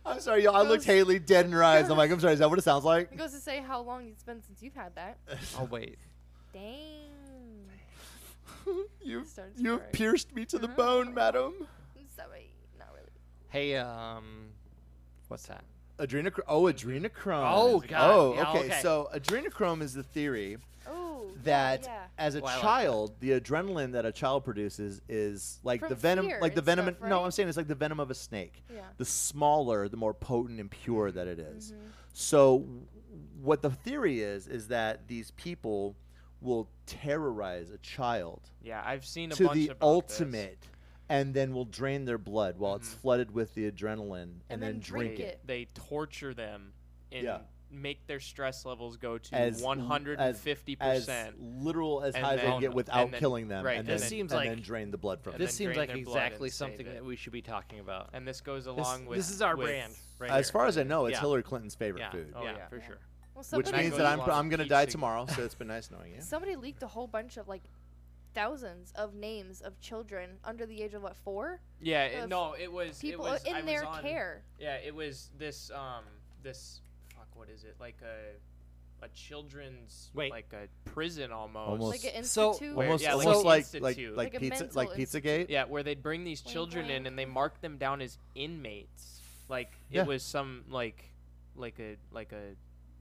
S5: I'm sorry, y'all. I
S2: Those-
S5: looked Haley dead in her eyes. I'm like, I'm sorry. Is that what it sounds like?
S2: It goes to say how long it's been since you've had that.
S1: Oh wait.
S2: Dang.
S5: You've
S2: Starts Ah. to
S5: you've
S2: cry.
S5: pierced me to the bone, madam.
S2: I'm Sorry, not really.
S1: Hey, um, what's that?
S5: Adrenochrome. Oh, adrenochrome.
S1: Oh, God.
S5: Oh,
S1: Yeah,
S5: okay.
S1: okay.
S5: So adrenochrome is the theory
S2: Oh, yeah,
S5: that
S2: yeah.
S5: as a
S1: Well, I like that.
S5: child, the adrenaline that a child produces is like
S2: From
S5: the venom,
S2: fear
S5: like the
S2: and
S5: venom.
S2: stuff,
S5: No,
S2: right?
S5: I'm saying it's like the venom of a snake.
S2: Yeah. Mm-hmm.
S5: The smaller, the more potent and pure that it is. So, what the theory is is that these people will terrorize a child
S3: yeah. I've seen a
S5: to
S3: bunch
S5: the
S3: about
S5: ultimate. And then will drain their blood while it's
S3: Mm-hmm.
S5: flooded with the adrenaline, and,
S2: And
S5: then,
S2: then drink
S5: drink it.
S2: it.
S3: This. They torture them and
S5: Yeah.
S3: make their stress levels go to
S5: as l-
S3: 150
S5: as, as
S3: percent.
S5: literal as
S3: and
S5: high as they
S3: then-
S5: can get without
S3: and then-
S5: killing them,
S3: right,
S5: and then,
S1: this seems
S5: and
S1: like-
S5: then drain the blood from
S3: and
S1: This
S3: then
S5: them.
S1: seems
S3: drain
S1: like
S3: their blood and
S1: exactly
S3: save
S1: something
S3: it.
S1: that we should be talking about.
S3: And this goes along with
S1: this is our
S3: with-
S1: brand, right?
S5: As
S1: here.
S5: far as I know, it's
S1: Yeah.
S5: Hillary Clinton's favorite
S1: yeah,
S5: food,
S3: Oh,
S1: yeah,
S3: yeah.
S1: for sure.
S2: Well,
S5: which
S2: somebody,
S5: means
S3: goes
S5: that I'm
S3: along with
S5: I'm gonna
S3: each
S5: die
S3: signal.
S5: tomorrow. So it's been nice knowing you.
S2: somebody leaked a whole bunch of like thousands of names of children under the age of what four
S3: Yeah,
S2: of
S3: it, no, it was it
S2: people
S3: was-
S2: in
S3: I was
S2: their
S3: on-
S2: care.
S3: Yeah, it was this um this fuck what is it like a a children's
S1: Wait.
S3: like a prison almost,
S5: Almost.
S2: Like an
S1: So-
S2: institute.
S5: Almost,
S3: yeah, like
S5: almost like
S3: an
S5: like
S3: institute.
S5: like,
S2: Like a
S5: pizza
S2: mental
S5: like PizzaGate.
S3: yeah where they'd bring these
S2: Wink,
S3: children in
S2: wink.
S3: and they marked them down as inmates like
S5: Yeah.
S3: it was some like like a like a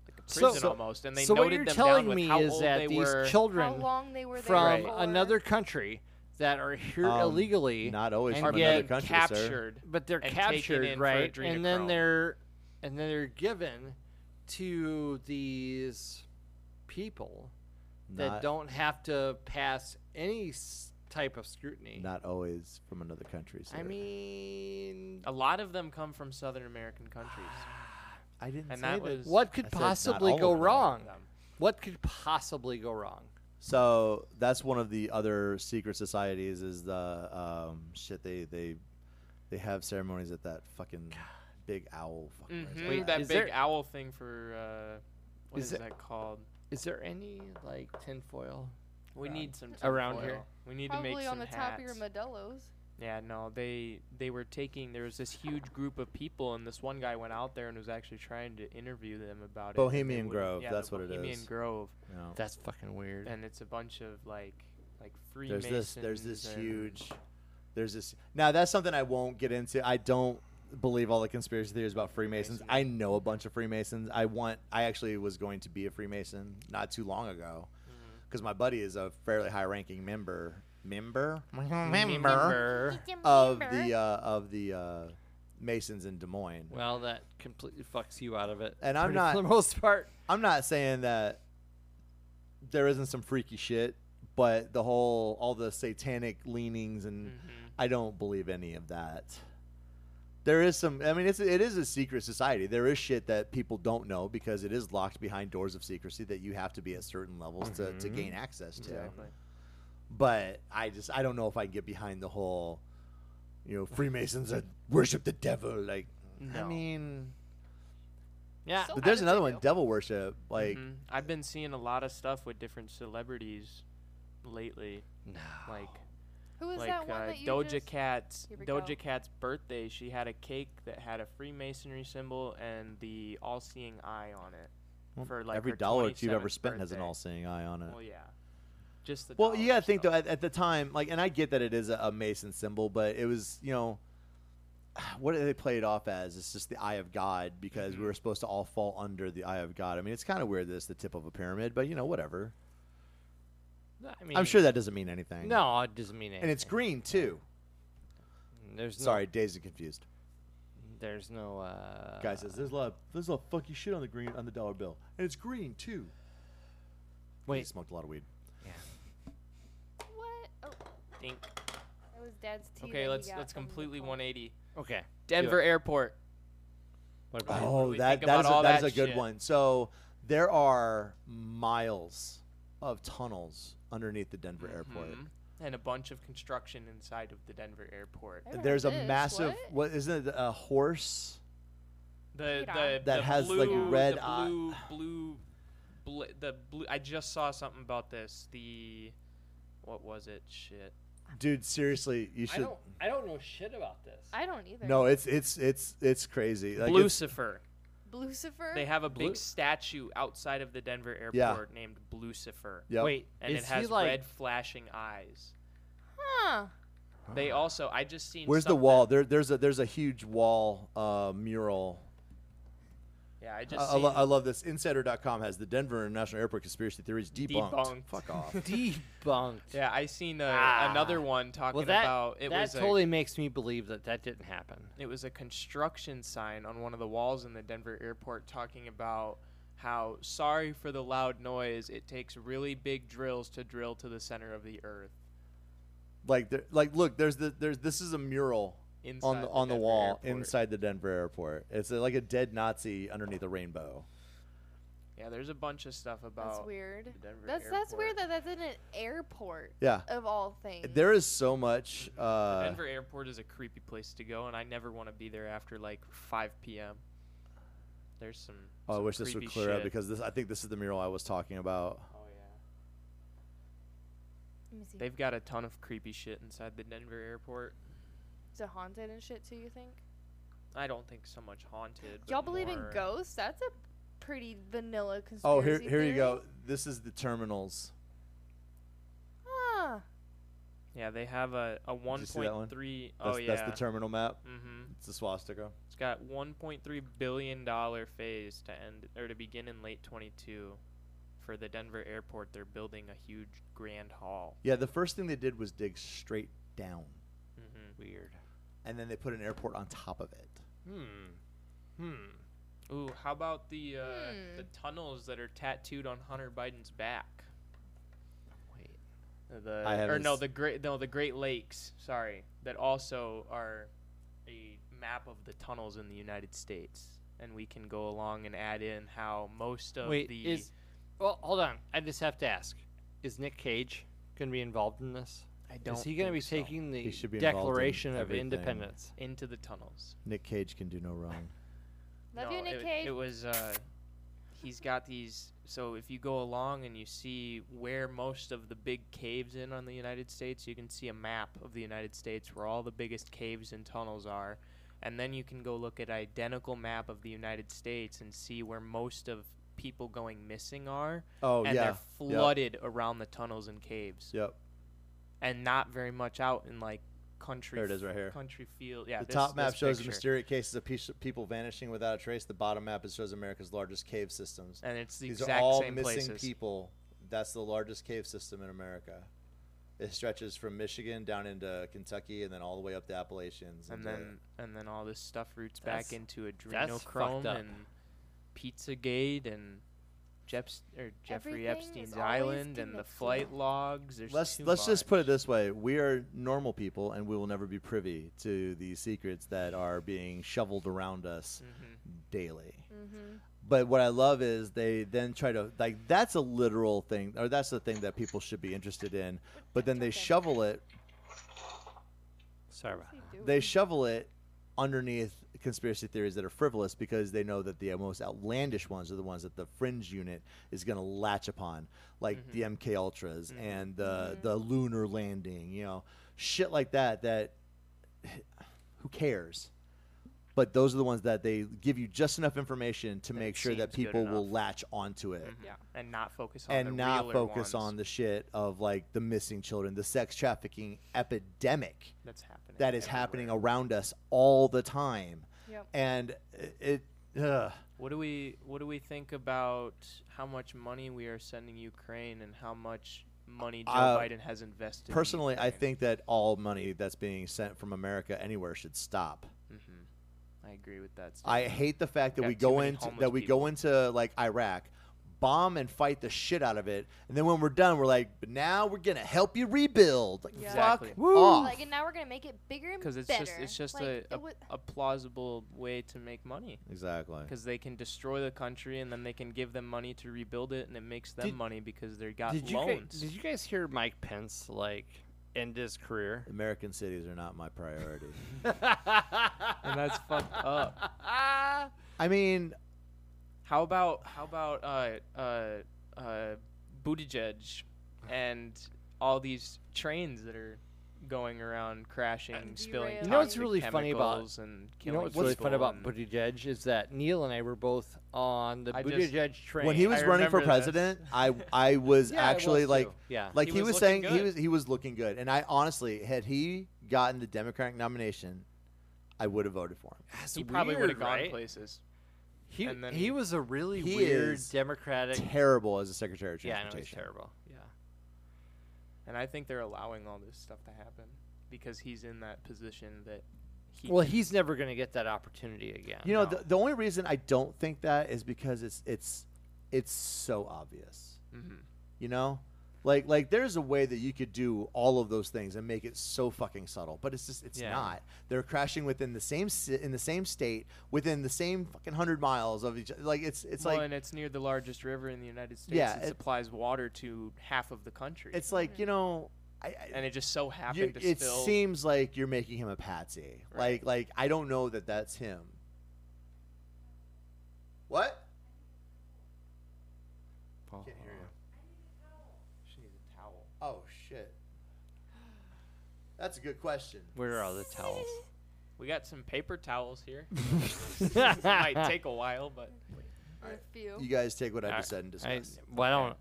S3: like a
S1: So-
S3: prison
S1: so-
S3: almost and they
S1: so what
S3: noted
S1: you're
S3: them
S1: telling
S3: down with
S1: me
S3: how
S1: is
S3: old
S1: that
S3: they
S1: these
S3: were
S2: How
S1: children
S2: long they were there
S1: from
S2: for.
S1: another country that are here
S5: Um,
S1: illegally,
S5: Not always
S1: And
S5: from
S1: yet
S5: another
S3: being
S5: country, sir.
S3: captured
S1: but they're
S3: and taken in
S1: captured,
S3: for
S1: right? And then
S3: adrenochrome.
S1: they're and then they're given to these people
S5: Not-
S1: that don't have to pass any s- type of scrutiny.
S5: Not always from another country, sir.
S1: I mean,
S3: a lot of them come from southern american countries
S1: Ah,
S5: I didn't
S3: and
S5: say
S3: that
S5: that.
S3: was
S1: what
S5: I
S1: could
S5: said not
S1: possibly
S5: all
S1: go
S5: of them.
S1: wrong?
S3: them.
S1: What could possibly go wrong?
S5: So that's one of the other secret societies is the um, shit they they they have ceremonies at that fucking big owl. Fucking where is
S3: Mhm,
S5: it
S1: Wait,
S3: that
S1: is
S3: big
S1: there-
S3: owl thing for uh, what
S1: Is
S3: is,
S1: it-
S3: that called?
S1: Is there any like tinfoil?
S3: We
S1: Um,
S3: need some
S1: around
S3: tinfoil.
S1: here.
S3: We need
S2: probably
S3: to make some
S2: on the top of your
S3: hats.
S2: medellos.
S3: yeah, no, they they were taking. There was this huge group of people, and this one guy went out there and was actually trying to interview them about it. and they
S5: Bohemian
S3: wouldn't-
S5: Grove,
S3: Yeah,
S5: that's
S3: the
S5: what it
S3: Bohemian
S5: is.
S3: Grove,
S5: No.
S1: That's fucking weird.
S3: and it's a bunch of like like
S5: There's
S3: Freemasons.
S5: this. There's this
S3: and-
S5: huge. There's this. Now that's something I won't get into. I don't believe all the conspiracy theories about Freemasons. I know a bunch of Freemasons. I want. I actually was going to be a Freemason not too long ago,
S3: Mm-hmm.
S5: because my buddy is a fairly high-ranking member. Member.
S1: Remember.
S5: of the uh, of the uh, Masons in Des Moines.
S1: Well, that completely fucks you out of it.
S5: And I'm
S1: pretty-
S5: not-
S1: for the most part.
S5: I'm not saying that there isn't some freaky shit, but the whole all the satanic leanings and
S3: Mm-hmm.
S5: I don't believe any of that. There is some. I mean, it's it is a secret society. There is shit that people don't know because it is locked behind doors of secrecy that you have to be at certain levels to, to gain access to.
S3: Exactly.
S5: But I just I don't know if I can get behind the whole, you know, Freemasons that worship the devil. Like, I
S3: No.
S5: mean,
S1: Yeah.
S2: So-
S5: but there's
S2: did they
S5: another one,
S2: do?
S5: devil worship. Like,
S3: Mhm. I've been seeing a lot of stuff with different celebrities lately,
S1: no.
S3: like
S2: Who was
S3: like
S2: that one
S3: uh,
S2: that you
S3: Doja
S2: just?
S3: Cat's
S2: Here we
S3: Doja
S2: go.
S3: Cat's birthday, she had a cake that had a Freemasonry symbol and the all-seeing eye on it. for like
S5: every
S3: her
S5: dollar that you've ever
S3: 27th
S5: spent has an
S3: birthday.
S5: all-seeing eye on it.
S3: Well, yeah, just the.
S5: Well, you gotta
S3: dollars,
S5: think though
S3: so-
S5: at, at the time, like, and I get that it is a, a Mason symbol, but it was you know, what do they play it off as? It's just the eye of God because
S1: Mm-hmm.
S5: we were supposed to all fall under the eye of God. I mean, it's kind of weird that it's the tip of a pyramid, but you know, whatever.
S1: I mean,
S5: I'm sure that doesn't mean anything.
S1: No, it doesn't mean anything.
S5: And it's green, too.
S1: There's no,
S5: Sorry, dazed and confused.
S1: There's no. Uh,
S5: Guy says, there's a lot of, there's a lot of funky shit on the green, on the dollar bill. And it's green, too. He
S1: Wait.
S5: smoked a lot of weed.
S2: What? Oh,
S3: Think.
S2: that was Dad's tea. that
S3: Okay,
S2: he
S3: let's
S2: got
S3: let's
S2: from the
S3: completely
S2: car.
S3: 180.
S1: Okay.
S3: Denver Airport.
S1: What about
S5: Oh,
S3: we
S5: that,
S3: think
S5: that,
S3: about
S5: is a,
S3: all
S5: that is
S3: that
S5: a good
S3: shit?
S5: one. So there are miles of tunnels underneath the Denver airport.
S3: Mhm. And a bunch of construction inside of the Denver airport.
S2: I remember
S5: There's a
S2: this,
S5: massive
S2: what?
S5: what isn't it a horse?
S3: The
S2: Radar.
S3: the
S5: That
S3: the
S5: has, like,
S3: blue,
S5: red
S3: the
S5: eye-
S3: blue, blue, bl- the blue. I just saw something about this. The what was it? Shit.
S5: Dude, seriously, you
S1: I
S5: should
S1: don't. I don't know shit about this.
S2: I don't either.
S5: No, it's it's it's it's crazy. Like it's,
S3: Lucifer.
S2: Lucifer.
S3: They have a
S1: Blu-
S3: big statue outside of the Denver airport
S5: Yeah.
S3: named Lucifer.
S5: yep.
S1: Wait,
S3: And
S1: is
S3: it
S1: he
S3: has
S1: like?
S3: red flashing eyes.
S2: Huh.
S3: They also I just seen
S5: Where's the
S3: something-
S5: wall? There there's a there's a huge wall uh, mural.
S3: Yeah, I
S5: I,
S3: just
S5: I,
S3: seen
S5: lo- I love this. Insider.com has the Denver International Airport conspiracy theories debunked.
S3: Debunked.
S5: Fuck off.
S1: Debunked.
S3: Yeah, I seen uh,
S1: Ah.
S3: another one talking
S1: Well, that
S3: about it
S1: that
S3: was a-
S1: totally makes me believe that that didn't happen.
S3: it was a construction sign on one of the walls in the Denver airport talking about how sorry for the loud noise it takes really big drills to drill to the center of the earth
S5: like there, like look, there's the there's this is a mural
S3: inside
S5: on the on the
S3: Denver
S5: wall
S3: airport.
S5: inside the Denver airport. It's uh, like a dead Nazi underneath a rainbow.
S3: yeah there's a bunch of stuff about
S2: That's weird.
S3: the Denver
S2: That's that's weird
S3: airport.
S2: that that's in an airport
S5: Yeah.
S2: of all things.
S5: There is so much
S3: The
S5: uh,
S3: Denver airport is a creepy place to go and I never want to be there after like 5 p.m. There's some
S5: Oh, I
S3: some
S5: wish this would
S3: creepy
S5: clear up
S3: shit.
S5: because this I think this is the mural I was talking about.
S3: Oh yeah.
S2: Let me see.
S3: They've got a ton of creepy shit inside the Denver airport.
S2: Is it haunted and shit too? You think?
S3: I don't think so much haunted. but
S2: Y'all believe in
S3: more-
S2: ghosts? That's a pretty vanilla conspiracy.
S5: Oh, here here you
S2: theory.
S5: go. This is the terminals.
S2: Huh.
S3: Yeah, they have a, a
S5: you see that one?
S3: 1.3
S5: That's,
S3: oh yeah.
S5: that's the terminal map.
S3: hmm
S5: It's a swastika.
S3: It's got 1.3 billion dollar phase to end or to begin in late 22 for the Denver airport. They're building a huge grand hall.
S5: Yeah, the first thing they did was dig straight down,
S3: hmm
S1: Weird.
S5: and then they put an airport on top of it.
S1: Hmm. Hmm.
S3: Ooh, how about the uh,
S2: Hmm.
S3: the tunnels that are tattooed on Hunter Biden's back?
S1: Wait.
S3: Uh, The
S5: I
S3: or
S5: haven't
S3: no,
S5: s-
S3: the great no, the Great Lakes, sorry, that also are a map of the tunnels in the United States. And we can go along and add in how most of
S1: Wait.
S3: the
S1: Is well, hold on. I just have to ask: Is Nick Cage gonna be involved in this?
S3: I
S1: is he gonna
S3: think
S1: be
S3: so.
S1: taking the
S5: He should be involved in
S1: Declaration of
S5: everything.
S1: Independence?
S3: into the tunnels?
S5: Nick Cage can do no wrong.
S2: Love
S3: No,
S2: you, Nick
S3: it,
S2: Cage.
S3: It was. Uh, he's got these. So if you go along and you see where most of the big caves in on the United States, you can see a map of the United States where all the biggest caves and tunnels are, and then you can go look at identical map of the United States and see where most of people going missing are,
S5: Oh
S3: and
S5: yeah.
S3: they're flooded around the tunnels and caves,
S5: Yep.
S3: and not very much out in like country.
S5: There it
S3: f-
S5: is right here.
S3: Country field. Yeah.
S5: the
S3: this-
S5: top map
S3: this
S5: shows the
S3: picture.
S5: mysterious cases of peace- people vanishing without a trace. The bottom map it shows America's largest cave systems.
S3: And it's the
S5: These
S3: exact
S5: are all
S3: same
S5: missing
S3: places.
S5: people. That's the largest cave system in America. It stretches from Michigan down into Kentucky and then all the way up the Appalachians.
S3: and
S5: into-
S3: then and then all this stuff roots
S1: That's-
S3: back into
S1: that's fucked
S3: adrenochrome
S1: up.
S3: and Pizzagate and Jeps or Jeffrey
S2: Everything is
S3: Epstein's
S2: always
S3: island and the
S2: connected.
S3: flight logs. There's
S5: let's
S3: too
S5: let's just put it
S3: much.
S5: this way: we are normal people, and we will never be privy to the secrets that are being shoveled around us
S3: Mm-hmm.
S5: daily. But what I love is they then try to like that's a literal thing, or that's the thing that people should be interested in. But then they shovel it
S1: Sorry about that.
S5: they shovel it underneath conspiracy theories that are frivolous because they know that the most outlandish ones are the ones that the fringe unit is going to latch upon like
S3: Mm-hmm.
S5: the mk ultras and the the lunar landing you know shit like that that who cares but those are the ones that they give you just enough information to make sure that
S3: seems good
S5: people will
S3: enough. Mm-hmm.
S5: latch onto it
S3: Yeah, and not focus on the
S5: and not
S3: realer
S5: focus
S3: ones
S5: on the shit of like the missing children, the sex trafficking epidemic
S3: that's happening.
S5: that is happening around us all the time.
S2: Yep.
S5: And it, uh, ugh.
S3: What do we What do we think about how much money we are sending Ukraine and how much money Joe
S5: Uh,
S3: Biden has invested? in
S5: personally, I
S3: Ukraine?
S5: think that all money that's being sent from America anywhere should stop.
S3: I agree with that.
S5: I hate the fact that
S3: Got
S5: we
S3: too
S5: go
S3: many
S5: into
S3: homeless
S5: that we go
S3: people.
S5: into like Iraq, bomb and fight the shit out of it, and then when we're done, we're like, but now we're gonna help you rebuild. Like,
S2: Yeah.
S3: Exactly.
S5: fuck off.
S2: Like, and now we're gonna make it bigger and
S3: because it's
S2: better.
S3: just it's just
S2: Like, it
S3: a,
S2: wa-
S3: a, a plausible way to make money
S5: exactly.
S3: because they can destroy the country and then they can give them money to rebuild it and it makes them
S1: Did-
S3: money because they got
S1: did you guys,
S3: Uh, loans.
S1: did you guys hear Mike Pence like end his career?
S5: American cities are not my priority.
S3: and that's fucked up.
S5: I mean,
S3: How about how about uh uh uh Buttigieg and all these trains that are going around crashing, spilling.
S2: derailed.
S1: You know what's
S3: toxic
S1: really funny about-
S3: chemicals and
S1: You know
S3: killing
S1: what's really fun
S3: people
S1: about
S3: and-
S1: Buttigieg is that Neil and I were both on the
S3: I just-
S1: Buttigieg train.
S5: when he was
S3: I
S5: running for
S3: remember this.
S5: president, I I was
S1: Yeah, I
S5: actually
S1: was
S5: like
S1: too. yeah,
S5: like
S3: He
S5: he,
S3: was
S5: was, saying
S3: looking
S5: he
S3: good.
S5: was he was looking good, and I honestly had he gotten the Democratic nomination, I would have voted for him.
S1: That's
S3: he probably would have
S1: weird,
S3: gone
S1: right?
S3: places.
S1: He,
S3: and then
S1: he was a really
S5: He
S1: weird
S5: is
S1: Democratic.
S5: Terrible as a secretary of
S1: Yeah, I know he's
S5: transportation.
S1: terrible. Yeah,
S3: And I think they're allowing all this stuff to happen because he's in that position that he
S1: well, he's never going to get that opportunity again.
S5: You know, the, the only reason I don't think that is because it's it's it's so obvious.
S3: Mhm.
S5: You know, like like there's a way that you could do all of those things and make it so fucking subtle, but it's just it's
S1: Yeah.
S5: not. They're crashing within the same ci- in the same state within the same fucking hundred miles of each. Like it's it's
S3: well,
S5: like
S3: and it's near the largest river in the United States.
S5: Yeah,
S3: it,
S5: it-
S3: supplies water to half of the country.
S5: it's like you know. I, I,
S3: and it just so happened
S5: you,
S3: to
S5: it
S3: spill.
S5: seems like you're making him a patsy.
S3: Right.
S5: Like, like I don't know that that's him. What? Can't hear you.
S3: she needs a towel.
S5: Oh shit. That's a good question.
S1: where are the towels?
S3: We got some paper towels here. it might take a while, but
S2: a few.
S5: You guys take what I
S1: All
S5: just said and
S1: I-
S5: discuss.
S1: well,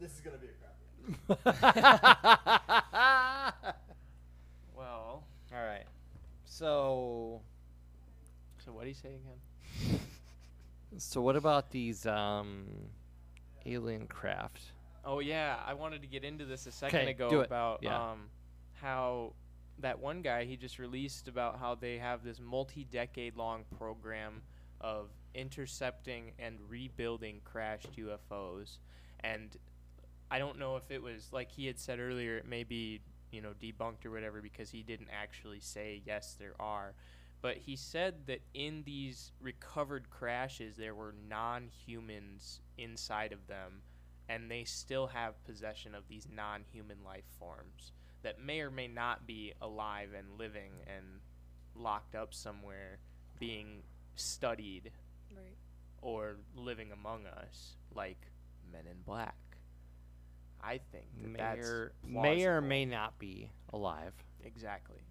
S5: This is gonna be a crap.
S1: I don't.
S3: well.
S1: All right. So,
S3: So what do you say again?
S1: so what about these um, alien craft?
S3: Oh yeah, I wanted to get into this a second
S1: 'Kay,
S3: ago
S1: do it.
S3: about
S1: Yeah.
S3: um, how that one guy he just released about how they have this multi-decade-long program of intercepting and rebuilding crashed UFOs, and I don't know if it was like he had said earlier, it may be you know debunked or whatever because he didn't actually say yes there are. But he said that in these recovered crashes, there were non humans inside of them, and they still have possession of these non human life forms that may or may not be alive and living and locked up somewhere being studied
S2: Right.
S3: or living among us, like Men in Black. I think that
S1: May
S3: that's
S1: or, may or
S3: plausible.
S1: may not be alive.
S3: exactly.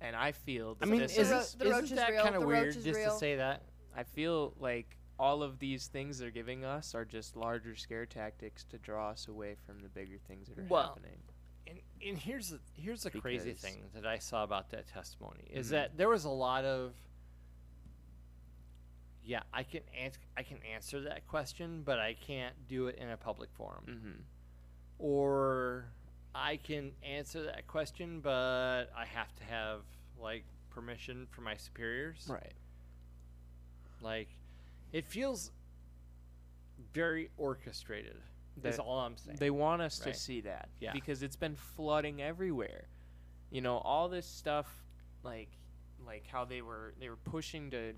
S3: And I feel
S1: I
S3: that
S1: mean,
S3: this
S1: is,
S2: ro-
S1: this-
S2: the roach
S1: isn't
S2: is
S1: that
S2: real,
S1: kind of
S2: the roach
S1: weird
S2: is
S1: just
S2: real.
S1: to say that?
S3: I feel like all of these things they're giving us are just larger scare tactics to draw us away from the bigger things that are
S1: Well,
S3: happening.
S1: And, and here's the, here's the crazy
S3: Because- Mm-hmm.
S1: thing that I saw about that testimony is that there was a lot of yeah I can ans- I can answer that question but I can't do it in a public forum
S3: Mm-hmm.
S1: or I can answer that question but I have to have like permission from my superiors
S3: Right.
S1: like it feels very orchestrated That's
S3: That-
S1: all I'm saying
S3: They want us
S1: Right.
S3: to see that
S1: Yeah.
S3: because it's been flooding everywhere. You know, all this stuff, like, like how they were they were pushing to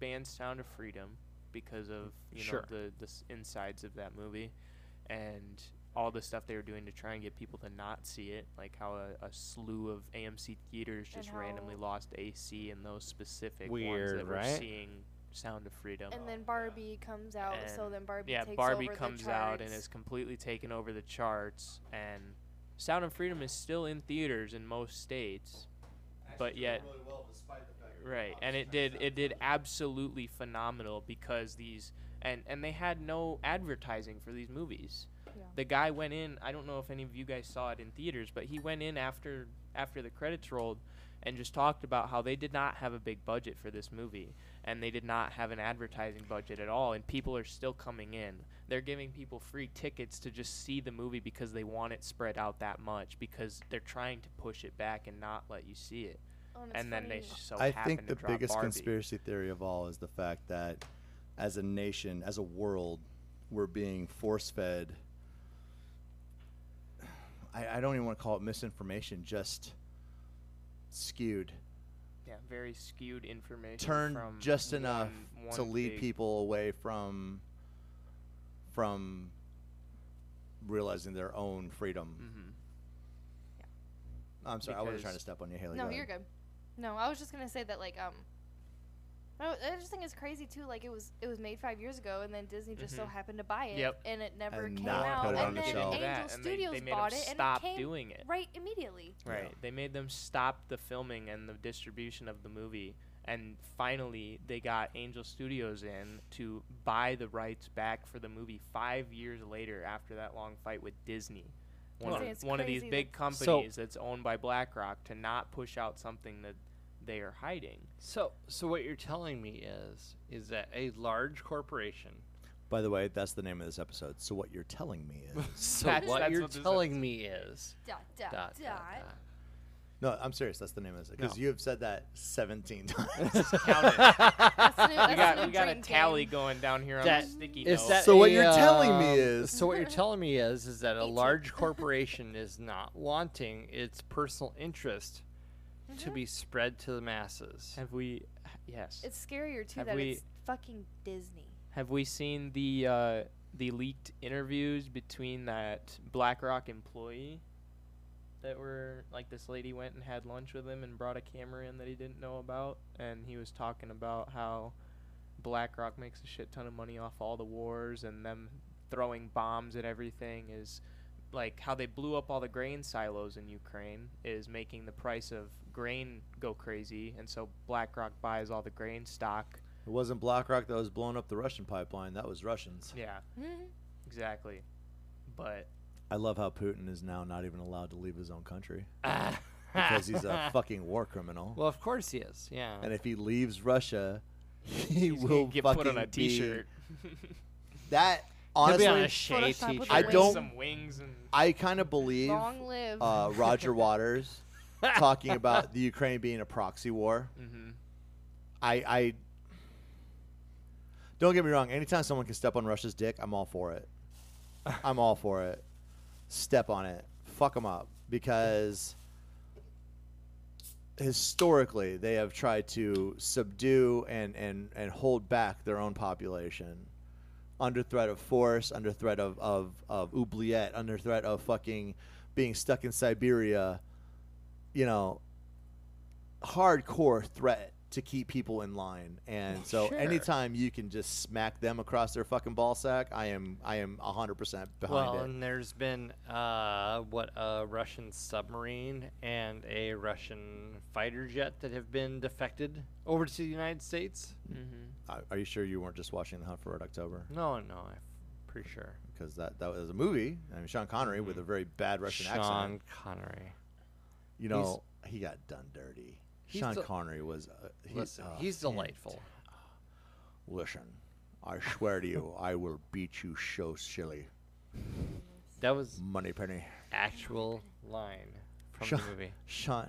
S3: ban Sound of Freedom because of you
S1: Sure.
S3: know the the s- insides of that movie, and all the stuff they were doing to try and get people to not see it, like how a, a slew of AMC theaters
S2: And
S3: just randomly
S2: how-
S3: lost AC and those specific ones
S1: Weird,
S3: that were
S1: right?
S3: seeing Sound of Freedom. Oh,
S2: And then Barbie comes out, so
S3: And,
S2: then Barbie
S3: yeah
S2: takes
S3: Barbie
S2: over the
S3: comes out and
S2: charts.
S3: is completely taken over the charts and Sound of Freedom is still in theaters in most states but yet Right, and it did it did absolutely phenomenal because these and and they had no advertising for these movies.
S2: Yeah.
S3: The guy went in. I don't know if any of you guys saw it in theaters, but he went in after after the credits rolled and just talked about how they did not have a big budget for this movie and they did not have an advertising budget at all and people are still coming in. They're giving people free tickets to just see the movie because they want it spread out that much because they're trying to push it back and not let you see it
S2: Oh, it's
S3: and then they
S2: funny.
S3: so
S5: I
S3: happen
S5: think the
S3: to drop
S5: biggest
S3: Barbie.
S5: conspiracy theory of all is the fact that as a nation, as a world, we're being force fed. I, I don't even want to call it misinformation, just skewed,
S3: Yeah, very skewed information.
S5: turned
S3: from
S5: just enough
S3: one- one
S5: to lead
S3: big-
S5: people away from from realizing their own freedom.
S3: Mhm.
S5: I'm sorry, I wasn't trying to
S3: Because-
S5: step on you, Haley.
S2: No,
S5: go
S2: you're
S5: ahead.
S2: good. No, I was just gonna say that like um. I w- I just think it's crazy too. Like it was, it was made five years ago, and then Disney just so
S5: Mm-hmm.
S3: Mhm.
S2: happened to buy it,
S3: Yep.
S2: and it never
S5: And
S2: came
S5: not
S2: out.
S5: put it
S2: and
S5: on the
S2: then
S5: shelf.
S2: Angel
S3: That, and they-
S2: Studios
S3: they made 'em
S2: bought it,
S3: stop
S2: and it came
S3: doing it.
S2: right immediately.
S3: Right.
S5: Yeah.
S3: They made them stop the filming and the distribution of the movie, and finally they got Angel Studios in to buy the rights back for the movie five years later after that long fight with Disney. One,
S2: Well,
S3: of,
S2: it's
S3: one of these
S2: crazy
S3: big
S1: So-
S3: companies that's owned by BlackRock to not push out something that they are hiding.
S1: So, so what you're telling me is, is that a large corporation.
S5: By the way, that's the name of this episode. So what you're telling me is
S1: So
S3: That's-
S1: what
S3: that's
S1: you're
S3: what this
S1: telling me is.
S2: Dot dot
S1: Dot,
S2: dot.
S1: dot, dot.
S5: No, I'm serious. That's the name of it because
S1: No.
S5: you have said that 17 times.
S3: Count it.
S2: That's the new,
S3: we
S2: that's the
S3: got
S2: new
S3: we got a
S2: dream
S3: tally
S2: game.
S3: going down here on
S1: That-
S3: the sticky
S1: Is
S3: note.
S1: that
S5: So what
S1: a,
S5: you're telling me
S1: um,
S5: is-
S1: So what you're telling me is, is that a
S2: Me too.
S1: large corporation is not wanting its personal interest
S2: Mm-hmm.
S1: to be spread to the masses.
S3: Have we? Yes.
S2: It's scarier too
S3: Have
S2: that
S3: we-
S2: it's fucking Disney.
S3: Have we seen the uh, the leaked interviews between that BlackRock employee that were like this lady went and had lunch with him and brought a camera in that he didn't know about, and he was talking about how BlackRock makes a shit ton of money off all the wars and them throwing bombs at everything is like how they blew up all the grain silos in Ukraine is making the price of grain go crazy and so BlackRock buys all the grain stock.
S5: It wasn't BlackRock that was blowing up the Russian pipeline. That was Russians.
S3: Yeah.
S2: Mhm.
S3: Exactly. But
S5: I love how Putin is now not even allowed to leave his own country because he's a fucking war criminal.
S1: Well, of course he is. Yeah.
S5: and if he leaves Russia, he
S3: he's
S5: will
S3: gonna get
S5: fucking
S3: put on a
S5: be-
S3: t-shirt.
S5: that
S1: He'll
S5: honestly,
S1: be on a Shea
S2: Photoshop
S1: t-shirt.
S2: with a
S5: I
S2: wig.
S5: don't-
S3: some wings and
S5: I kind of believe
S2: Long live.
S5: uh, Roger Waters talking about the Ukraine being a proxy war.
S3: Mhm.
S5: I, I don't get me wrong. Anytime someone can step on Russia's dick, I'm all for it. I'm all for it. Step on it. Fuck them up because historically they have tried to subdue and, and, and hold back their own population under threat of force, under threat of, of, of oubliette, under threat of fucking being stuck in Siberia, you know, hardcore threat to keep people in line. And so
S1: Sure.
S5: anytime you can just smack them across their fucking ball sack, I am I am 100% behind
S1: well,
S5: it.
S1: and there's been uh, what a Russian submarine and a Russian fighter jet that have been defected over to the United States.
S5: Are- Are you sure you weren't just watching The Hunt for Red October?
S1: No, no, I'm pretty sure.
S5: Because that, that was a movie. I mean, Sean Connery with a very bad Russian
S1: Mm-hmm. Sean
S5: accent.
S1: Connery.
S5: You know, he got done dirty.
S1: He's
S5: Sean
S1: the-
S5: Connery was. Uh, he-
S1: Listen,
S5: oh,
S1: he's
S5: man.
S1: delightful.
S5: Listen, I swear to you, I will beat you so silly.
S1: That was
S5: Money penny.
S1: actual line from
S5: Sean,
S1: the movie.
S5: Sean.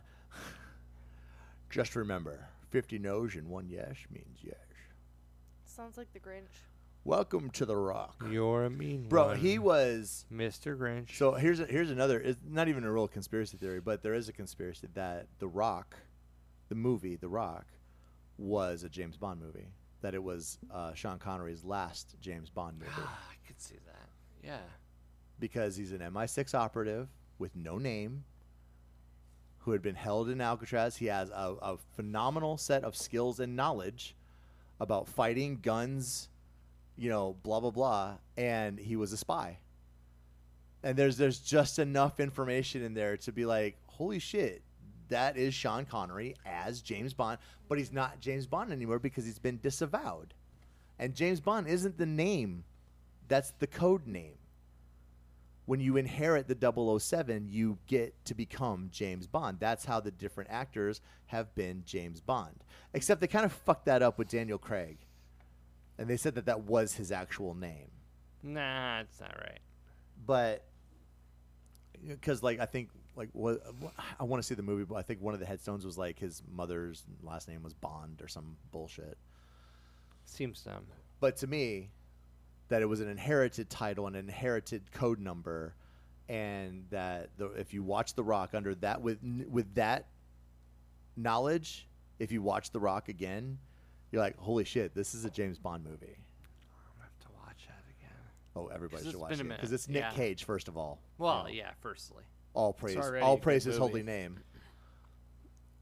S5: Just remember 50 no's and one yes means yes.
S2: Sounds like the Grinch.
S5: Welcome to the rock.
S1: You're a mean
S5: Bro, he was.
S1: Mr. Grinch.
S5: So here's a, here's another. It's not even a real conspiracy theory, but there is a conspiracy that The Rock, the movie The Rock, was a James Bond movie. That it was uh, Sean Connery's last James Bond movie
S1: I could see that. Yeah.
S5: because he's an MI6 operative with no name who had been held in Alcatraz. He has a, a phenomenal set of skills and knowledge about fighting, guns, you know, blah blah blah, and he was a spy. And there's there's just enough information in there to be like, holy shit, that is Sean Connery as James Bond, but he's not James Bond anymore because he's been disavowed. And James Bond isn't the name, that's the code name. When you inherit the 007, you get to become James Bond. That's how the different actors have been James Bond. Except they kind of fucked that up with Daniel Craig. And they said that that was his actual name
S1: Nah, it's not right.
S5: but because like I think like what I want to see the movie, but I think one of the headstones was like his mother's last name was Bond or some bullshit.
S1: Seems dumb.
S5: But to me, that it was an inherited title, an inherited code number, and that the, if you watch The Rock under that with with that knowledge, if you watch The Rock again, you're like, holy shit, this is a James Bond movie.
S1: I'm gonna have to watch that again.
S5: Oh, everybody
S1: 'Cause
S5: should
S1: it's
S5: watch
S1: been a
S5: it
S1: minute,
S5: because it's Nick
S1: yeah.
S5: Cage, first of all.
S1: Well, yeah. Firstly,
S5: all praise
S3: already a
S5: all
S3: good
S5: praise his
S3: movie.
S5: holy name.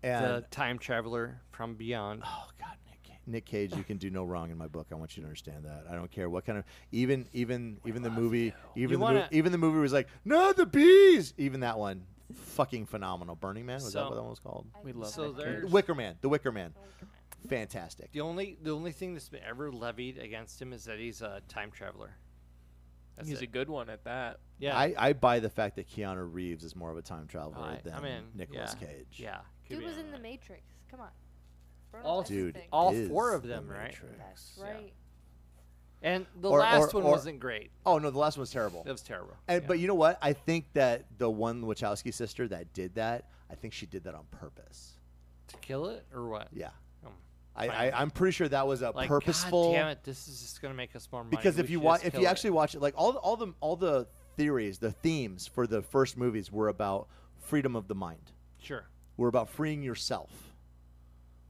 S5: And
S1: the time traveler from beyond.
S5: oh god, Nick, Ca- Nick Cage, you can do no wrong in my book. I want you to understand that. I don't care what kind of even even even the movie even
S1: You
S5: the movie,
S1: wanna-
S5: even the movie was like no the bees even that one fucking phenomenal. Burning Man was that
S1: So-
S5: what that one was called?
S2: I
S3: We
S2: do
S3: love
S2: not
S1: So
S2: care.
S1: there's
S5: Wicker Man, The Wicker Man,
S2: I don't care.
S5: fantastic.
S1: the only the only thing that's been ever levied against him is that he's a time traveler. That's
S3: He's
S1: it.
S3: a good one at that.
S1: yeah.
S5: I, I buy the fact that Keanu Reeves is more of a time traveler
S1: I- I
S5: than
S1: mean,
S5: Nicolas
S1: yeah,
S5: Cage.
S1: yeah. could
S2: Dude
S1: be
S2: was
S1: on
S2: in the
S1: that.
S2: Matrix. Come on. Grown up
S1: All-
S2: is a
S5: dude,
S2: thing.
S1: all
S5: is
S1: four of
S5: The
S1: them, right?
S5: Matrix.
S2: That's
S1: Yeah.
S2: right.
S1: And the
S5: Or-
S1: last
S5: or-
S1: one
S5: or-
S1: wasn't great.
S5: Oh no, the last one was terrible.
S1: That was terrible.
S5: And
S1: Yeah.
S5: but you know what? I think that the one Wachowski sister that did that, I think she did that on purpose.
S1: to kill it or what?
S5: Yeah,
S1: Um,
S5: I,
S1: Right.
S5: I I'm pretty sure that was a
S1: Like,
S5: purposeful.
S1: God damn it! This is just gonna make us more money.
S5: Because
S1: We
S5: if you
S1: should
S5: watch,
S1: just
S5: if
S1: kill
S5: you
S1: it."
S5: actually watch it, like all the- all the all the theories, the themes for the first movies were about freedom of the mind.
S1: sure,
S5: Were about freeing yourself,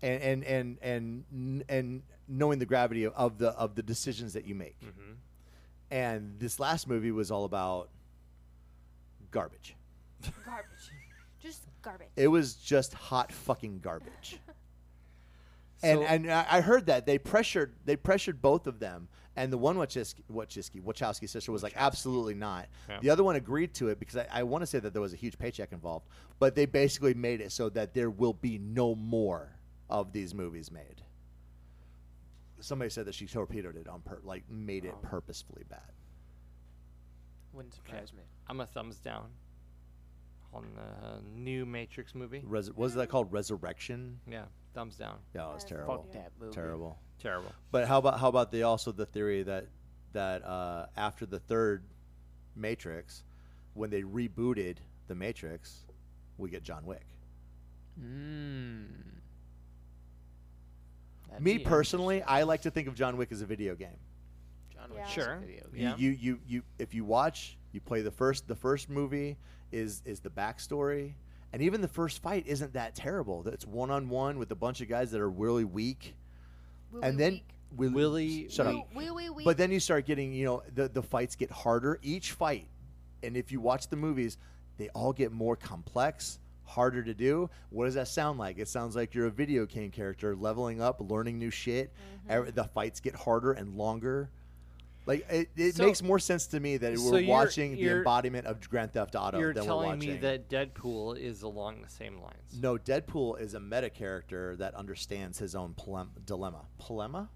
S5: and and and and and knowing the gravity of, of the of the decisions that you make.
S1: Mm-hmm.
S5: And this last movie was all about garbage.
S2: Garbage. Just garbage.
S5: It was just hot fucking garbage. and
S1: So-
S5: and I I heard that they pressured they pressured both of them, and the one Wachowski Wachowski, Wachowski sister was like absolutely not.
S1: Yeah.
S5: The other one agreed to it because I, I want to say that there was a huge paycheck involved, but they basically made it so that there will be no more of these movies made. Somebody said that she torpedoed it on pur- like made it purposefully bad.
S3: Wouldn't surprise me.
S1: I'm a thumbs down on the new Matrix movie.
S5: Res- was that called Resurrection?
S1: Yeah, thumbs down.
S5: No, it was terrible.
S4: that movie.
S5: Oh, Terrible.
S1: Terrible.
S5: But how about how about the also the theory that that uh, after the third Matrix, when they rebooted the Matrix, we get John Wick.
S3: Mm. That'd
S5: Me
S3: be
S5: personally, I like to think of John Wick as a video game.
S3: interesting. John Wick
S2: Yeah.
S3: is a
S1: Sure.
S3: video game.
S5: You-
S1: Yeah.
S5: You, you you if you watch, you play the first the first movie is is the backstory, and even the first fight isn't that terrible. It's one on one with a bunch of guys that are really weak,
S2: Woo
S5: and
S2: wee
S5: then
S2: week.
S5: Will-
S1: Willy
S5: shut up.
S1: weak.
S2: Woo wee wee.
S5: But then you start getting, you know, the, the fights get harder each fight. And if you watch the movies, they all get more complex, harder to do. What does that sound like? It sounds like you're a video game character leveling up, learning new shit.
S1: Mm-hmm.
S5: Ev- The fights get harder and longer. Like it, it
S1: So-
S5: makes more sense to me that
S1: so
S5: we're
S1: you're-
S5: watching the
S1: you're-
S5: embodiment of Grand Theft Auto
S1: You're
S5: than we're
S1: telling
S5: watching.
S1: me that Deadpool is along the same lines.
S5: no, Deadpool is a meta character that understands his own plem- dilemma. Polema?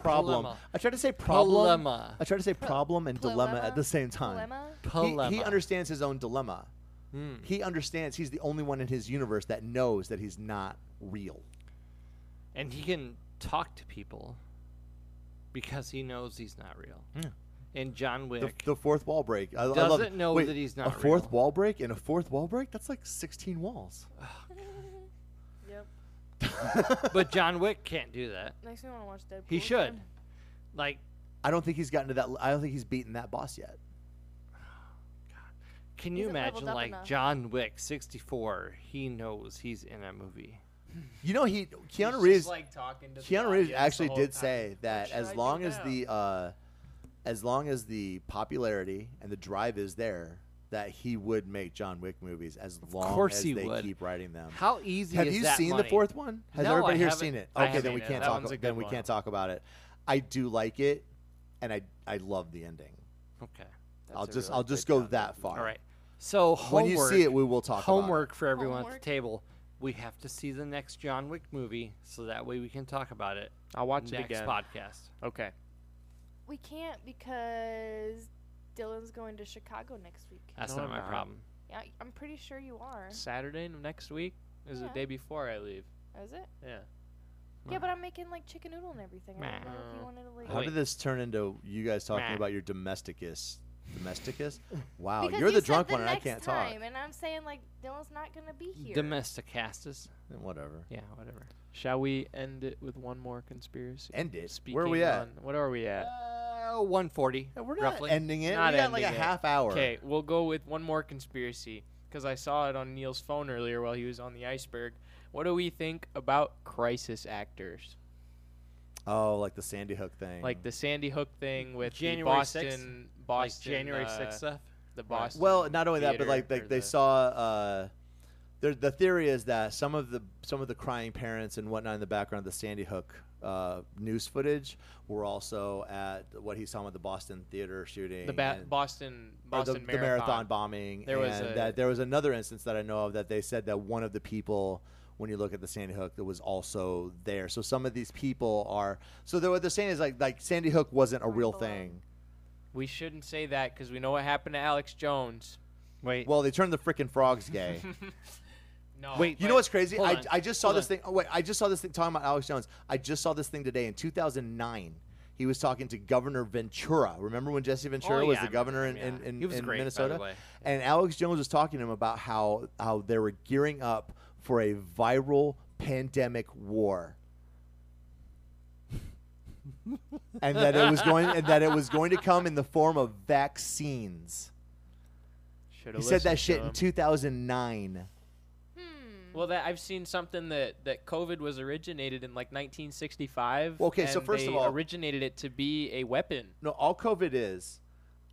S5: Problem.
S1: Dilemma.
S5: I tried to say problem.
S1: Dilemma.
S5: I tried to say problem and dilemma at
S2: Dilemma?
S5: the same time.
S2: Dilemma?
S5: He, he
S1: Dilemma.
S5: understands his own dilemma.
S1: Hmm.
S5: He understands he's the only one in his universe that knows that he's not real.
S1: and he can talk to people because he knows he's not real. And John
S5: The,
S1: Wick,
S5: the fourth wall break. I, I love
S1: Doesn't know
S5: Wait,
S1: that he's
S5: a
S1: not
S5: fourth
S1: real.
S5: wall break and a fourth wall break. That's like sixteen walls.
S2: Yep.
S1: but John Wick can't do that.
S2: Makes me want to watch Deadpool.
S1: He
S2: again.
S1: should. Like,
S5: I don't think he's gotten to that. l- I don't think he's beaten that boss yet.
S1: can
S2: He
S1: you
S2: isn't leveled
S1: imagine
S2: up
S1: like
S2: enough.
S1: John Wick, 64? He knows he's in a movie.
S5: You know he
S3: He's
S5: Keanu
S3: just,
S5: Reeves.
S3: like, talking to the
S5: Keanu Reeves
S3: audience the
S5: actually
S3: whole
S5: did
S3: time.
S5: say that
S3: should I
S5: as
S3: do
S5: long as
S3: now?
S5: the uh, as long as the popularity and the drive is there, that he would make John Wick movies as long
S1: course
S5: as
S1: he
S5: they
S1: would.
S5: keep writing them.
S1: How easy
S5: Have
S1: is
S5: you
S1: that
S5: seen the
S1: money?
S5: fourth one? Has
S1: No, I
S5: everybody here
S1: haven't.
S5: seen it?
S1: I
S5: Okay, then
S1: haven't
S5: we
S1: seen it.
S5: can't
S1: That
S5: talk.
S3: one's a
S5: Then
S3: good
S5: we can't
S3: one.
S5: talk about it. I do like it, and I I love the ending.
S1: Okay.
S5: I'll
S3: a
S5: just
S3: really
S5: I'll just
S3: good
S5: go
S3: John
S5: that far.
S1: All right. So
S5: When
S1: homework.
S5: you see it, we will talk. about it.
S1: homework for everyone at
S2: Homework.
S1: the table. We have to see the next John Wick movie so that way we can talk about it
S3: I'll watch
S1: next
S3: it again.
S1: podcast.
S3: Okay.
S2: We can't because Dylan's going to Chicago next week.
S1: That's
S3: No,
S1: not
S3: I'm
S1: my
S3: not.
S1: problem.
S2: Yeah, I'm pretty sure you are.
S3: Saturday of next week is
S2: Yeah.
S3: the day before I leave.
S2: Is it?
S3: Yeah.
S2: Yeah, but I'm making like chicken noodle and everything. I don't know if you
S3: Meh.
S2: wanted to like.
S5: How did this turn into you guys talking
S1: Meh.
S5: about your domesticus? Domesticus? Wow,
S2: Because
S5: you're
S2: you
S5: the
S2: said
S5: drunk one. and I
S2: next
S5: can't
S2: time, And I'm saying like Dylan's not gonna be here.
S1: Domesticastus.
S5: talk. Whatever.
S1: Yeah, whatever.
S3: Shall we end it with one more conspiracy?
S5: End it. Where are we
S3: Speaking
S5: at?
S3: on- what are we at?
S1: Uh, 140.
S5: Yeah, we're not
S1: roughly.
S5: ending it.
S3: Not
S5: we got like a
S3: ending it.
S5: half hour.
S3: Okay, we'll go with one more conspiracy because I saw it on Neil's phone earlier while he was on the iceberg. What do we think about crisis actors?
S5: Oh, like the Sandy Hook thing.
S3: Like the Sandy Hook thing with the
S1: January 6th?
S3: Boston, Boston,
S1: like January
S3: uh,
S1: 6th stuff.
S3: the Boston.
S5: Well, not only that, but
S3: theater
S5: like they,
S3: or
S5: they
S3: the-
S5: saw. Uh, there, the theory is that some of the some of the crying parents and whatnot in the background of the Sandy Hook uh, news footage were also at what he's talking about the Boston theater shooting,
S3: the ba-
S5: and-
S3: Boston,
S5: or the,
S3: Boston
S5: the marathon bombing.
S3: There was
S5: and
S3: a-
S5: that there was another instance that I know of that they said that one of the people, when you look at the Sandy Hook, that was also there. So some of these people are. So the, what they're saying is like like Sandy Hook wasn't a real thing.
S3: We shouldn't say that because we know what happened to Alex Jones.
S1: Wait.
S5: Well, they turned the freaking frogs gay.
S3: No.
S1: Oh, Wait,
S5: You know what's crazy?
S1: Hold
S5: I,
S1: on.
S5: I just saw
S1: Hold
S5: this
S1: on.
S5: thing. Oh wait, I just saw this thing talking about Alex Jones. I just saw this thing today in 2009. He was talking to Governor Ventura. Remember when Jesse Ventura
S1: Oh,
S5: was
S1: yeah, I
S5: the
S1: remember
S5: governor in,
S1: him,
S5: in,
S1: yeah.
S5: in,
S1: He was
S5: in
S1: great, by the
S5: Minnesota?
S1: way.
S5: And Alex Jones was talking to him about how how they were gearing up for a viral pandemic war. and that it was going and that it was going to come in the form of vaccines.
S3: Should've
S5: He said that
S3: listened to
S5: shit in
S3: him.
S5: 2009.
S3: Well, that I've seen something that that COVID was originated in like 1965.
S5: Well, okay, so
S3: and
S5: first of
S3: they
S5: all-
S3: originated it to be a weapon.
S5: no all covid is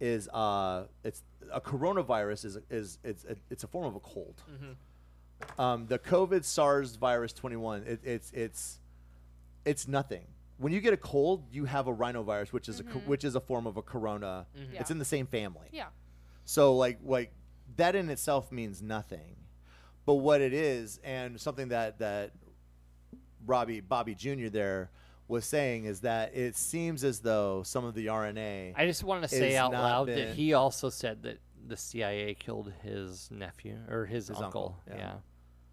S5: is uh it's a coronavirus is is it's a, it's a form of a cold um the covid sars virus 21 it, it's it's it's nothing when you get a cold you have a rhinovirus which is a co- which is a form of a corona it's
S2: Yeah.
S5: in the same family
S2: Yeah.
S5: so like like that in itself means nothing. But what it is and something that that Robbie Bobby Jr. there was saying is that it seems as though some of the RNA
S1: I just want to say
S5: It's
S1: out
S5: not
S1: loud
S5: been-
S1: that he also said that the CIA killed his nephew or his,
S5: His
S1: uncle.
S5: uncle,
S1: Yeah.
S5: yeah.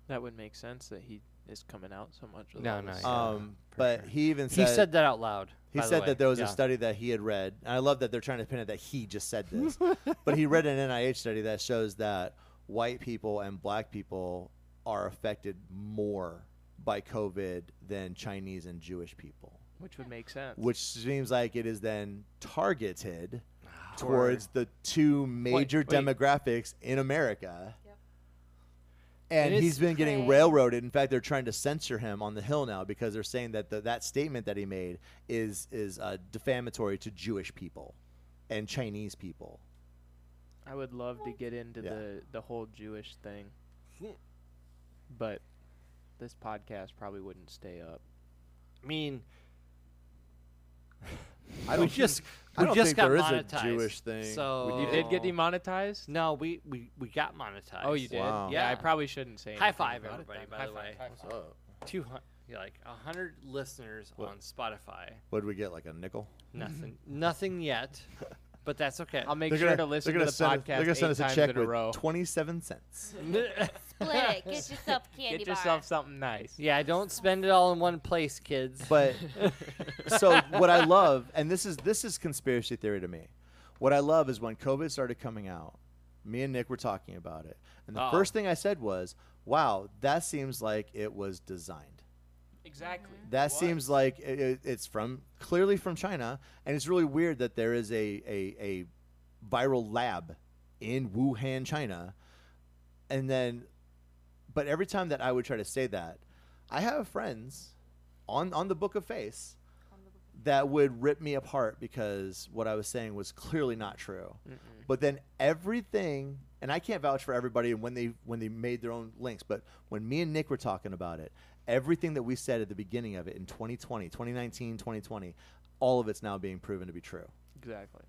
S3: That would make sense that he is coming out so much. With
S1: No,
S3: all
S1: no,
S3: this.
S1: yeah.
S5: um
S1: for
S5: but
S1: sure.
S5: he even
S1: He
S5: said
S1: said that out loud.
S5: He
S1: by the
S5: said
S1: way.
S5: that there was
S1: Yeah.
S5: a study that he had read, and I love that they're trying to pin it that he just said this, but he read an NIH study that shows that white people and black people are affected more by COVID than Chinese and Jewish people,
S3: which would make sense.
S5: which seems like it is then targeted Ah, towards the two major
S1: wait.
S5: demographics in America.
S2: Yep.
S5: And
S1: It is
S5: he's been getting
S2: crazy.
S5: railroaded. In fact, they're trying to censor him on the Hill now because they're saying that the, that statement that he made is is uh, defamatory to Jewish people and Chinese people.
S3: I would love to get into
S5: Yeah.
S3: the the whole Jewish thing, but this podcast probably wouldn't stay up.
S1: I mean,
S5: I
S1: we
S5: don't
S1: just
S5: think-
S1: we
S5: I don't
S1: just
S5: think
S1: got
S5: there is
S1: monetized.
S5: a Jewish thing.
S1: So
S3: You did
S5: Oh.
S3: get demonetized.
S1: No, we we we got monetized.
S3: Oh, you did.
S5: Wow.
S3: Yeah, I
S1: Yeah.
S3: probably shouldn't say.
S1: High
S3: anything
S1: five,
S3: about it
S1: everybody,
S3: then.
S1: by
S3: High
S1: the
S3: five,
S1: way.
S3: high five.
S1: Two hundred, like a hundred listeners on Spotify.
S5: what did we get? Like a nickel?
S1: Nothing, nothing yet, but that's okay.
S3: I'll make
S5: They're
S3: sure
S5: gonna-
S3: to listen
S5: they're
S3: to
S5: gonna
S3: the
S5: send us-
S3: podcast
S5: They're gonna send
S3: eight
S5: us a
S3: times
S5: check
S3: in a
S5: with
S3: row.
S5: twenty-seven cents.
S9: Split it. Get yourself a candy
S3: Get
S9: bar.
S3: yourself something nice.
S1: yeah, I don't spend it all in one place, kids.
S5: But so what I love, and this is this is conspiracy theory to me. What I love is when COVID started coming out, me and Nick were talking about it, and the
S1: Uh-oh.
S5: first thing I said was, "Wow, that seems like it was designed.
S3: Exactly.
S5: That seems like i i- it's from clearly from China, and it's really weird that there is a a, a viral lab in Wuhan, China, and then." But every time that I would try to say that, I have friends on on the Book of Face that would rip me apart because what I was saying was clearly not true. But then everything, and I can't vouch for everybody and when they when they made their own links, but when me and Nick were talking about it, everything that we said at the beginning of it in 2020, 2019, 2020, all of it's now being proven to be true.
S3: Exactly.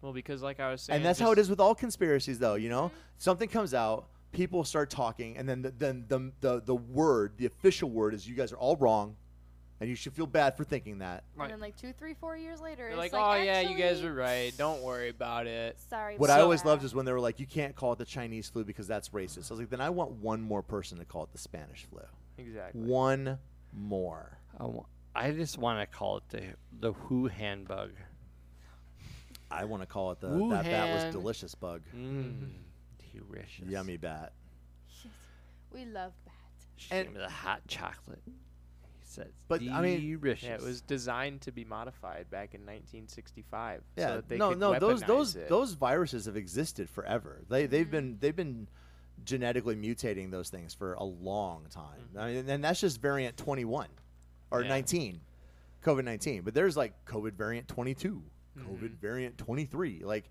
S3: Well, because like I was saying,
S5: and that's how it
S3: just-
S5: is with all conspiracies though, you know? Something comes out people start talking, and then the, then the, the the word, the official word, is you guys are all wrong, and you should feel bad for thinking that.
S2: And then like two, three, four years later,
S3: They're
S2: it's
S3: like,
S2: like,
S3: oh yeah, you guys
S2: actually,
S3: were right. Don't worry about it.
S2: Sorry.
S5: What
S2: about
S5: I always
S2: that."
S5: loved is when they were like, "You can't call it the Chinese flu because that's racist." I was like, "Then I want one more person to call it the Spanish flu.
S3: Exactly.
S5: One more."
S1: I wa- I just want to call it the the Who handbug.
S5: I want to call it the that bat
S1: Wuhan.
S5: was delicious bug.
S1: Mmm, delicious.
S5: Yummy bat.
S2: We love that.
S1: She gave me the hot chocolate. He says,
S5: But, I mean-
S1: delicious.
S3: Yeah, it was designed to be modified back in 1965. so
S5: Yeah.
S3: that they
S5: no,
S3: could
S5: no. Those
S3: weaponize
S5: those
S3: it. Mm-hmm.
S5: those viruses have existed forever. They they've been they've been genetically mutating those things for a long time. I mean, and that's just variant 21 or
S3: Mm-hmm. Yeah.
S5: 19, COVID 19. But there's like COVID variant 22,
S3: Mm-hmm.
S5: COVID variant 23. Like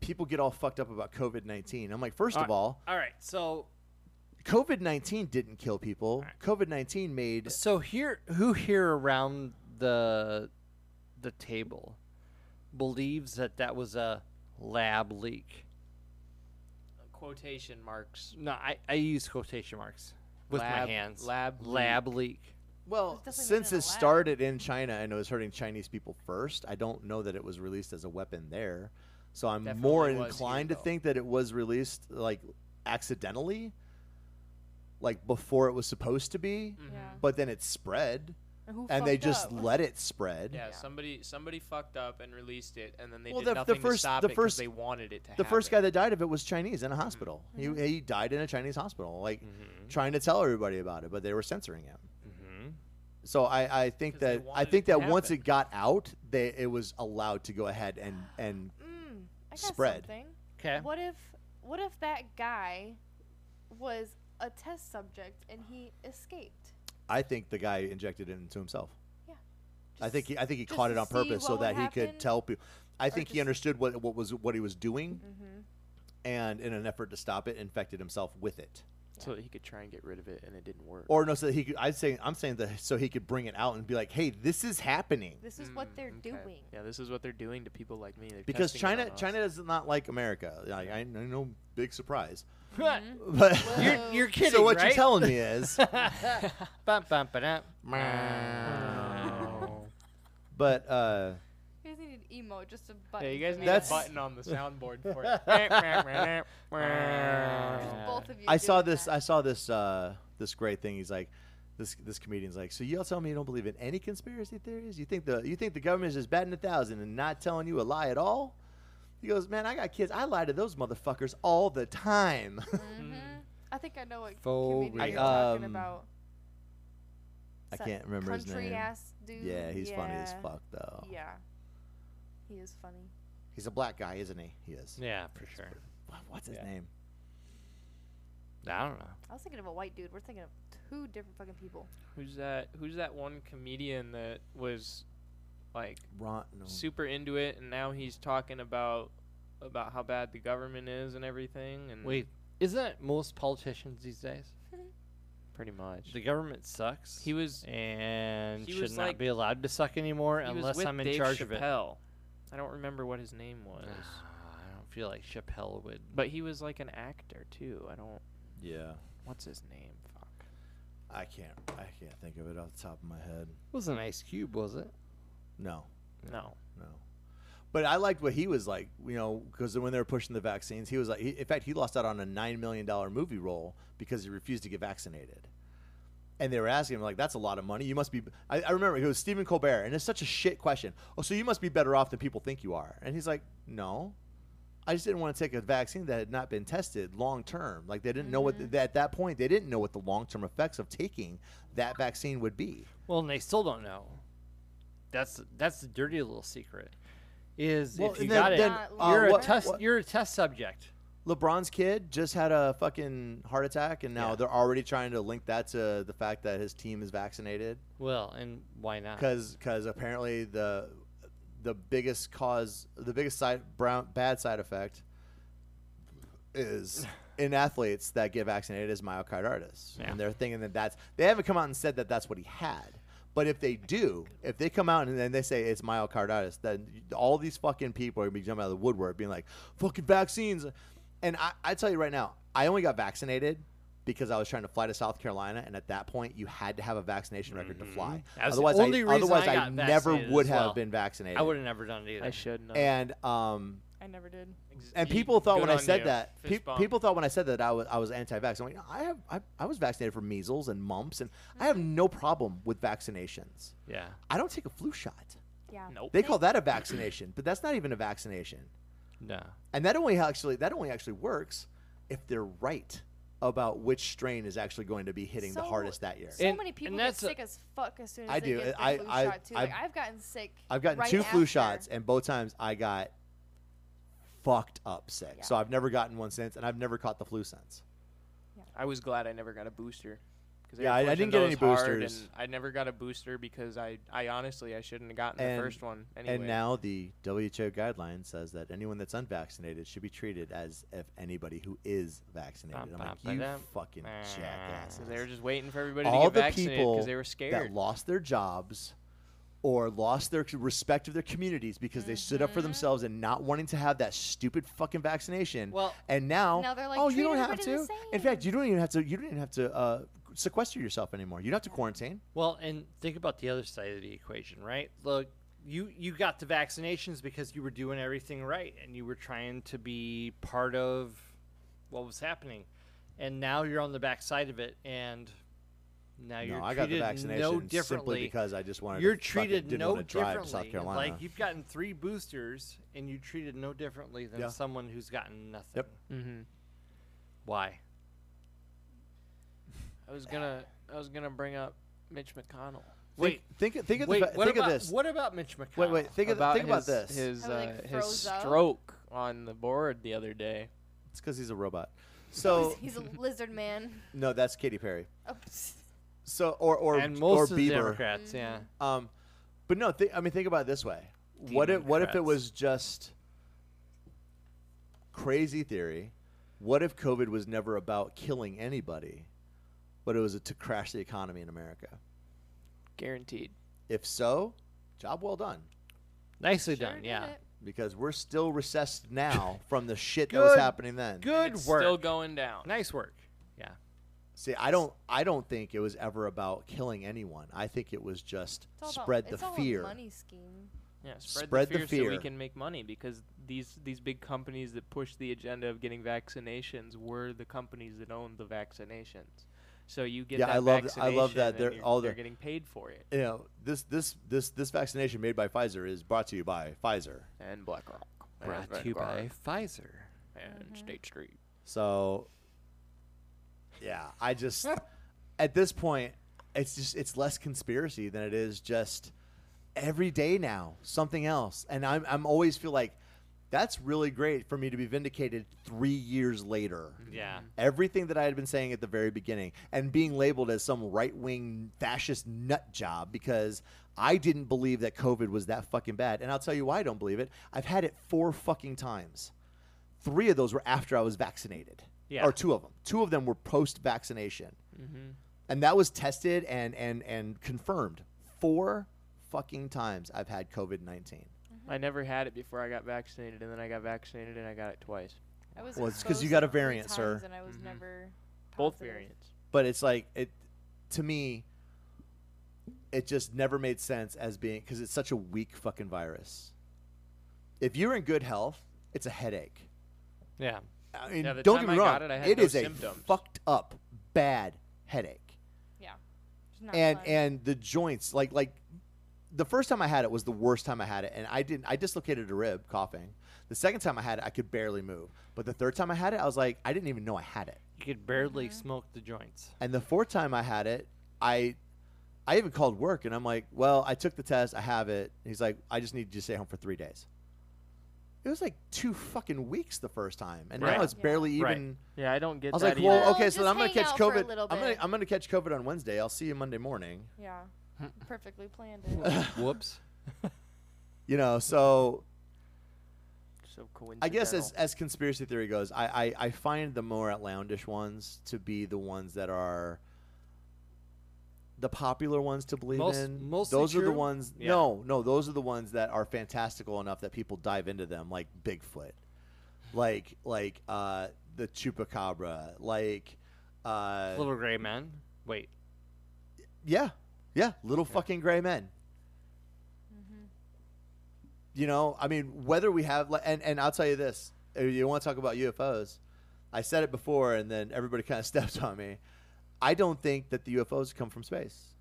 S5: people get all fucked up about COVID 19. I'm like, first
S3: Uh,
S5: of all,
S1: All right, so
S5: COVID 19 didn't kill people. COVID 19 made
S1: so here, who here around the the table believes that that was a lab leak?
S3: quotation marks.
S1: No, I, I use quotation marks with
S3: Lab-
S1: my hands.
S3: lab
S1: lab leak.
S5: Well,
S2: definitely within
S5: since it
S2: the lab.
S5: started in China and it was hurting Chinese people first, I don't know that it was released as a weapon there. So I'm
S3: Definitely
S5: more
S3: was here,
S5: inclined to
S3: though.
S5: think that it was released like accidentally, like before it was supposed to be,
S3: Mm-hmm.
S2: Yeah.
S5: but then it spread
S2: And, who
S5: and they
S2: fucked
S5: just
S2: up?
S5: let it spread.
S3: Yeah, somebody somebody fucked up and released it, and then they
S5: Well,
S3: did
S5: the- the
S3: nothing
S5: first-
S3: to stop
S5: the
S3: it 'cause
S5: first-
S3: they wanted it to
S5: The
S3: happen.
S5: first guy that died of it was Chinese
S2: Mm-hmm.
S5: in a hospital. He, he died in a Chinese hospital, like trying to tell everybody about it, but they were censoring him.
S1: Mm-hmm.
S5: So I, I think
S3: 'Cause they
S5: that I
S3: wanted
S5: think
S3: it to
S5: that once
S3: happen.
S5: it got out, they it was allowed to go ahead and and
S2: Mm, I got
S5: spread.
S2: Something.
S1: Okay.
S2: What if what if that guy was a test subject and he escaped?
S5: I think the guy injected it into himself. I
S2: Just-
S5: think he, I think he
S2: just
S5: caught
S2: to
S5: it on
S2: see
S5: purpose so
S2: what would
S5: that he could
S2: happen,
S5: tell people. I think
S2: just-
S5: he
S2: Mm-hmm.
S5: understood what what was what he was doing, and in an effort to stop it, infected himself with it.
S3: so that he could try and get rid of it, and it didn't work.
S5: Or no, so that he could. I'd say I'm saying that so he could bring it out and be like, "Hey, this is happening."
S2: This is
S3: Mm,
S2: what they're doing.
S3: Yeah, this is what they're doing to people like me. They're
S5: Because
S3: testing it
S5: China
S3: on us.
S5: China does not like America. Like, I, I know, big surprise. But
S1: You're, you're kidding,
S5: so what
S1: right?
S5: you're telling me is
S1: Bum, bum, ba-dum.
S5: But uh,
S2: You guys need an emo, just a button.
S3: Yeah, you
S2: for
S3: guys
S2: that.
S3: need
S5: That's-
S3: a button on the soundboard for it.
S2: Just both of you.
S5: I saw
S2: doing
S5: this.
S2: that.
S5: I saw this. Uh, this great thing. He's like, this this comedian's like, so y'all tell me you don't believe in any conspiracy theories? You think the you think the government is just batting a thousand and not telling you a lie at all? He goes, man, I got kids. I lie to those motherfuckers all the time.
S2: I think I know what
S1: Full
S2: comedian you're
S1: real.
S2: talking
S5: Um,
S2: about.
S5: I
S2: Sa-
S5: can't remember his
S2: country
S5: name.
S2: ass dude.
S5: yeah, he's funny as
S2: yeah,
S5: fuck though.
S2: Yeah, he is funny.
S5: He's a black guy, isn't he? He is.
S1: Yeah, for sure.
S5: Wha- What's his
S1: Yeah.
S5: name?
S1: I don't know.
S2: I was thinking of a white dude. We're thinking of two different fucking people.
S3: who's that? Who's that one comedian that was like
S5: Ron. No.
S3: super into it, and now he's talking about about how bad the government is and everything? And
S1: Wait, isn't it most politicians these days?
S3: pretty much.
S1: The government sucks.
S3: He was
S1: and
S3: he
S1: should
S3: was
S1: not
S3: like-
S1: be allowed to suck anymore
S3: he was
S1: unless
S3: with
S1: I'm in
S3: Dave
S1: charge of it.
S3: Chappelle. I don't remember what his name was,
S1: I don't feel like Chappelle would.
S3: but he was like an actor too. I don't.
S5: Yeah.
S3: What's his name? Fuck.
S5: I can't. I can't think of it off the top of my head.
S1: It was an Ice Cube, was it?
S5: No.
S3: No.
S5: No. But I liked what he was like, you know, because when they were pushing the vaccines, he was like, he, in fact, he lost out on a $9 million movie role because he refused to get vaccinated. And they were asking him, like, that's a lot of money. You must be, I, I remember it was Stephen Colbert, and it's such a shit question. Oh, so you must be better off than people think you are. And he's like, no. I just didn't want to take a vaccine that had not been tested long term. Like, they didn't know what, th- at that point, they didn't know what the long term effects of taking that vaccine would be.
S1: Well, and they still don't know. That's that's the dirty little secret. Is
S5: Well,
S1: if you
S5: and then-
S1: got
S5: then,
S1: it,
S2: uh,
S1: you're a
S2: what-
S1: test.
S5: what-
S1: You're a test subject.
S5: LeBron's kid just had a fucking heart attack, and now
S1: Yeah.
S5: they're already trying to link that to the fact that his team is vaccinated,
S1: Well, and why not?
S5: because apparently the the biggest cause, the biggest side brown bad side effect is in athletes that get vaccinated is myocarditis,
S1: Yeah.
S5: and they're thinking that that's they haven't come out and said that that's what he had. But if they do, if they come out and then they say it's myocarditis, then all these fucking people are gonna be jumping out of the woodwork, being like, "Fucking vaccines," and I, I tell you right now, I only got vaccinated because I was trying to fly to South Carolina, and at that point, you had to have a vaccination record to fly.
S1: That's Mm-hmm. the
S5: otherwise,
S1: only
S5: I,
S1: reason
S5: otherwise
S1: I
S5: I,
S1: got
S5: never
S1: vaccinated
S5: would
S1: as
S5: have
S1: well.
S5: been vaccinated.
S1: I would have never done it either.
S3: I should know.
S5: And um,
S2: I never did.
S5: and
S3: Ye-
S5: people thought
S3: good
S5: when I
S3: on
S5: said
S3: you.
S5: that,
S3: Fist
S5: pe-
S3: bump.
S5: people thought when I said that I was I was anti-vax. I'm like, no, I have I, I was vaccinated for measles and mumps, and I have no problem with vaccinations.
S1: Yeah.
S5: I don't take a flu shot.
S2: Yeah.
S3: Nope.
S5: They call that a vaccination, but that's not even a vaccination.
S1: No.
S5: And that only actually that only actually works if they're right about which strain is actually going to be hitting the
S2: So-
S5: hardest that year.
S2: So
S1: And-
S2: many
S1: and
S2: people get
S1: that's a-
S2: sick as fuck as soon as
S5: I
S2: they
S5: do.
S2: get the
S5: I-
S2: flu
S5: I-
S2: shot too. like
S5: I've-
S2: I've gotten sick.
S5: I've gotten
S2: right
S5: two flu
S2: after.
S5: shots, and both times I got fucked up sick. So I've never gotten one since, and I've never caught the flu since.
S3: I was glad I never got a booster. 'cause they
S5: Yeah,
S3: were
S5: I- I
S3: pushing
S5: didn't get any
S3: those hard,
S5: boosters.
S3: And I never got a booster because I, I honestly I shouldn't have gotten
S5: And-
S3: the first one anyway.
S5: And now the WHO guideline says that anyone that's unvaccinated should be treated as if anybody who is vaccinated. I'm like, you
S1: Ba-ba-ba-dum.
S5: fucking jackass.
S3: So they were just waiting for everybody
S5: All
S3: to
S5: the
S3: get vaccinated
S5: people
S3: because they were scared.
S5: that lost their jobs or lost their c- respect of their communities because they stood up for
S3: Mm-hmm.
S5: themselves and not wanting to have that stupid fucking vaccination.
S1: Well-
S5: and now,
S9: Now they're like,
S5: oh, you
S9: "Treat
S5: don't have
S9: everybody
S5: to.
S9: the
S5: In fact, you don't even have to. You don't even have to uh, sequester yourself anymore. You don't have to quarantine.
S1: Well, and think about the other side of the equation, right? Look, you you got the vaccinations because you were doing everything right and you were trying to be part of what was happening. And now you're on the backside of it and now you're
S5: no, I got the
S1: treated
S5: vaccination
S1: no
S5: simply
S1: differently.
S5: because I just wanted.
S1: you're
S5: to fucking-
S1: treated
S5: didn't
S1: no
S5: want to drive
S1: differently.
S5: to South Carolina.
S1: Like you've gotten 3 boosters and you treated no differently than
S5: Yeah.
S1: someone who's gotten nothing.
S5: Yep.
S3: mm-hmm.
S1: Why?
S3: I was gonna I was gonna bring up Mitch McConnell.
S1: Wait.
S5: Think think of
S1: Wait,
S5: the, fa-
S1: what
S5: think
S1: about
S5: of this.
S1: what about Mitch McConnell?
S5: Wait, wait. Think of the,
S3: about
S5: think about
S3: his-
S5: this.
S3: His
S2: How he, like,
S3: uh, his
S2: froze up?
S3: stroke on the board the other day.
S5: It's because he's a robot. So
S2: He's a lizard man.
S5: no, that's Katy Perry.
S2: Oh, psst.
S5: So or or
S1: and most
S5: or
S1: of the
S5: Bieber.
S1: Democrats, yeah.
S5: Um, but no, th- I mean, think about it this way: what if what if it
S1: Democrats.
S5: was just crazy theory? What if COVID was never about killing anybody, but it was to crash the economy in America?
S3: Guaranteed.
S5: If so, job well done,
S1: Nicely
S2: Sure
S1: done,
S2: did
S1: yeah.
S2: it.
S5: because we're still recessed now from the shit that was
S1: Good-
S5: happening then.
S1: Good
S3: It's
S1: work.
S3: still going down.
S1: Nice work. Yeah.
S5: See, I don't, I don't think it was ever about killing anyone. I think it was just
S2: It's all about-
S5: spread
S2: it's
S5: the
S2: all a
S5: fear.
S2: money scheme.
S3: Yeah, spread,
S5: Spread the
S3: the, fear so
S5: fear.
S3: we can make money because these these big companies that push the agenda of getting vaccinations were the companies that owned the vaccinations. So you get
S5: Yeah,
S3: that
S5: I love th- I love
S3: vaccination
S5: that
S3: and
S5: they're-
S3: you're-
S5: all
S3: they're
S5: the-
S3: getting paid for it
S5: You know, this this this this vaccination made by Pfizer is brought to you by Pfizer.
S3: and BlackRock and
S1: Brought to you by
S3: Vanguard
S1: Pfizer.
S3: and State Street.
S5: So, yeah, I just at this point, it's just it's less conspiracy than it is just every day now something else, and I'm I'm always feel like that's really great for me to be vindicated three years later.
S1: Yeah.
S5: Everything that I had been saying at the very beginning and being labeled as some right wing fascist nut job because I didn't believe that COVID was that fucking bad. And I'll tell you why I don't believe it. I've had it four fucking times three of those were after I was vaccinated.
S1: Yeah. Mm-hmm.
S5: Or two of them. Two of them were post vaccination. And that was tested and, and, and confirmed. Four fucking times I've had COVID 19.
S3: I never had it before I got vaccinated, and then I got vaccinated and I got it twice.
S2: I was
S5: Well, it's 'cause
S2: exposed
S5: you got a
S2: three
S5: variant, sir.
S2: times And I was never
S3: Mm-hmm. Both
S2: positive.
S3: variants.
S5: But it's like, it to me, it just never made sense as being because it's such a weak fucking virus. If you're in good health, it's a headache.
S1: Yeah.
S5: I mean,
S3: Yeah, the
S5: don't
S3: time
S5: get me
S3: I
S5: wrong.
S3: got it, I had
S5: it
S3: no
S5: is
S3: symptoms.
S5: a fucked up, bad headache.
S2: Yeah. It's not
S5: and
S2: fun.
S5: and the joints like like the first time I had it was the worst time I had it, and I didn't. I dislocated a rib coughing. The second time I had it, I could barely move. But the third time I had it, I was like, I didn't even know I had it.
S1: You could barely
S5: Mm-hmm.
S1: smoke the joints.
S5: And the fourth time I had it, I, I even called work, and I'm like, well, I took the test, I have it. And he's like, I just need you to stay home for three days. It was like two fucking weeks the first time, and
S1: Right.
S5: now it's
S2: Yeah.
S5: barely even.
S1: Right.
S3: Yeah, I don't get
S5: I was
S3: that
S5: like, well,
S2: Well,
S5: okay, so
S2: just
S5: then I'm gonna
S2: hang
S5: catch
S2: out for a
S5: COVID.
S2: little
S5: I'm gonna
S2: bit.
S5: I'm gonna catch COVID on Wednesday. I'll see you Monday morning.
S2: yeah. Perfectly planned. It.
S1: Whoops.
S5: You know, so
S3: so coincidental.
S5: I guess as, as conspiracy theory goes, I, I, I find the more outlandish ones to be the ones that are the popular ones to believe
S1: Most-
S5: in.
S1: mostly
S5: those are the
S1: true?
S5: ones.
S1: Yeah.
S5: No, no, those are the ones that are fantastical enough that people dive into them, like Bigfoot, like like uh, the chupacabra, like uh,
S1: Little Gray Men. Wait,
S5: yeah, yeah, little fucking gray men.
S2: Mm-hmm.
S5: You know, I mean, whether we have, like, and and I'll tell you this: if you want to talk about UFOs? I said it before, and then everybody kind of stepped on me. I don't think that the UFOs come from space.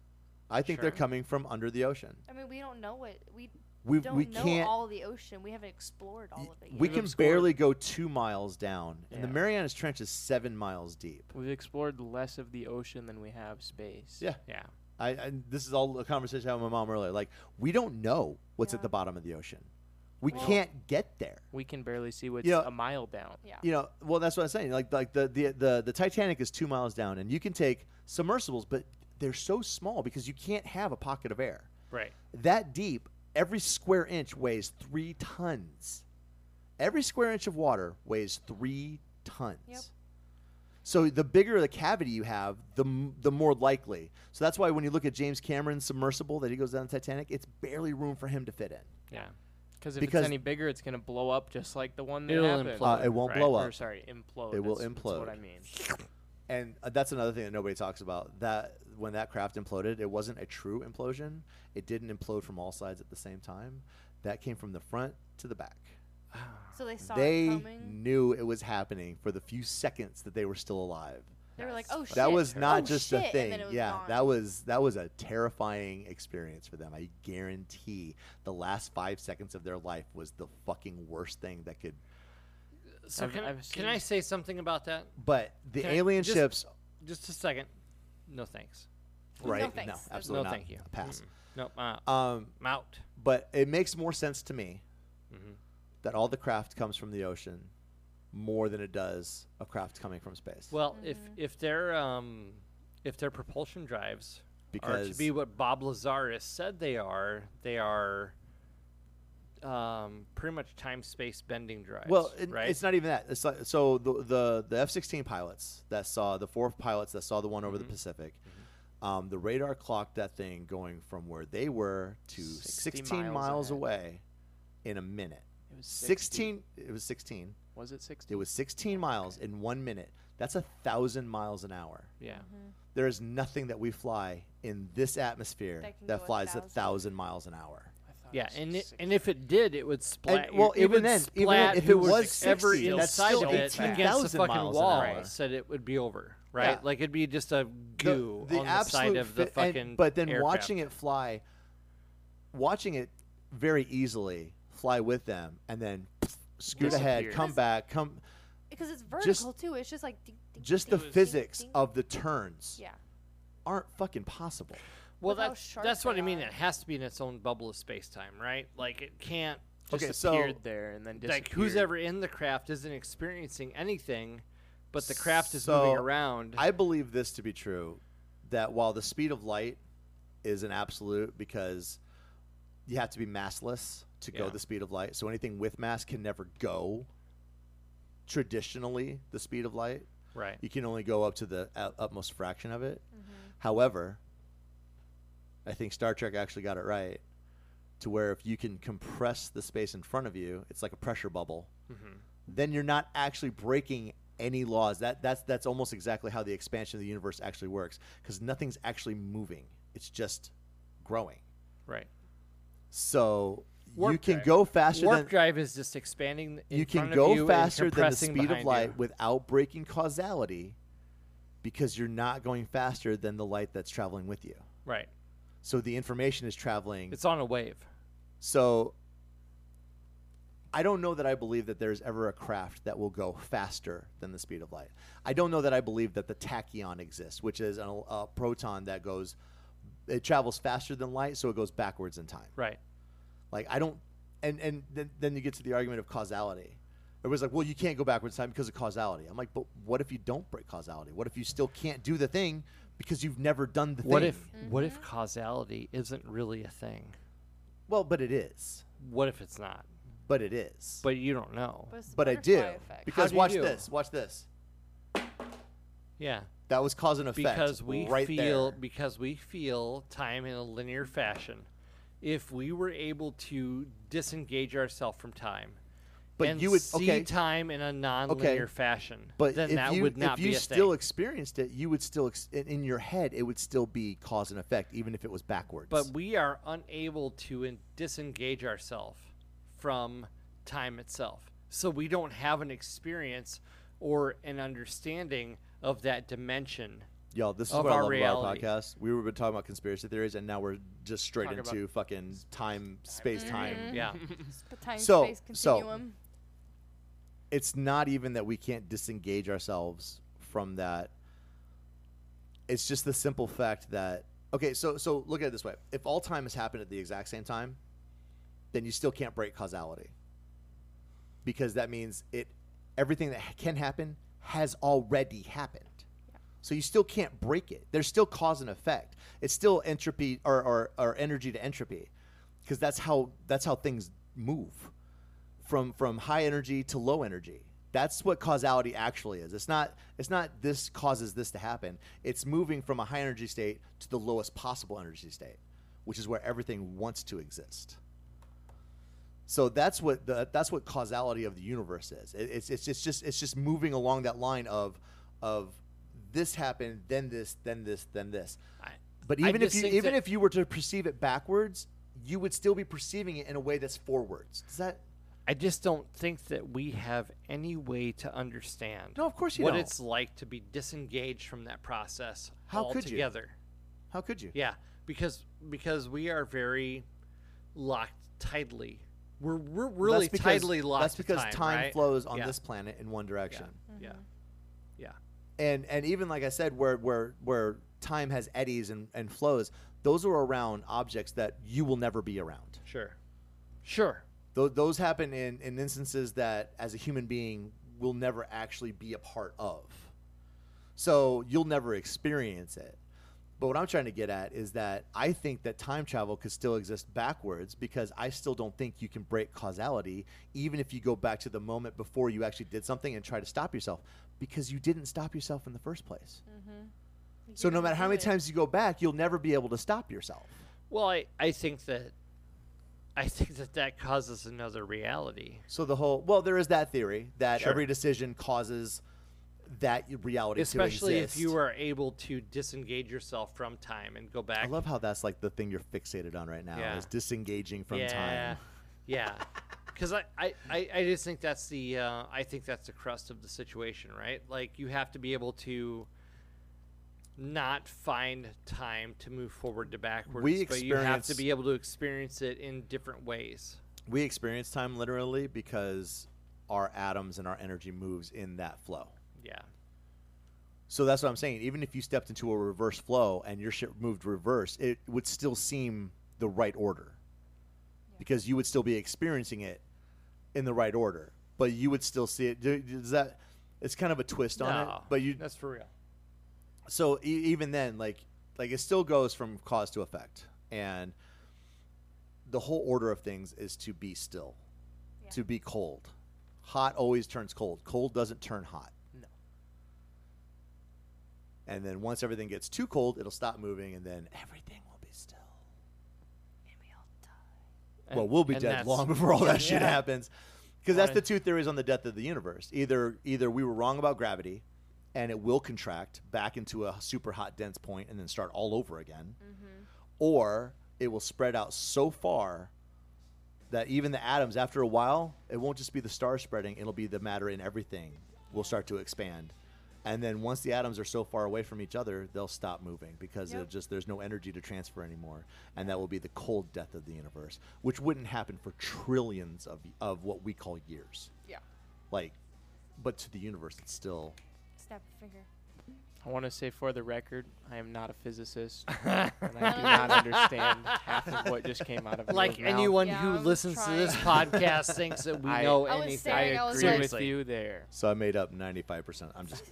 S5: I think they're
S1: Sure.
S5: coming from under the ocean.
S2: I mean, we don't know what we
S5: We-
S2: don't
S5: we
S2: know
S5: can't-
S2: all the ocean. We haven't explored all of it yet.
S5: We
S3: We've
S5: can
S3: explored-
S5: barely go two miles down, and the
S3: Yeah.
S5: Marianas Trench is seven miles deep.
S3: We've explored less of the ocean than we have space.
S5: Yeah.
S1: yeah.
S5: I, I this is all a conversation I had with my mom earlier. Like we don't know what's at
S2: Yeah.
S5: the bottom of the ocean. We
S2: Well-
S5: can't get there.
S3: We can barely see what's
S5: You know-
S3: a mile down.
S2: Yeah.
S5: You know, well that's what I'm saying. Like like the, the the the Titanic is two miles down, and you can take submersibles, but they're so small because you can't have a pocket of air
S1: Right.
S5: that deep. Every square inch weighs three tons. Every square inch of water weighs three tons.
S2: Yep.
S5: So the bigger the cavity you have, the m- the more likely. So that's why when you look at James Cameron's submersible that he goes down the Titanic, it's barely room for him to fit in.
S1: Yeah.
S3: Cause if
S5: Because-
S3: it's any bigger, it's gonna blow up just like the one that
S1: It'll
S3: happened.
S1: implode.
S5: Uh, it won't
S1: Right.
S5: blow
S3: Or
S5: up.
S3: sorry, implode.
S5: It will
S3: That's- that's what I
S5: implode.
S3: mean.
S5: And uh, that's another thing that nobody talks about. That when that craft imploded, it wasn't a true implosion. It didn't implode from all sides at the same time. That came from the front to the back.
S2: So they saw it
S5: They
S2: coming.
S5: knew it was happening for the few seconds that they were still alive.
S2: They were like, "Oh shit!"
S5: That was not
S2: Oh,
S5: just
S2: shit,"
S5: a
S2: and
S5: thing.
S2: then it was
S5: yeah,
S2: gone.
S5: that was that was a terrifying experience for them. I guarantee the last five seconds of their life was the fucking worst thing that could.
S1: So
S3: I've-
S1: can,
S3: I've
S1: can I say
S3: seen-
S1: something about that?
S5: But the
S1: Can I-
S5: alien
S1: just-
S5: ships,
S1: Just a second. No thanks.
S5: right?
S2: thanks. That's-
S1: no,
S5: absolutely not.
S1: thank you.
S5: Pass.
S1: Nope. Uh,
S5: Um,
S1: I'm out.
S5: but it makes more sense to me
S1: Mhm.
S5: that all the craft comes from the ocean more than it does a craft coming from space.
S1: Well, if
S5: Mm-hmm.
S1: if their um, if their propulsion drives are
S5: Because-
S1: to be what Bob Lazarus said they are, they are um, pretty much time space bending drives.
S5: Well, it-
S1: right?
S5: it's not even that. It's like, so the the the F sixteen pilots that saw the four pilots that saw the one over the Pacific, um, the radar clocked that thing going from where they were to
S3: 60
S5: sixteen miles,
S3: miles ahead.
S5: away in a minute.
S3: It was 60.
S5: Sixteen. It was sixteen.
S3: Was it
S5: It
S3: sixty?
S5: was sixteen miles in one minute. That's a thousand miles an hour.
S1: yeah.
S2: Mm-hmm.
S5: There is nothing that we fly in this atmosphere
S2: That can
S5: that
S2: go a
S5: flies a
S2: thousand.
S5: thousand miles an hour.
S3: I thought
S1: Yeah,
S3: it was
S1: and it,
S3: 60.
S1: and if it did, it would splat.
S5: well,
S1: it
S5: even
S1: would
S5: then- even then,
S1: splat
S5: if it
S1: who
S5: was
S1: was ever
S5: 60, that's
S1: inside
S5: still
S1: of it against
S5: 18,000
S1: the fucking
S5: miles an
S1: wall,
S5: hour.
S1: said it would be over,
S5: Yeah.
S1: right? Like it'd be just a goo on the side
S5: absolute
S1: of the
S5: fit- and-
S1: fucking.
S5: but then watching
S1: aircraft.
S5: it fly, watching it very easily fly with them, and then scoot ahead,
S3: Disappear.
S5: come back, come.
S2: because it's vertical
S5: just-
S2: too. It's just like ding, ding,
S5: Just the
S2: ding, ding,
S5: physics
S2: ding.
S5: of the turns
S2: yeah.
S5: aren't fucking possible.
S1: Well,
S2: with how
S1: that's
S2: sharp
S1: that's what
S2: they
S1: I mean.
S2: are.
S1: It has to be in its own bubble of space time, right? Like it can't.
S5: Okay,
S3: Just
S5: so-
S3: appeared there and then disappeared.
S1: Like who's ever in the craft isn't experiencing anything, but the craft is moving
S5: So,
S1: around.
S5: I believe this to be true that while the speed of light is an absolute because you have to be massless to go
S1: Yeah.
S5: the speed of light, so anything with mass can never go traditionally the speed of light.
S1: right.
S5: you can only go up to the ut- utmost fraction of it. However, I think Star Trek actually got it right to where if you can compress the space in front of you, it's like a pressure bubble.
S1: Mm-hmm.
S5: Then you're not actually breaking any laws. That that's that's almost exactly how the expansion of the universe actually works because nothing's actually moving. It's just growing.
S1: Right.
S5: So you
S1: Warp
S5: can
S1: drive.
S5: go faster
S1: Warp
S5: than
S1: drive is just expanding. In
S5: you can
S1: front of
S5: go
S1: you and
S5: faster than the
S1: compressing
S5: speed of
S1: behind
S5: light
S1: you.
S5: without breaking causality because you're not going faster than the light that's traveling with you.
S1: Right.
S5: So the information is traveling.
S1: It's on a wave.
S5: so I don't know that I believe that there's ever a craft that will go faster than the speed of light. I don't know that I believe that the tachyon exists, which is an, a proton that goes it travels faster than light so it goes backwards in time.
S1: Right.
S5: Like I don't, and and then, then you get to the argument of causality. Everybody's like, well, you can't go backwards in time because of causality. I'm like, but what if you don't break causality? What if you still can't do the thing because you've never done the
S1: What
S5: thing?
S1: if what if causality isn't really a thing?
S5: Well, but it is.
S1: What if it's not?
S5: But it is.
S1: But you don't know.
S2: it's the
S5: but I
S2: butterfly
S5: do
S2: effect.
S5: because
S1: do you
S5: watch
S1: do?
S5: this. Watch this.
S1: Yeah.
S5: That was cause and effect.
S1: because we
S5: right
S1: feel
S5: there.
S1: because we feel time in a linear fashion if we were able to disengage ourselves from time
S5: But
S1: and
S5: you would
S1: see
S5: okay,
S1: time in a non-linear fashion.
S5: but
S1: then
S5: if
S1: that
S5: you,
S1: would not
S5: if you
S1: be a
S5: still
S1: thing.
S5: experienced it, you would still ex- in, in your head it would still be cause and effect, even if it was backwards.
S1: but we are unable to in- disengage ourselves from time itself. So we don't have an experience or an understanding of that dimension.
S5: y'all, this is
S1: of
S5: what I
S1: our
S5: love
S1: reality.
S5: about our podcast. We were talking about conspiracy theories, and now we're just straight
S3: Talking about
S5: into fucking time, space, time.
S1: Yeah.
S2: The time
S5: So-
S2: space
S5: so-
S2: continuum.
S5: it's not even that we can't disengage ourselves from that. It's just the simple fact that okay, so so look at it this way: if all time has happened at the exact same time, then you still can't break causality because that means it everything that can happen has already happened. So you still can't break it. There's still cause and effect. It's still entropy or, or, or energy to entropy, because that's how that's how things move from from high energy to low energy. That's what causality actually is. It's not it's not this causes this to happen. It's moving from a high energy state to the lowest possible energy state, which is where everything wants to exist. So that's what the that's what causality of the universe is. It, it's it's it's just it's just moving along that line of of this happened, then this, then this, then this. But
S1: I
S5: even if
S1: just
S5: you
S1: think
S5: even
S1: that-
S5: if you were to perceive it backwards, you would still be perceiving it in a way that's forwards. Does that
S1: I just don't think that we have any way to understand.
S5: No, of course you
S1: what
S5: don't.
S1: it's like to be disengaged from that process
S5: How could you?
S1: altogether.
S5: How could you?
S1: Yeah, because because we are very locked tightly. We're we're really
S5: that's because,
S1: tightly locked.
S5: That's
S1: to
S5: because
S1: time,
S5: time
S1: right?
S5: flows on
S1: Yeah,
S5: this planet in one direction,
S1: Yeah, yeah.
S5: and and even like I said, where where where time has eddies and, and flows, those are around objects that you will never be around.
S1: Sure, sure.
S5: Those, those happen in, in instances that as a human being will never actually be a part of. So you'll never experience it. But what I'm trying to get at is that I think that time travel could still exist backwards because I still don't think you can break causality, even if you go back to the moment before you actually did something and try to stop yourself, because you didn't stop yourself in the first place. So no matter how many times you go back, you'll never be able to stop yourself.
S1: Well, I I think that I think that that causes another reality.
S5: So the whole well, there is that theory that
S1: Sure.
S5: every decision causes that reality
S1: Especially
S5: to
S1: if
S5: exist.
S1: you are able to disengage yourself from time and go back.
S5: I love how that's like the thing you're fixated on right now
S1: Yeah.
S5: is disengaging from
S1: yeah,
S5: time.
S1: Yeah. Because I, I, I, I just think that's the uh, I think that's the crust of the situation, right? Like you have to be able to not find time to move forward to backwards,
S5: We
S1: but you have to
S5: experience-
S1: be able to experience it in different ways.
S5: We experience time literally because our atoms and our energy moves in that flow.
S1: Yeah.
S5: So that's what I'm saying. Even if you stepped into a reverse flow and your ship moved reverse, it would still seem the right order because you would still be experiencing it in the right order, but you would still see it. Do- Does that? It's kind of a twist on it,
S1: No,
S5: but you.
S1: that's for real.
S5: So e- even then, like, like it still goes from cause to effect, and the whole order of things is to be still, to be cold. Hot always turns cold. Cold doesn't turn hot.
S3: No.
S5: And then once everything gets too cold, it'll stop moving, and then everything will be still. well,
S1: And-
S5: we'll be
S1: and
S5: dead
S1: that's-
S5: long before all that shit happens. Because that's the
S3: Right.
S5: two theories on the death of the universe. Either either we were wrong about gravity, and it will contract back into a super hot dense point and then start all over again, or it will spread out so far that even the atoms, after a while, it won't just be the stars spreading; it'll be the matter in everything will start to expand. And then once the atoms are so far away from each other, they'll stop moving because it'll just there's no energy to transfer anymore, and that will be the cold death of the universe, which wouldn't happen for trillions of of what we call years.
S2: Yeah.
S5: Like, but to the universe, it's still
S2: Snap a finger.
S3: I want to say for the record, I am not a physicist, and I do not understand half of what just came out of
S1: Like
S3: Neil's mouth.
S1: anyone
S2: Yeah,
S1: who
S2: I'm
S1: listens to this podcast thinks that we
S3: I-
S1: know
S2: I was
S1: anything.
S3: I
S2: staring, I was
S3: agree
S2: like-
S3: with you there.
S5: So I made up 95%. I'm just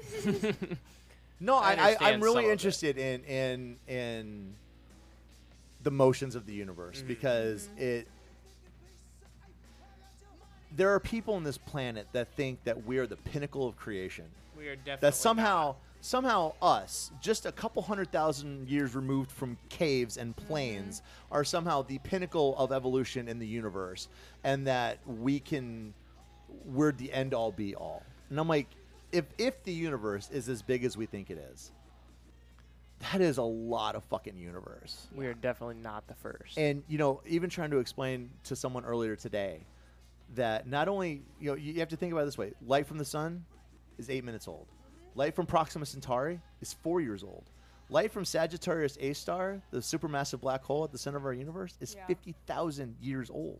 S5: No, I, I,
S3: I
S5: I'm
S3: understand some of
S5: really
S3: it.
S5: interested in in in the motions of the universe
S3: Mm-hmm.
S5: because it there are people on this planet that think that we are the pinnacle of creation.
S3: We are definitely
S5: That somehow somehow us, just a couple hundred thousand years removed from caves and plains,
S3: Mm-hmm.
S5: are somehow the pinnacle of evolution in the universe and that we can we're the end all be all. And I'm like, if if the universe is as big as we think it is, that is a lot of fucking universe.
S3: We are definitely not the first.
S5: And you know, even trying to explain to someone earlier today that not only you know you have to think about it this way: light from the sun is eight minutes old, light from Proxima Centauri is four years old, light from Sagittarius A star, the supermassive black hole at the center of our universe, is
S2: Yeah.
S5: fifty thousand years old.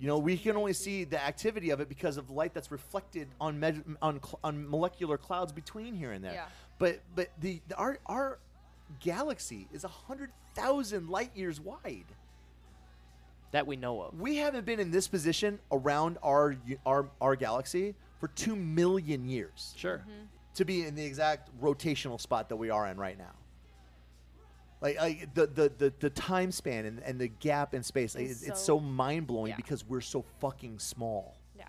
S5: You know, we can only see the activity of it because of light that's reflected on med- on, cl- on molecular clouds between here and there.
S2: Yeah.
S5: But but the, the our our galaxy is hundred thousand light years wide.
S3: that we know of.
S5: We haven't been in this position around our u- our our galaxy for two million years
S1: Sure.
S2: Mm-hmm.
S5: to be in the exact rotational spot that we are in right now. Like, like the, the, the, the time span and, and the gap in space, like,
S2: Is
S5: it's, it's
S2: so-
S5: so mind blowing
S2: yeah.
S5: because we're so fucking small.
S2: Yeah.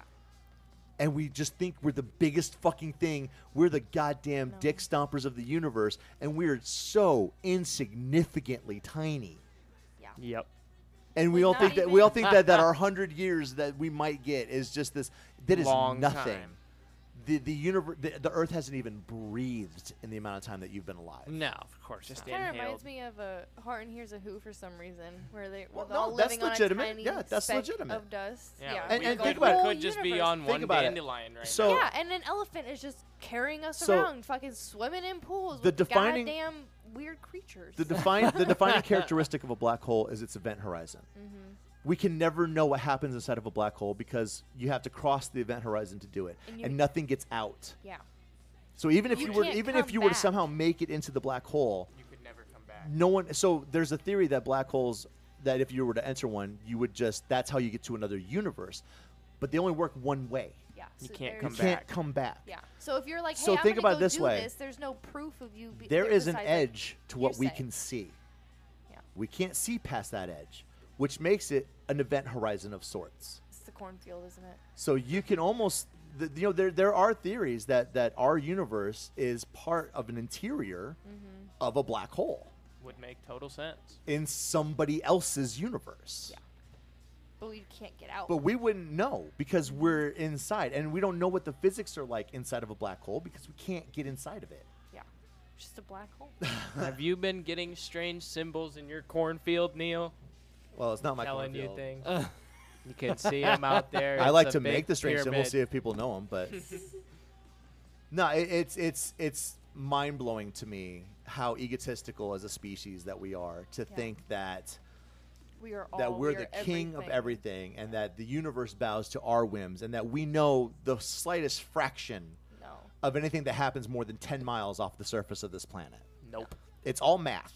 S5: And we just think we're the biggest fucking thing. We're the goddamn
S2: No.
S5: dick stompers of the universe, and we're so insignificantly tiny.
S3: Yep.
S5: And we
S2: We're
S5: all
S2: not
S5: think that we all
S2: even-
S5: think that, that our hundred years that we might get is just this that is
S3: Long
S5: nothing.
S3: time.
S5: The the universe the, the Earth hasn't even breathed in the amount of time that you've been alive.
S1: No, of course.
S3: Just
S1: not.
S2: Kind of
S3: inhaled.
S2: reminds me of a Heart and Here's a Who for some reason, where they were
S5: Well,
S2: all
S5: no, that's
S2: living
S5: legitimate.
S2: on a tiny
S5: Yeah, that's
S2: speck
S5: legitimate.
S2: of dust.
S3: Yeah.
S2: Yeah,
S5: And-
S3: we
S5: and
S3: could,
S5: think
S3: we
S5: about it.
S3: could just be
S2: Universe.
S3: on
S5: Think
S3: one
S5: about it.
S3: dandelion right
S5: So-
S2: yeah, and an elephant is just carrying us
S5: So-
S2: around, fucking swimming in pools
S5: The
S2: with
S5: defining-
S2: goddamn weird creatures.
S5: The define the defining characteristic of a black hole is its event horizon.
S2: Mm-hmm.
S5: We can never know what happens inside of a black hole because you have to cross the event horizon to do it,
S2: And
S5: and,
S2: you-
S5: nothing gets out.
S2: yeah.
S5: So even if
S2: You
S5: you, were
S2: can't
S5: even if
S2: come
S5: you were to
S2: back.
S5: somehow make it into the black hole,
S3: now. You could never come back.
S5: no one so there's a theory that black holes that if you were to enter one you would just that's how you get to another universe but they only work one way
S2: Yeah.
S3: You
S2: so
S3: can't
S2: there's-
S5: you
S3: Come
S5: can't
S3: back.
S5: come back
S2: Yeah. So if you're like, hey,
S5: So
S2: I'm
S5: think
S2: gonna
S5: about
S2: go
S5: this
S2: do
S5: way.
S2: this, there's no proof of you. Be-
S5: there is an
S2: besides, like,
S5: edge to what
S2: you're
S5: we
S2: safe.
S5: can see
S2: Yeah.
S5: we can't see past that edge which makes it an event horizon of sorts
S2: It's the cornfield, isn't it?
S5: so you can almost th you know there, there are theories that that our universe is part of an interior
S2: Mm-hmm.
S5: of a black hole
S3: Would make total sense.
S5: in somebody else's universe
S2: Yeah. But we can't get out.
S5: But we wouldn't know because we're inside, and we don't know what the physics are like inside of a black hole because we can't get inside of it.
S2: yeah. Just a black hole.
S3: Have you been getting strange symbols in your cornfield, Neil?
S5: Well, it's not my
S3: Telling you
S5: cornfield.
S3: things. you can see them out there.
S5: I
S3: It's
S5: like
S3: a
S5: to make
S3: big
S5: the strange, and we'll
S3: pyramid.
S5: see if people know them. But no, it, it's it's it's mind blowing to me how egotistical as a species that we are to
S2: Yeah.
S5: think that
S2: We are all.
S5: that we're
S2: we
S5: the
S2: are
S5: king of everything, and that the universe bows to our whims, and that we know the slightest fraction
S2: No.
S5: of anything that happens more than ten miles off the surface of this planet.
S3: Nope.
S5: It's all math,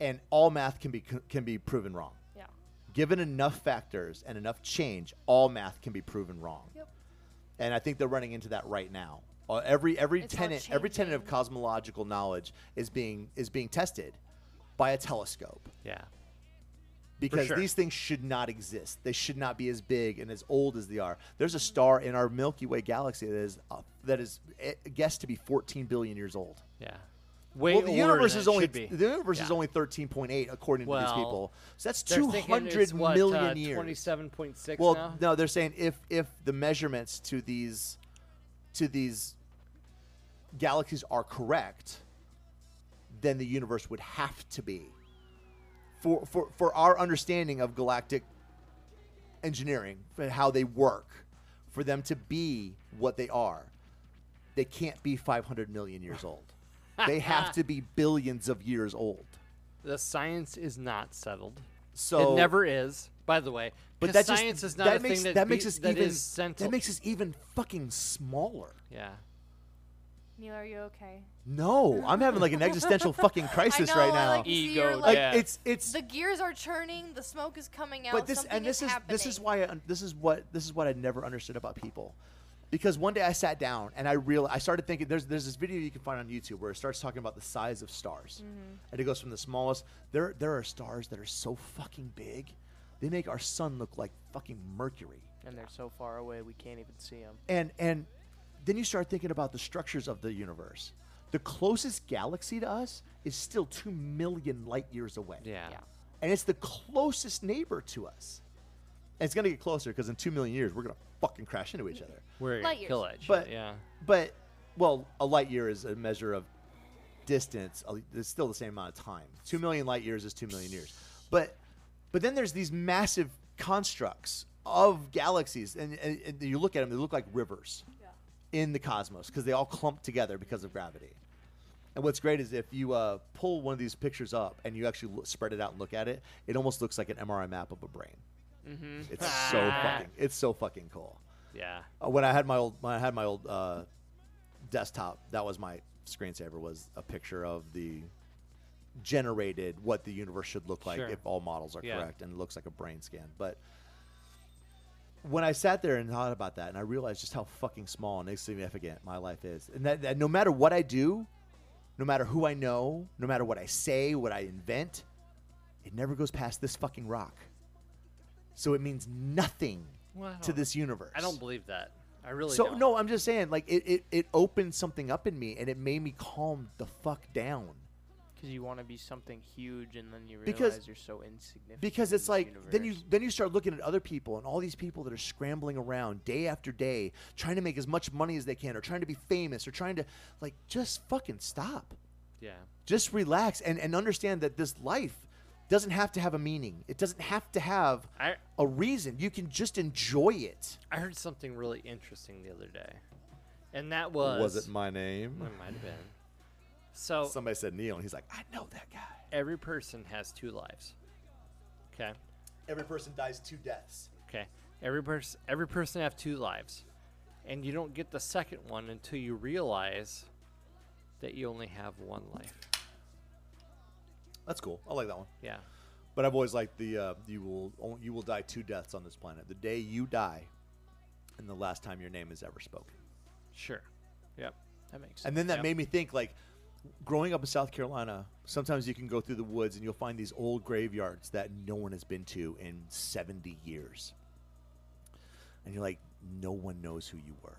S5: and all math can be can be proven wrong.
S2: Mm-hmm. Yeah.
S5: Given enough factors and enough change, all math can be proven wrong.
S2: Yep.
S5: And I think they're running into that right now. Uh, every every
S2: It's all
S5: tenet every tenet of
S2: changing.
S5: cosmological knowledge is being is being tested by a telescope
S1: Yeah.
S5: because
S1: sure.
S5: these things should not exist. They should not be as big and as old as they are. There's a star in our Milky Way galaxy that is uh, that is eh, guessed to be 14 billion years old
S1: Yeah. Way
S5: well, the
S1: older
S5: universe
S1: than
S5: is
S1: it
S5: only
S1: should be.
S5: the universe is
S1: Yeah.
S5: only thirteen point eight according to these
S1: Well,
S5: people. So that's
S1: They're
S5: two
S1: thinking it's,
S5: hundred
S1: what,
S5: million
S1: uh,
S5: years.
S1: 27.6
S5: well,
S1: now?
S5: no, they're saying if if the measurements to these to these galaxies are correct, then the universe would have to be for for for our understanding of galactic engineering for how they work for them to be what they are they can't be 500 million years old they have to be billions of years old
S1: The science is not settled.
S5: so
S1: it never is, by the way.
S5: but
S1: 'cause
S5: that just-
S1: science is not a
S5: that makes
S1: thing that,
S5: that
S1: be-
S5: makes us
S1: that
S5: even
S1: is central.
S5: that makes us even fucking smaller
S1: yeah.
S2: Neil, are you okay?
S5: no i'm having like an existential fucking crisis
S2: I know,
S5: right now
S2: Like, you see, you're
S3: Ego
S2: like,
S5: like
S3: Yeah.
S5: it's it's
S2: The gears are churning. The smoke is coming out.
S5: but this
S2: something
S5: and this is,
S2: happening.
S5: this is why I, un- this is what this is what I never understood about people, because one day I sat down and I real I started thinking there's there's this video you can find on YouTube where it starts talking about the size of stars,
S2: Mm-hmm.
S5: and it goes from the smallest. There there are stars that are so fucking big, they make our sun look like fucking Mercury
S3: And they're so far away we can't even see them.
S5: and and then you start thinking about the structures of the universe. The closest galaxy to us is still two million light years away,
S1: Yeah.
S2: Yeah.
S5: and it's the closest neighbor to us. And it's going to get closer because in two million years, we're going to fucking crash into each other.
S1: We're
S9: Light years.
S1: kill it.
S5: But-
S1: yeah.
S5: But, well, a light year is a measure of distance. a- It's still the same amount of time. Two million light years is two million years. But, but then there's these massive constructs of galaxies, and, and, and you look at them; they look like rivers in the cosmos because they all clump together because of gravity. And what's great is if you uh, pull one of these pictures up and you actually lo- spread it out and look at it, it almost looks like an MRI map of a brain. Mm-hmm. It's so fucking. It's so fucking cool
S1: Yeah.
S5: uh, when I had my old when I had my old uh, desktop, that was my screensaver was a picture of the generated what the universe should look like
S1: Sure.
S5: if all models are
S1: Yeah.
S5: correct and it looks like a brain scan. But when I sat there and thought about that and I realized just how fucking small and insignificant my life is. And that, that no matter what I do, no matter who I know, no matter what I say, what I invent, it never goes past this fucking rock. So it means nothing
S1: Well, I
S5: to
S1: don't-
S5: this universe
S1: I don't believe that. I really
S5: so
S1: don't.
S5: no i'm just saying like it, it it opened something up in me and it made me calm the fuck down
S3: Because you want to be something huge, and then you realize
S5: Because-
S3: you're so insignificant.
S5: because it's
S3: in this
S5: like then you
S3: universe.
S5: then you start looking at other people and all these people that are scrambling around day after day trying to make as much money as they can or trying to be famous or trying to like just fucking stop
S1: Yeah.
S5: just relax and and understand that this life doesn't have to have a meaning it doesn't have to have
S1: I
S5: a reason you can just enjoy it
S1: I heard something really interesting the other day, and that was
S5: my name
S1: It might have been. So
S5: somebody said neil and he's like i know that guy
S1: every person has two lives. Okay.
S5: every person dies two deaths
S1: Okay. Every person every person have two lives. And you don't get the second one until you realize that you only have one life.
S5: that's cool i like that one
S1: Yeah.
S5: But I've always liked the uh, you will on- you will die two deaths on this planet: the day you die, and the last time your name is ever spoken.
S1: Sure. Yep. That makes sense.
S5: And then that
S1: Yep.
S5: made me think, like, growing up in South Carolina, sometimes you can go through the woods and you'll find these old graveyards that no one has been to in seventy years, and you're like, no one knows who you were.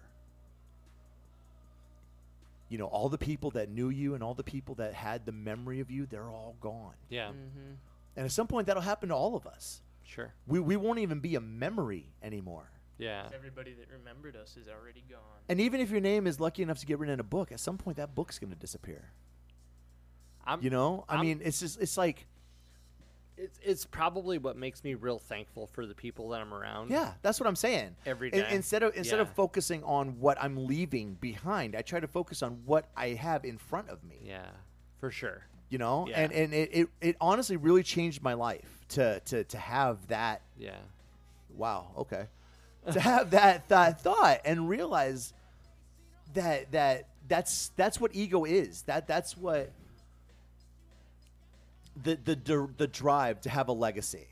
S5: You know, all the people that knew you and all the people that had the memory of you, they're all gone.
S1: Yeah.
S5: And at some point, that'll happen to all of us.
S1: Sure.
S5: We, we won't even be a memory anymore.
S1: Yeah.
S3: Everybody that remembered us is already gone.
S5: And even if your name is lucky enough to get written in a book, at some point that book's going to disappear.
S1: I'm,
S5: You know? I
S1: I'm-
S5: mean, it's just, it's like,
S1: it's it's probably what makes me real thankful for the people that I'm around.
S5: yeah, that's what I'm saying.
S1: Every
S5: In-
S1: day.
S5: instead of, instead of
S1: Yeah.
S5: focusing on what I'm leaving behind, I try to focus on what I have in front of me.
S1: Yeah. For sure.
S5: You know?
S1: Yeah.
S5: And, and it, it, it honestly really changed my life to, to, to have that
S1: Yeah.
S5: wow, okay. to have that that thought and realize that that that's that's what ego is. That that's what the the dr- the drive to have a legacy.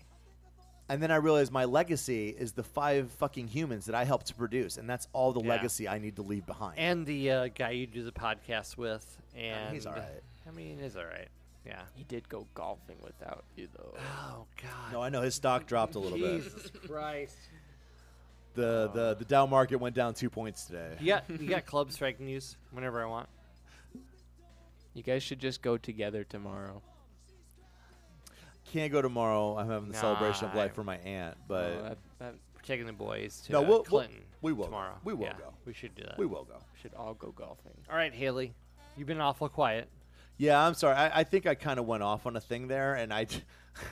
S5: And then I realized my legacy is the five fucking humans that I helped to produce, and that's all the
S1: Yeah.
S5: legacy I need to leave behind.
S1: And the uh, guy you do the podcast with and
S5: Oh, he's all right.
S1: I mean, he's all right. Yeah.
S3: He did go golfing without you, though.
S1: Oh god.
S5: no, I know his stock dropped a little bit.
S1: Jesus Christ.
S5: The, the the Dow market went down two points today.
S1: You got you got club strike news whenever I want.
S3: You guys should just go together tomorrow.
S5: Can't go tomorrow. I'm having the celebration of
S1: Nah,
S5: life for my aunt, but
S3: Oh, that, that
S1: We're taking the boys to
S5: No,
S1: uh,
S5: we'll- we'll-
S1: Clinton.
S5: we will go.
S1: tomorrow.
S5: We will
S1: Yeah,
S5: go.
S1: We should do that.
S5: we will go.
S3: should all go golfing.
S1: All right, Haley, you've been awful quiet.
S5: Yeah, I'm sorry. I, I think I kind of went off on a thing there, and I, d-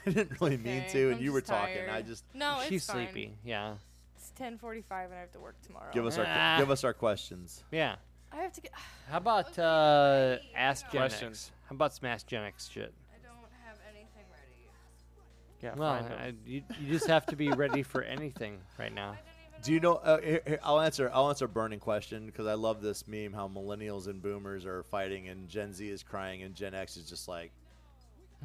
S5: I didn't really mean
S2: Okay,
S5: to, and
S2: I'm
S5: you were
S2: just
S5: talking. I
S2: tired.
S5: just
S2: No, Oh, it's
S1: She's
S2: fine.
S1: sleepy. Yeah,
S2: It's 10:45 and I have to work tomorrow.
S5: give us our
S1: Ah.
S5: give us our questions.
S1: yeah.
S2: I have to get.
S1: How about uh, Ask Gen X?
S3: Questions.
S1: How about Smash Gen X shit?
S2: I don't have anything ready.
S3: Yeah,
S1: Well,
S3: find 'em.
S1: I, you, you just have to be ready for anything right now.
S5: Do you know? Uh, here, here, I'll answer. I'll answer a burning question because I love this meme. How millennials and boomers are fighting, and Gen Z is crying, and Gen X is just like.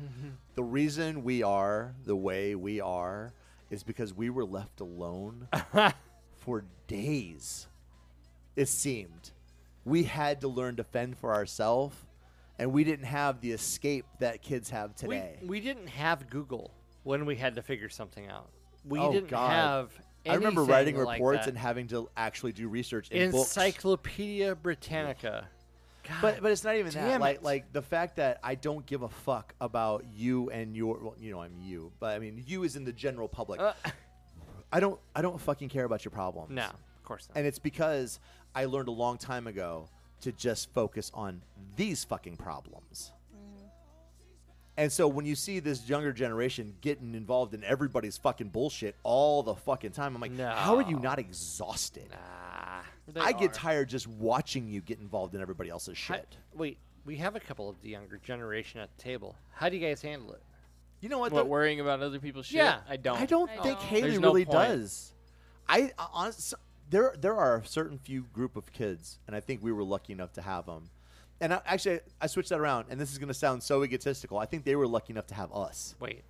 S1: Mm-hmm.
S5: the reason we are the way we are is because we were left alone for days. It seemed we had to learn to fend for ourselves, and we didn't have the escape that kids have
S1: We,
S5: today.
S1: we didn't have Google when we had to figure something out. We
S5: Oh,
S1: didn't
S5: God.
S1: have.
S5: I remember
S1: anything
S5: writing
S1: like
S5: reports
S1: that.
S5: and having to actually do research in books.
S1: Encyclopedia Britannica. God.
S5: But but it's not even that.
S1: Damn
S5: Like
S1: it.
S5: like the fact that I don't give a fuck about you and your well, you know I'm you, but I mean you is in the general public.
S1: Uh,
S5: I don't I don't fucking care about your problems.
S1: No, of course not.
S5: And it's because I learned a long time ago to just focus on these fucking problems.
S1: Mm-hmm.
S5: And so when you see this younger generation getting involved in everybody's fucking bullshit all the fucking time, I'm like, how are you not exhausted?
S1: Ah, They
S5: I get
S1: are.
S5: tired just watching you get involved in everybody else's
S1: How-
S5: shit.
S1: wait, we have a couple of the younger generation at the table. How do you guys handle it?
S5: You know what?
S3: What
S5: though?
S3: worrying about other people's shit?
S1: Yeah,
S3: I don't.
S5: I don't
S9: I
S5: think
S9: don't.
S5: Haley
S3: There's no
S5: really
S3: point.
S5: does. I honestly, there there are a certain few group of kids, and I think we were lucky enough to have them. And I, actually, I switched that around, and this is going to sound so egotistical. I think they were lucky enough to have us
S1: Wait,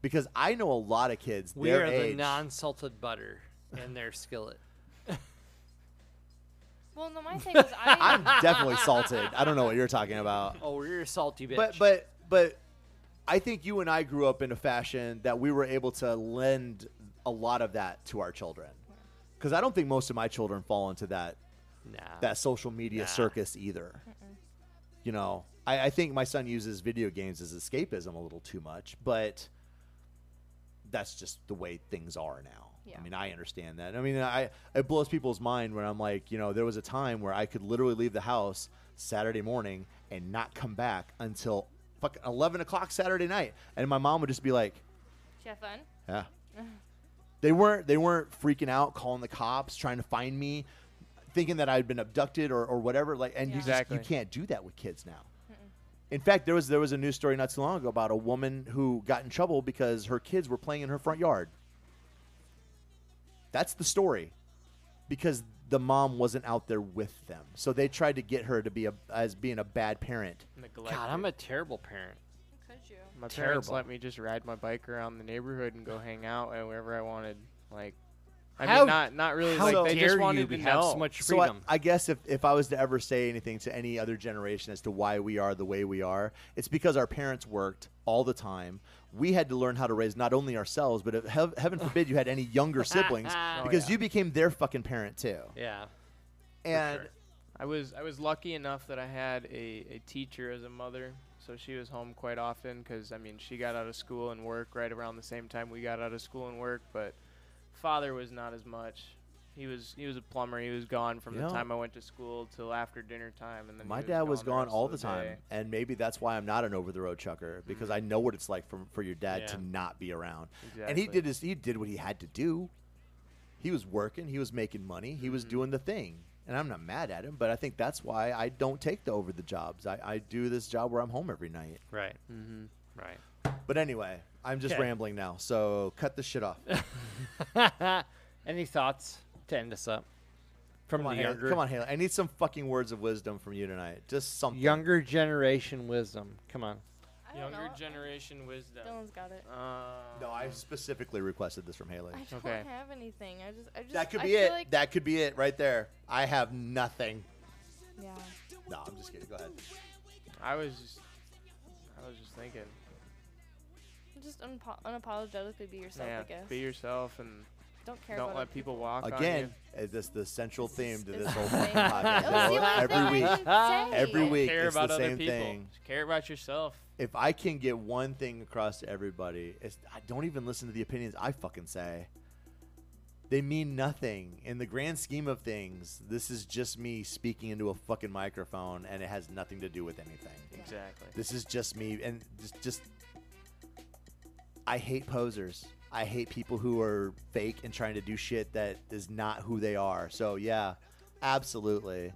S5: because I know a lot of kids
S1: we
S5: their
S1: are
S5: age.
S1: the non-salted butter in their skillet.
S2: Well, no, my thing was I.
S5: I'm definitely salted. I don't know what you're talking about.
S1: Oh, you're a salty bitch.
S5: but but but I think you and I grew up in a fashion that we were able to lend a lot of that to our children. Because I don't think most of my children fall into that
S1: nah.
S5: that social media
S1: Nah.
S5: circus either. You know, I, I think my son uses video games as escapism a little too much, but that's just the way things are now.
S2: Yeah.
S5: I mean, I understand that. I mean, I it blows people's mind when I'm like, you know, there was a time where I could literally leave the house Saturday morning and not come back until fucking eleven o'clock Saturday night, and my mom would just be like,
S9: Jeff fun.
S5: yeah. They weren't they weren't freaking out, calling the cops, trying to find me, thinking that I'd been abducted or, or whatever. Like and you
S3: Exactly.
S5: just you can't do that with kids now. In fact, there was there was a news story not too long ago about a woman who got in trouble because her kids were playing in her front yard. That's the story. Because the mom wasn't out there with them. So they tried to get her to be a as being a bad parent.
S3: Neglected.
S1: God, I'm a terrible parent.
S2: Could you?
S3: My parents
S1: terrible.
S3: let me just ride my bike around the neighborhood and go hang out at wherever I wanted. Like, I
S1: How-
S3: mean, not not really.
S1: How
S3: like, they
S1: dare
S3: just wanted
S1: you
S3: to
S1: be- have
S3: know.
S1: so much
S5: So I,
S1: freedom?
S5: I guess if, if I was to ever say anything to any other generation as to why we are the way we are, it's because our parents worked all the time. We had to learn how to raise not only ourselves, but if, hev- heaven forbid you had any younger siblings,
S1: Oh,
S5: because
S3: yeah.
S5: you became their fucking parent too.
S1: yeah.
S5: And
S1: sure.
S3: I was I was lucky enough that I had a, a teacher as a mother, so she was home quite often because I mean she got out of school and work right around the same time we got out of school and work, but father was not as much. He was he was a plumber. He was gone from
S5: You
S3: the
S5: know-
S3: time I went to school till after dinner time, and then
S5: my
S3: he
S5: dad was
S3: gone
S5: gone
S3: rest
S5: all
S3: of
S5: the time,
S3: day.
S5: and maybe that's why I'm not an over the road chucker because I know what it's like for for your dad to
S1: Yeah.
S5: not be around. And he
S3: Exactly.
S5: did his he did what he had to do. He was working, he was making money, he was doing the thing. And I'm not mad at him, but I think that's why I don't take the over the jobs. I, I do this job where I'm home every night.
S1: Right. Mm-hmm. Right.
S5: But anyway, I'm just
S1: Okay.
S5: rambling now, so cut the shit off.
S1: Any thoughts to end us up? From
S5: Come on,
S1: the
S5: Haley.
S1: younger,
S5: Come on, Haley. I need some fucking words of wisdom from you tonight. Just something.
S1: younger generation wisdom. Come on.
S2: I don't
S3: Younger
S2: know.
S3: generation wisdom.
S2: Dylan's got it.
S3: Uh,
S5: No, I specifically requested this from Haley.
S2: I don't
S3: Okay.
S2: have anything. I just, I just.
S5: That could
S2: I
S5: be
S2: feel
S5: it.
S2: Like,
S5: that could be it right there. I have nothing.
S2: yeah.
S5: No, I'm just kidding. Go ahead.
S3: I was just I was just thinking.
S2: Just unpo- unapologetically be yourself,
S3: yeah,
S2: I guess.
S3: be yourself and
S2: don't care
S3: don't
S2: about
S3: let
S2: it.
S3: people walk on
S5: Again,
S3: you.
S5: is this the central
S2: is-
S5: theme to
S2: it's
S5: this whole
S2: the same thing.
S5: fucking
S2: It
S5: podcast?
S2: was the only thing
S5: Every
S2: I
S5: week,
S2: could say.
S5: every
S2: Don't
S5: week,
S3: Care
S5: it's
S3: about
S5: the
S3: other
S5: same
S3: people.
S5: thing.
S3: Just care about yourself.
S5: If I can get one thing across to everybody, it's I don't even listen to the opinions I fucking say. They mean nothing in the grand scheme of things. This is just me speaking into a fucking microphone, and it has nothing to do with anything.
S3: Exactly.
S5: This is just me, and just, just I hate posers. I hate people who are fake and trying to do shit that is not who they are. So yeah, absolutely.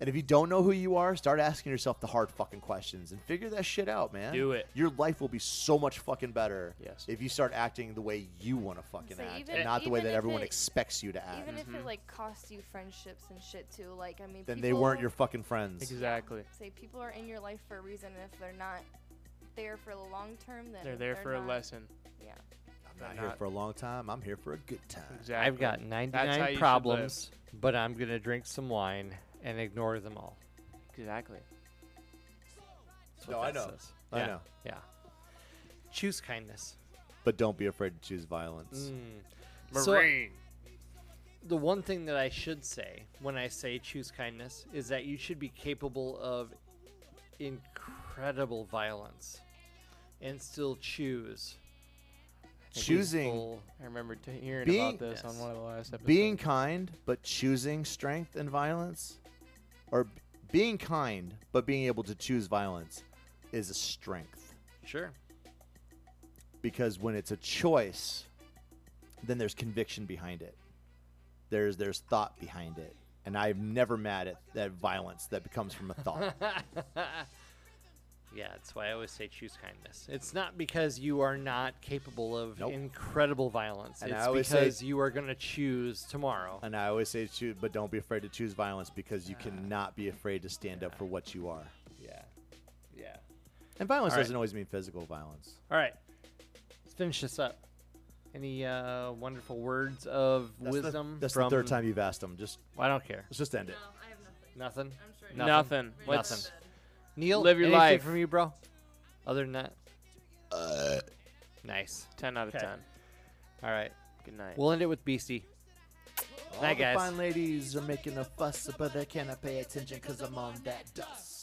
S5: And if you don't know who you are, start asking yourself the hard fucking questions and figure that shit out, man.
S3: Do it.
S5: Your life will be so much fucking better
S3: Yes.
S5: if you start acting the way you want to fucking
S2: So
S5: act,
S2: even-
S5: and not the way
S2: even
S5: that
S2: if
S5: everyone
S2: it-
S5: expects you to act.
S2: Even if it like costs you friendships and shit too, like I mean,
S5: Mm. then
S2: people,
S5: they weren't your fucking friends.
S3: Exactly.
S2: Say people are in your life for a reason, and if they're not there for the long term, then
S3: They're there for a
S2: not-
S3: lesson.
S2: Yeah.
S5: I'm
S3: They're
S5: not here
S3: not-
S5: for a long time. I'm here for a good time.
S3: Exactly.
S1: I've got
S3: That's how you
S1: 99
S3: should
S1: problems, but I'm gonna drink some wine and ignore them all.
S3: Exactly.
S1: That's
S5: No,
S1: what
S5: I
S1: that
S5: know.
S1: says.
S5: I
S1: Yeah,
S5: know.
S1: Yeah. Choose kindness.
S5: But don't be afraid to choose
S3: Mm.
S5: violence.
S1: So- the one thing that I should say when I say choose kindness is that you should be capable of incredible violence and still choose
S5: choosing
S3: I remember t- hearing
S5: Being-
S3: about this on one of the last episodes.
S5: being kind but choosing strength and violence or b- being kind but being able to choose violence is a strength
S1: Sure.
S5: because when it's a choice then there's conviction behind it there's there's thought behind it and i'm never mad at that violence that becomes from a thought
S1: Yeah, that's why I always say choose kindness. It's not because you are not capable of
S5: Nope.
S1: incredible violence.
S5: And I
S1: it's
S5: always say-
S1: because you are going to choose tomorrow.
S5: and i always say choose but don't be afraid to choose violence because
S1: Ah.
S5: you cannot be afraid to stand up for what you are
S1: Yeah. Yeah.
S5: and violence
S1: All right.
S5: doesn't always mean physical violence
S1: All right. Let's finish this up. Any uh, wonderful words of
S5: That's the-
S1: wisdom?
S5: that's
S1: from...
S5: the third time you've asked them just
S1: I don't care.
S5: let's just end it
S9: I have nothing.
S1: Nothing.
S9: I'm sure
S1: Nothing.
S3: Nothing. Let's-
S1: Nothing. Neil,
S3: Live your
S1: anything
S3: life.
S1: from you, bro. Other than that,
S5: Uh,
S1: nice.
S3: ten out of
S1: 'Kay.
S3: ten.
S1: All right,
S3: Good night.
S1: we'll end it with BC.
S5: All
S1: Night,
S5: the
S1: guys.
S5: fine ladies are making a fuss, but they cannot pay attention because I'm on that dust.